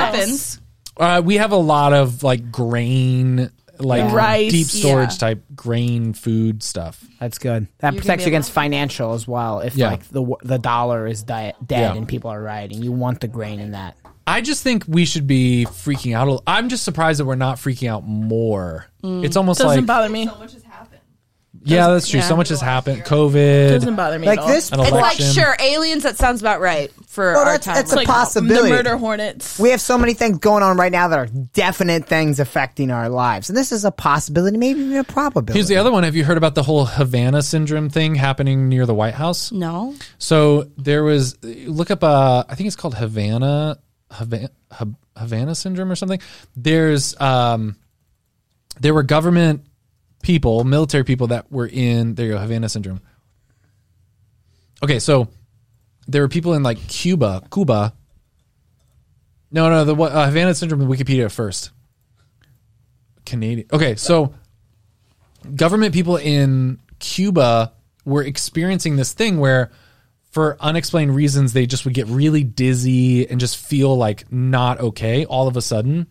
E: happens.
A: Uh, we have a lot of like grain, like
B: Rice.
A: deep storage
E: Yeah.
A: type grain food stuff.
F: That's good. That protects
E: be
F: you against financial as well. If
A: Yeah.
F: like the w- the dollar is di- dead
A: Yeah.
F: and people are rioting, you want the grain in that.
A: I just think we should be freaking out. a l- I'm just surprised that we're not freaking out more. It's almost
B: Mm. Doesn't
A: like
B: bother me.
A: yeah, that's true. So much has happened. COVID.
B: Doesn't bother me. at
F: Like
B: all.
F: this,
A: An
E: It's like
A: election.
E: sure, aliens. That sounds about right for
F: Well,
E: our
F: that's-
E: time.
F: that's a
B: Like
F: possibility.
B: The murder hornets.
F: we have so many things going on right now that are definite things affecting our lives, and this is a possibility, maybe even a probability.
A: Here's the other one. Have you heard about the whole Havana syndrome thing happening near the White House?
E: no.
A: So there was look up uh I think it's called Havana Havana, Havana syndrome or something. There's um there were government people, military people that were in there you go Havana syndrome. Okay, so there were people in like Cuba, Cuba. No, no, the what- uh, Havana syndrome Wikipedia first. Canadian. Okay, so government people in Cuba were experiencing this thing where for unexplained reasons they just would get really dizzy and just feel like not okay all of a sudden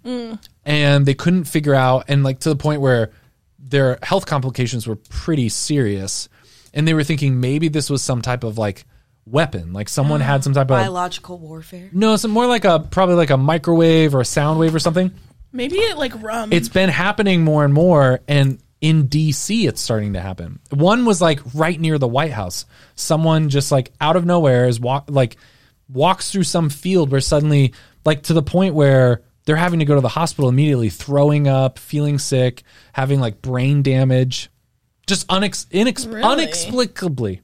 A: and they couldn't figure out and like to the point where their health complications were pretty serious and they were thinking maybe this was some type of like weapon like someone had some type of
E: Biological warfare.
A: no some more like a probably like a microwave or a sound wave or something
B: Maybe it like rum.
A: it's been happening more and more and in DC it's starting to happen. One was like right near the White House. Someone just like out of nowhere is walk like walks through some field where suddenly like to the point where they're having to go to the hospital immediately throwing up, feeling sick, having like brain damage. Just unex- inex-
B: Really?
A: unexplicably.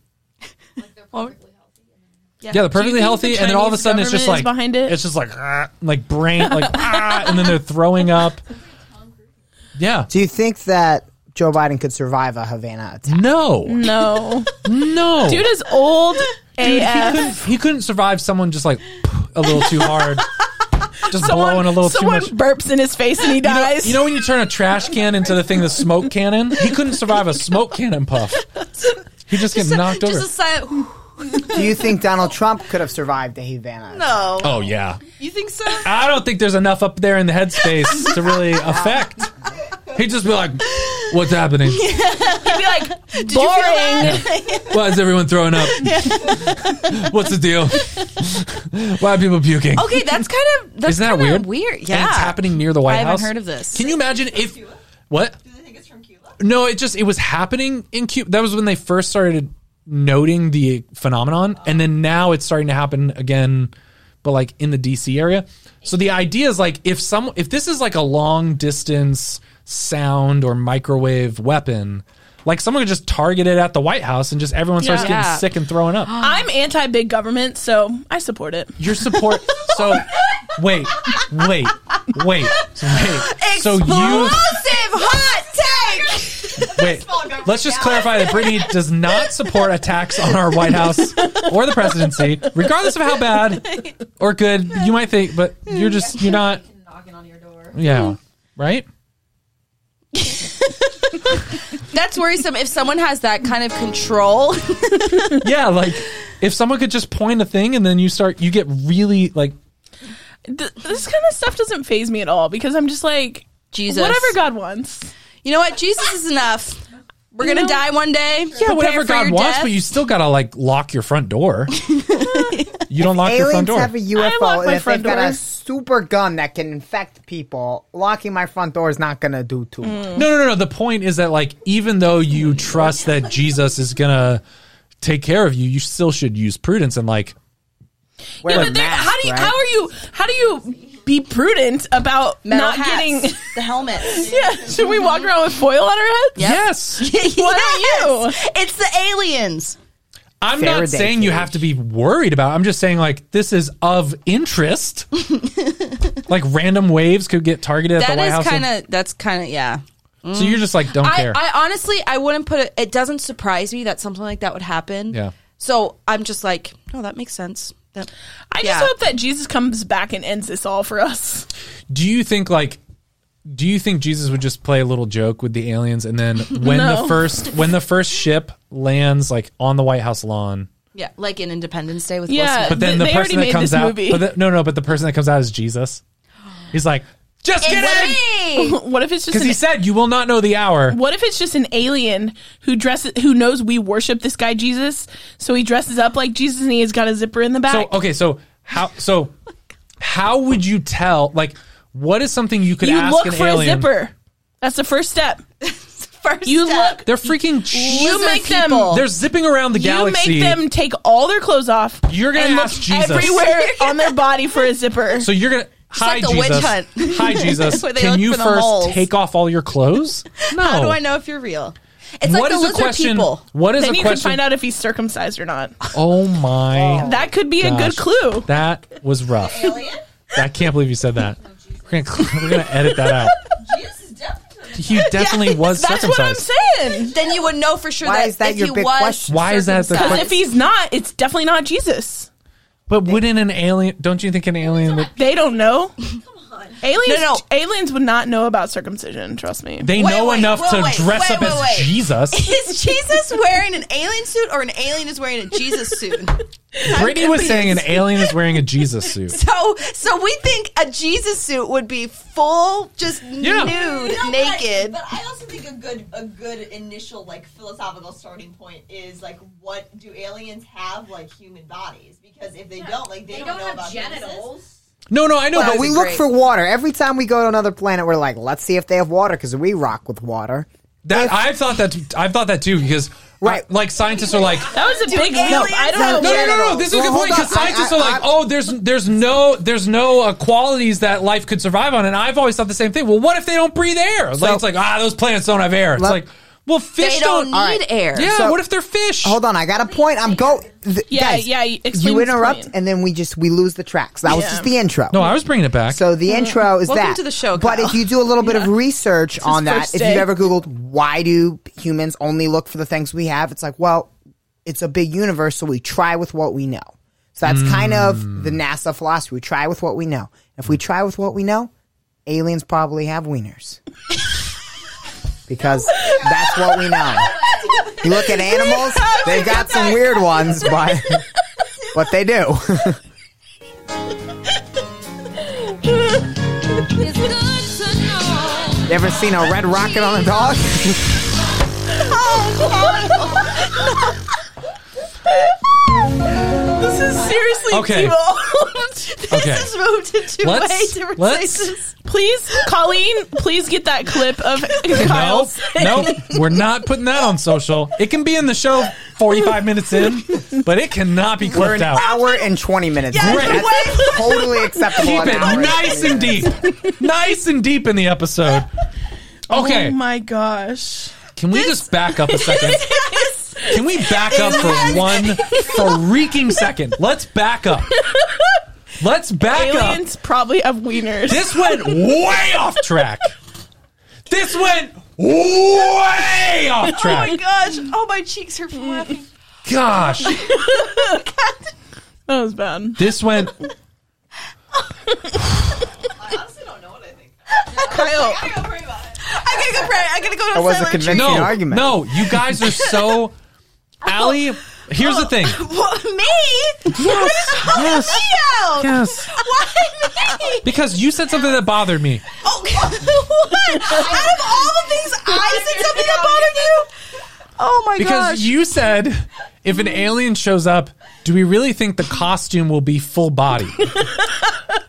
A: Yeah. they're
B: Do you
A: perfectly
B: think
A: healthy,
B: the
A: and then all of a
B: Chinese
A: sudden it's just
B: government
A: like
B: is behind it?
A: It's just like ah, like brain like ah, and then they're throwing up. Yeah,
F: Do you think that Joe Biden could survive a Havana attack?
A: No,
B: no,
A: no.
B: Mm. dude is old
A: he,
B: AF.
A: couldn't, he couldn't survive someone just like a little too hard, just blowing a little too
B: Someone
A: much.
B: burps in his face and he
A: You know,
B: dies.
A: you know when you turn a trash can into the thing, the smoke cannon. He couldn't survive a smoke cannon puff. He just get knocked over.
E: Just a silent.
F: Do you think Donald Trump could have survived a Havana? attack?
E: No.
A: oh yeah,
E: You think so?
A: I don't think there's enough up there in the headspace to really affect. He'd just be like, "What's happening?
B: He'd be like,
E: Did you feel that?
A: Why is everyone throwing up? What's the deal? Why are people puking?"
E: Okay, that's kind of that's
A: Isn't that
E: kinda
A: weird?
E: Weird.
A: And
E: Yeah.
A: it's happening near the White
E: I haven't
A: House.
E: heard of this.
A: Can you imagine if what? Do they think it's from Cuba? No, it just it was happening in Cuba. That was when they first started noting the phenomenon, and then now it's starting to happen again, but like in the DC area. So the idea is like if some if this is like a long distance sound or microwave weapon. Like someone could just target it at the White House and just everyone starts
E: Yeah.
A: getting
E: Yeah.
A: sick and throwing up.
B: I'm anti big government, so I support it.
A: Your support. So wait, wait, wait, wait. So you
E: Explosive hot take.
A: Wait,
H: government
A: let's just
H: now.
A: clarify that Brittany does not support attacks on our White House or the presidency, regardless of how bad or good you might think. But you're just you're not.
J: knocking on your door.
A: Yeah, right.
E: That's worrisome if someone has that kind of control.
A: Yeah, like if someone could just point a thing and then you start, you get really like
B: Th- this kind of stuff doesn't phase me at all because I'm just like
E: Jesus.
B: whatever God wants.
E: You know what? Jesus is enough. We're going to
B: You know-
E: die one day.
A: yeah, whatever
E: for
A: God
E: your
A: wants,
E: death.
A: but you still gotta like lock your front door. you don't lock your front
F: Aliens
A: door.
F: have a
B: lock
F: UFO,
B: my
F: and if
B: front
F: they've got
B: door.
F: a super gun that can infect people, locking my front door is not going to do too much.
B: Mm.
A: No, no, no, no. The point is that like even though you trust that Jesus is gonna take care of you, you still should use prudence and like
F: Wear
B: Yeah,
F: a
B: but there-
F: mask,
B: how do you,
F: right?
B: how are you how do you be prudent about
E: Metal
B: not
E: hats,
B: getting?
E: the helmets.
B: Yeah, should we walk around with foil on our heads?
A: Yes.
E: Why
B: don't
E: you? It's the aliens.
A: I'm
F: Faraday
A: not saying you
F: cage.
A: have to be worried about. it. I'm just saying like this is of interest. like random waves could get targeted at the
E: That
A: White
E: is
A: House.
E: kind
A: and-
E: of. That's kind of yeah.
A: so you're just like don't
E: I,
A: care.
E: I honestly, I wouldn't put it. It doesn't surprise me that something like that would happen.
A: Yeah.
E: So I'm just like, no, that makes sense. That,
B: I just
E: Yeah.
B: hope that Jesus comes back and ends this all for us.
A: do you think like do you think Jesus would just play a little joke with the aliens and then when
B: No.
A: the first when the first ship lands like on the White House lawn
E: yeah, like in Independence Day with
B: Yeah.
E: yeah.
A: But then
B: Th-
A: the
B: they already
A: person
B: made
A: that comes
B: this
A: out,
B: movie.
A: but the- no, no, but the person that comes out is Jesus. He's like, just get in,
B: what if it's just
A: because
B: an,
A: he said you will not know the hour.
B: what if it's just an alien who dresses who knows we worship this guy Jesus, so he dresses up like Jesus and he's got a zipper in the
A: So oh,
B: back.
A: okay, so how
B: Oh
A: so how would you tell? Like, what is something you could
B: you
A: ask
B: look
A: an
B: for
A: alien?
B: a zipper. That's the first step.
E: First
B: You
E: step.
B: look.
A: They're freaking.
B: You
A: You
B: make
E: people.
B: them.
A: They're zipping around the
B: You
A: galaxy.
B: make them take all their clothes off.
A: You're gonna
B: and
A: ask
B: look
A: Jesus.
B: everywhere on their body for a zipper.
A: so you're gonna. Hi,
E: like the witch
A: Jesus.
E: hunt.
A: Hi, Jesus.
E: Where they
A: Can
E: look
A: you
E: for the
A: first
E: moles.
A: take off all your clothes? No.
E: How do I know if you're real? It's
A: What
E: like the
A: is a
E: lizard
A: question?
E: people.
A: What is
B: then
A: a
B: you can
A: question?
B: find out if he's circumcised or not.
A: Oh my
B: That could be a
A: Gosh,
B: good clue.
A: That was rough. I can't believe you said that. We're gonna, we're gonna edit that out. He definitely was
B: That's what I'm
A: circumcised.
B: saying.
E: Then you would know for sure
F: Why
E: that
F: is that
E: if
F: your
E: he
F: big
E: was
F: question?
A: Why is that the
E: circumcised.
A: question?
B: If he's not, it's definitely not Jesus.
A: But wouldn't an alien? Don't you think an alien would?
B: They don't know. Aliens,
E: No, no.
B: aliens would not know about circumcision. Trust me.
A: They
E: Wait,
A: know
E: wait,
A: enough
E: wait,
A: to
E: wait,
A: dress
E: wait,
A: up
E: wait,
A: as
E: wait.
A: Jesus.
E: Is Jesus wearing an alien suit or an alien is wearing a Jesus suit?
A: Brittany was saying an alien is wearing a Jesus suit.
E: So, so we think a Jesus suit would be full, just nude,
J: You know what?
E: naked.
J: But I also think a good a good initial like philosophical starting point is like what do aliens have like human bodies? Because if they don't, like they,
K: They
J: don't,
K: don't
J: know
K: have
J: about
K: genitals.
A: No, no, I know.
F: But
A: but
F: we
E: is
F: look
E: great.
F: for water. Every time we go to another planet, we're like, let's see if they have water because we rock with water.
A: that I've thought that I've thought that too because
F: Right.
A: like scientists are like
B: That was a big leap. I don't
A: No, no,
B: know. where-
A: no, no. This is a
F: Well,
A: good
F: hold
A: point because
F: on. I-
A: scientists
F: I-
A: are like,
F: I-
A: oh, there's there's no there's no uh, qualities that life could survive on, and I've always thought the same thing. Well, what if they don't breathe air? Like, it's like ah, those plants don't have air. It's
F: Let-
A: like, well, fish
E: They
A: don't.
E: don't
F: All
E: need
F: right.
E: air.
A: yeah,
F: So-
A: what if they're fish?
F: Hold on, I got a point. I'm go. th-
B: Yeah,
F: guys,
B: yeah, you- explain
F: You
B: this
F: interrupt,
B: point.
F: and then we just we lose the tracks. That was
B: Yeah.
F: just the intro.
A: No, I was bringing it back.
F: So the intro is
E: Mm. Welcome
F: that.
E: to the show,
F: But
E: Kyle.
F: if you do a little bit of research on that,
B: first
F: if
B: day.
F: you've ever Googled why do humans only look for the things we have, it's like, well, it's a big universe, so we try with what we know. So that's kind
E: Hmm.
F: of the NASA philosophy. We try with what we know. If we try with what we know, aliens probably have wieners. because that's what we know. You look at animals, they've got some weird ones, but but they do. you ever seen a red rocket on a dog?
B: This is seriously
A: Okay.
B: okay.
A: Okay.
E: This moved into
A: Let's-
E: way different
A: let's-
E: places.
B: Please, Colleen, please get that clip of
A: no,
B: Kyle.
A: no, we're not putting that on social. It can be in the show 45 minutes in, but it cannot be
F: We're
A: clipped
F: an
A: out.
F: hour and 20 minutes.
A: Great.
F: That's totally acceptable.
A: Keep
F: an
A: it
F: hour and
A: nice
F: 20
A: and
F: minutes.
A: deep, nice and deep in the episode. Okay,
B: Oh my gosh.
A: Can we just back up a second? Can we back up for one freaking second? Let's back up. Let's back up.
B: Aliens probably have wieners.
A: This went way off track. This went way off track.
J: gosh! Oh, my cheeks hurt from
A: Mm.
J: laughing.
A: Gosh,
B: That was bad.
A: this went.
J: I honestly don't know what I think.
B: Kyle,
J: I gotta pray about it.
E: I gotta go. Pray. I gotta go to
F: That was a
E: silent
F: convincing
A: No,
F: argument.
A: no, you guys are so. Allie, here's the thing.
E: treatment. What, me? Yes.
A: Yes.
E: Leo.
A: Yes.
E: Why me?
A: Because you said something that bothered me.
E: Oh, what? Out of all the things, I said something that bothered you. Oh my
A: Because
E: gosh!
A: you said if an alien shows up, do we really think the costume will be full body?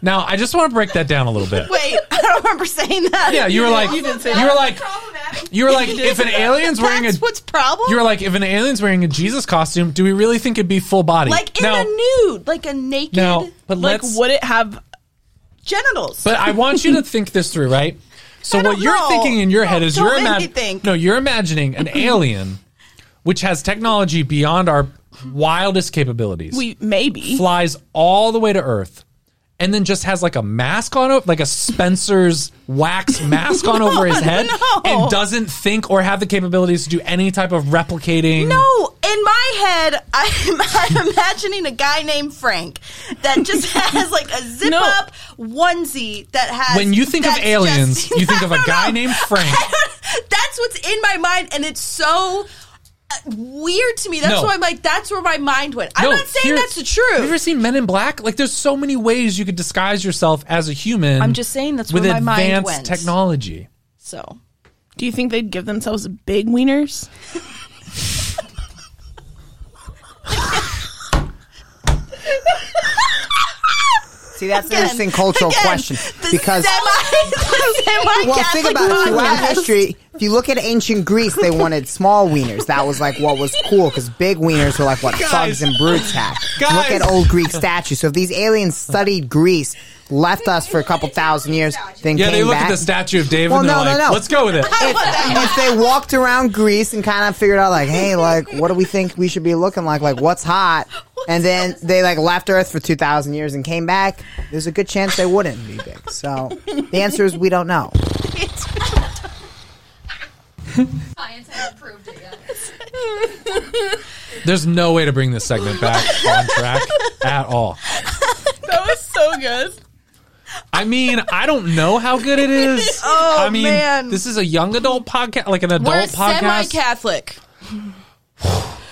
A: now, I just want to break that down a little bit.
E: Wait, I don't remember saying that.
A: Yeah, you were like you, were like you were like if an alien's wearing a
E: That's what's problem?
A: you were like if an alien's wearing a Jesus costume, do we really think it'd be full body?
E: like in
A: now,
E: a nude, like a naked
A: now, but
B: like,
A: let's
B: would it have?
E: genitals.
A: But I want you to think this through, right? So
E: I
A: what
E: don't
A: you're
E: know.
A: thinking in your head
E: Don't-
A: is you're
E: don't make me
A: imagining
E: think.
A: no, you're imagining an alien which has technology beyond our wildest capabilities.
B: We maybe.
A: flies all the way to Earth, and then just has like a mask on, o- like a Spencer's wax mask on over his head,
E: no.
A: and doesn't think or have the capabilities to do any type of replicating.
E: No, in my head, I'm, I'm imagining a guy named Frank that just has like a zip
B: No.
E: up onesie that has.
A: When you think of
E: that's
A: aliens,
E: just-
A: you think of
E: I
A: a
E: don't
A: guy
E: know.
A: named Frank.
E: That's what's in my mind, and it's so uh, weird to me. That's
A: No.
E: why I'm like, that's where my mind went. I'm
A: No,
E: not saying
A: here-
E: that's the
A: Have you ever
E: truth.
A: seen Men in Black? Like, there's so many ways you could disguise yourself as a human.
E: I'm just saying that's
A: with
E: where my mind
A: advanced
E: went.
A: technology.
E: So
B: Do you think they'd give themselves big wieners?
F: See, that's an interesting cultural
E: again,
F: question
E: the
F: because
E: semi, the semi
F: well, think about it throughout history. If you look at ancient Greece, they wanted small wieners. That was like what was cool because big wieners were like what thugs and brutes had.
A: Guys.
F: Look at old Greek statues. So if these aliens studied Greece, left us for a couple thousand years, then
A: Yeah,
F: came
A: they look
F: back,
A: at the statue of David
F: Well,
A: and they're
F: no, no,
A: like,
F: no.
A: let's go with it.
F: if, if they walked around Greece and kind of figured out like, hey, like, what do we think we should be looking like? Like, what's hot? And then they like left Earth for two thousand years and came back. There's a good chance they wouldn't be big. So the answer is we don't know.
J: Science hasn't proved it yet.
A: There's no way to bring this segment back on track at all.
B: That was so good.
A: I mean, I don't know how good it is. Oh, I mean,
E: man.
A: this is a young adult podcast, like an adult
E: We're
A: podcast.
E: semi-Catholic.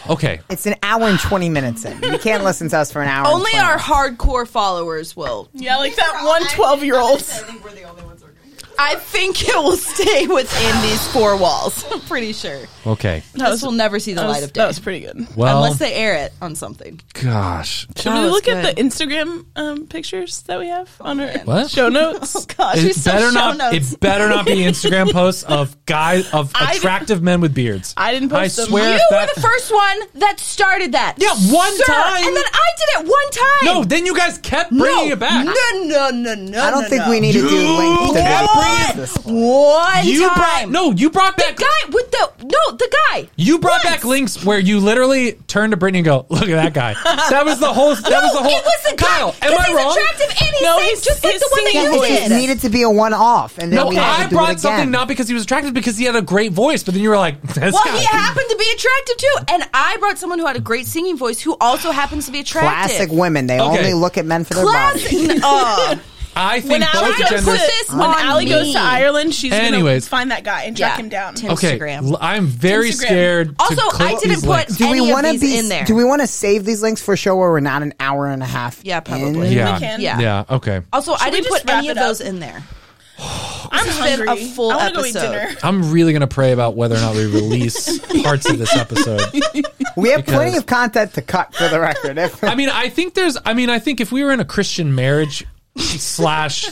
A: okay,
F: It's an hour and twenty minutes in. You can't listen to us for an hour. and
E: Only
F: 20
E: our
F: minutes.
E: hardcore followers will.
B: Yeah, like that one 12 year old.
J: I think we're the only ones who are going to
E: I think it will stay within these four walls. I'm pretty sure.
A: okay.
E: This will never see the
B: That
E: light
B: was,
E: of day.
B: that was pretty good.
A: Well,
E: Unless they air it on something.
A: gosh,
B: Should
E: That
B: we
E: was
B: look
E: good.
B: at the Instagram um, pictures that we have on our
A: What?
B: show notes?
E: Gosh, we
A: it
E: still
A: better
E: show
A: not.
E: notes.
A: It better not be Instagram posts of guys of
B: I-
A: attractive men with beards.
B: I didn't post
A: I
B: them.
A: swear
B: You
A: if
E: you
A: that,
E: were the first one that started that.
A: Yeah, one
E: Sir,
A: time.
E: And then I did it one time.
A: No, then you guys kept bringing it back.
E: No, no, no, no.
F: I don't
E: no,
F: think
E: no.
F: we need to do links to
E: What?
F: the this one.
E: One
A: you brought
E: time.
A: no. You brought
E: The
A: back.
E: guy with the no, the guy.
A: You brought back links where you literally turned to Brittany and go, "Look at that guy." That was the whole. That was the whole.
E: It was the
A: Kyle.
E: guy.
A: Am
E: 'cause
A: I
E: he's
A: wrong?
E: Attractive and he's
B: No,
E: no,
B: he's-
E: just like
B: his
E: the one that
B: singing
E: you
F: It
B: voice.
E: did.
F: just needed to be a one-off, and then
A: No,
F: we had
A: I
F: to do it
A: brought
F: again.
A: something not because he was attractive, because he had a great voice. But then you were like, "This
E: well,
A: guy."
E: he happened to be attractive too, and I brought someone who had a great singing voice who also happens to be attractive.
F: Classic women. They
A: Okay.
F: only look at men for their body.
E: Classic. Uh,
A: I think
B: When
A: both
B: Allie
E: gonna
B: goes,
E: put
A: genders.
E: this
B: to, when
E: on
B: Allie goes
E: me.
B: to Ireland, she's going
A: Anyways.
B: to find that guy and track
E: Yeah.
B: him down.
E: Tim-
A: Okay,
E: Instagram.
A: l- I'm very
B: Instagram.
A: scared. to
E: Also,
A: click
E: I didn't
A: these
E: put-
A: links.
F: Do we
E: any of
F: want to
E: these
F: be
E: in there.
F: Do we want to save these links for a show where we're not an hour and a half?
E: Yeah,
F: in?
E: probably.
A: Yeah,
B: can.
E: Yeah.
A: yeah, okay.
E: also, I
B: we
E: didn't
B: just
E: put any of
B: wrap it up?
E: those in there.
B: I'm hungry.
E: been a full
B: I wanna
E: episode.
B: Go eat dinner.
A: I'm really gonna pray about whether or not we release parts of this episode.
F: We have
A: Because-
F: plenty of content to cut for the record. If-
A: I mean, I think there's. I mean, I think if we were in a Christian marriage slash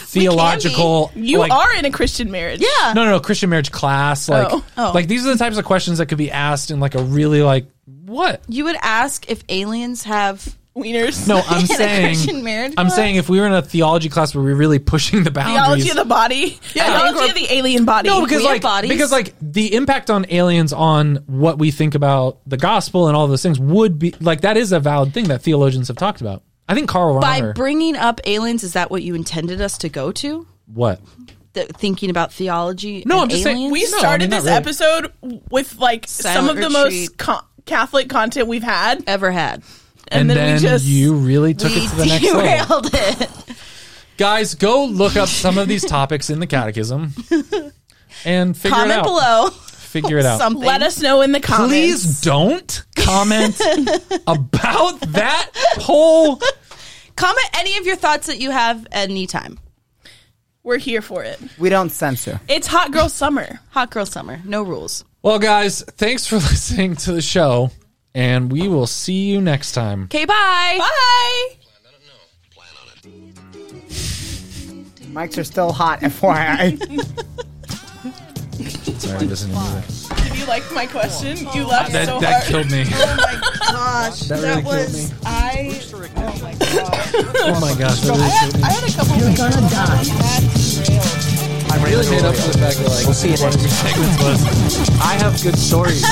A: theological,
B: You
A: like-
B: are in a Christian marriage. Yeah.
A: no, no, no, Christian marriage class. Like,
B: Oh.
E: Oh.
A: like these are the types of questions that could be asked in like a really like what?
E: You would ask if aliens have
B: Wieners.
A: No, I'm
E: In a
A: saying
E: Christian marriage
A: I'm
E: class?
A: saying if we were in a theology class where we're really pushing the boundaries.
B: Theology of the body. Theology of the alien body.
A: no, because
E: we have
A: like
E: bodies.
A: because like the impact on aliens on what we think about the gospel and all those things would be like that is a valid thing that theologians have talked about. I think Karl
E: by
A: Rahner.
E: bringing up aliens. Is that what you intended us to go to?
A: what?
E: th- thinking about theology.
A: No,
E: and
A: I'm just saying,
E: aliens?
B: We
A: No, I mean,
B: started
A: not
B: this
A: really.
B: episode with like some
E: Silent
B: of the
E: retreat.
B: most co- Catholic content we've had, and,
E: ever had.
A: and,
B: then,
A: then,
B: we just
A: you really took
E: We
A: it to the next level.
E: derailed it.
A: Guys, go look up some of these topics in the catechism and figure it
E: Comment
A: out.
E: below.
A: Figure it out.
E: Something.
B: let us know in the comments.
A: Please don't comment about that whole
E: Comment any of your thoughts that you have at any time.
B: we're here for it.
F: We don't censor.
B: It's hot girl summer.
E: Hot girl summer, no rules.
A: Well, guys, thanks for listening to the show, and we will see you next time.
E: Okay, bye. Bye.
C: I don't know. Plan on it.
F: Mics are still hot, FYI.
A: Sorry, I'm listening to this.
B: Did you like my question? You laughed
A: That,
B: so
A: that
B: hard.
A: killed me.
H: Oh Gosh, that,
A: really killed
H: was
A: me.
H: I. Oh my gosh,
A: Oh my gosh, that really killed me.
H: I had a couple. You're gonna die.
A: I really made up for the fact that like
D: We'll see you next
A: segments was I have good stories.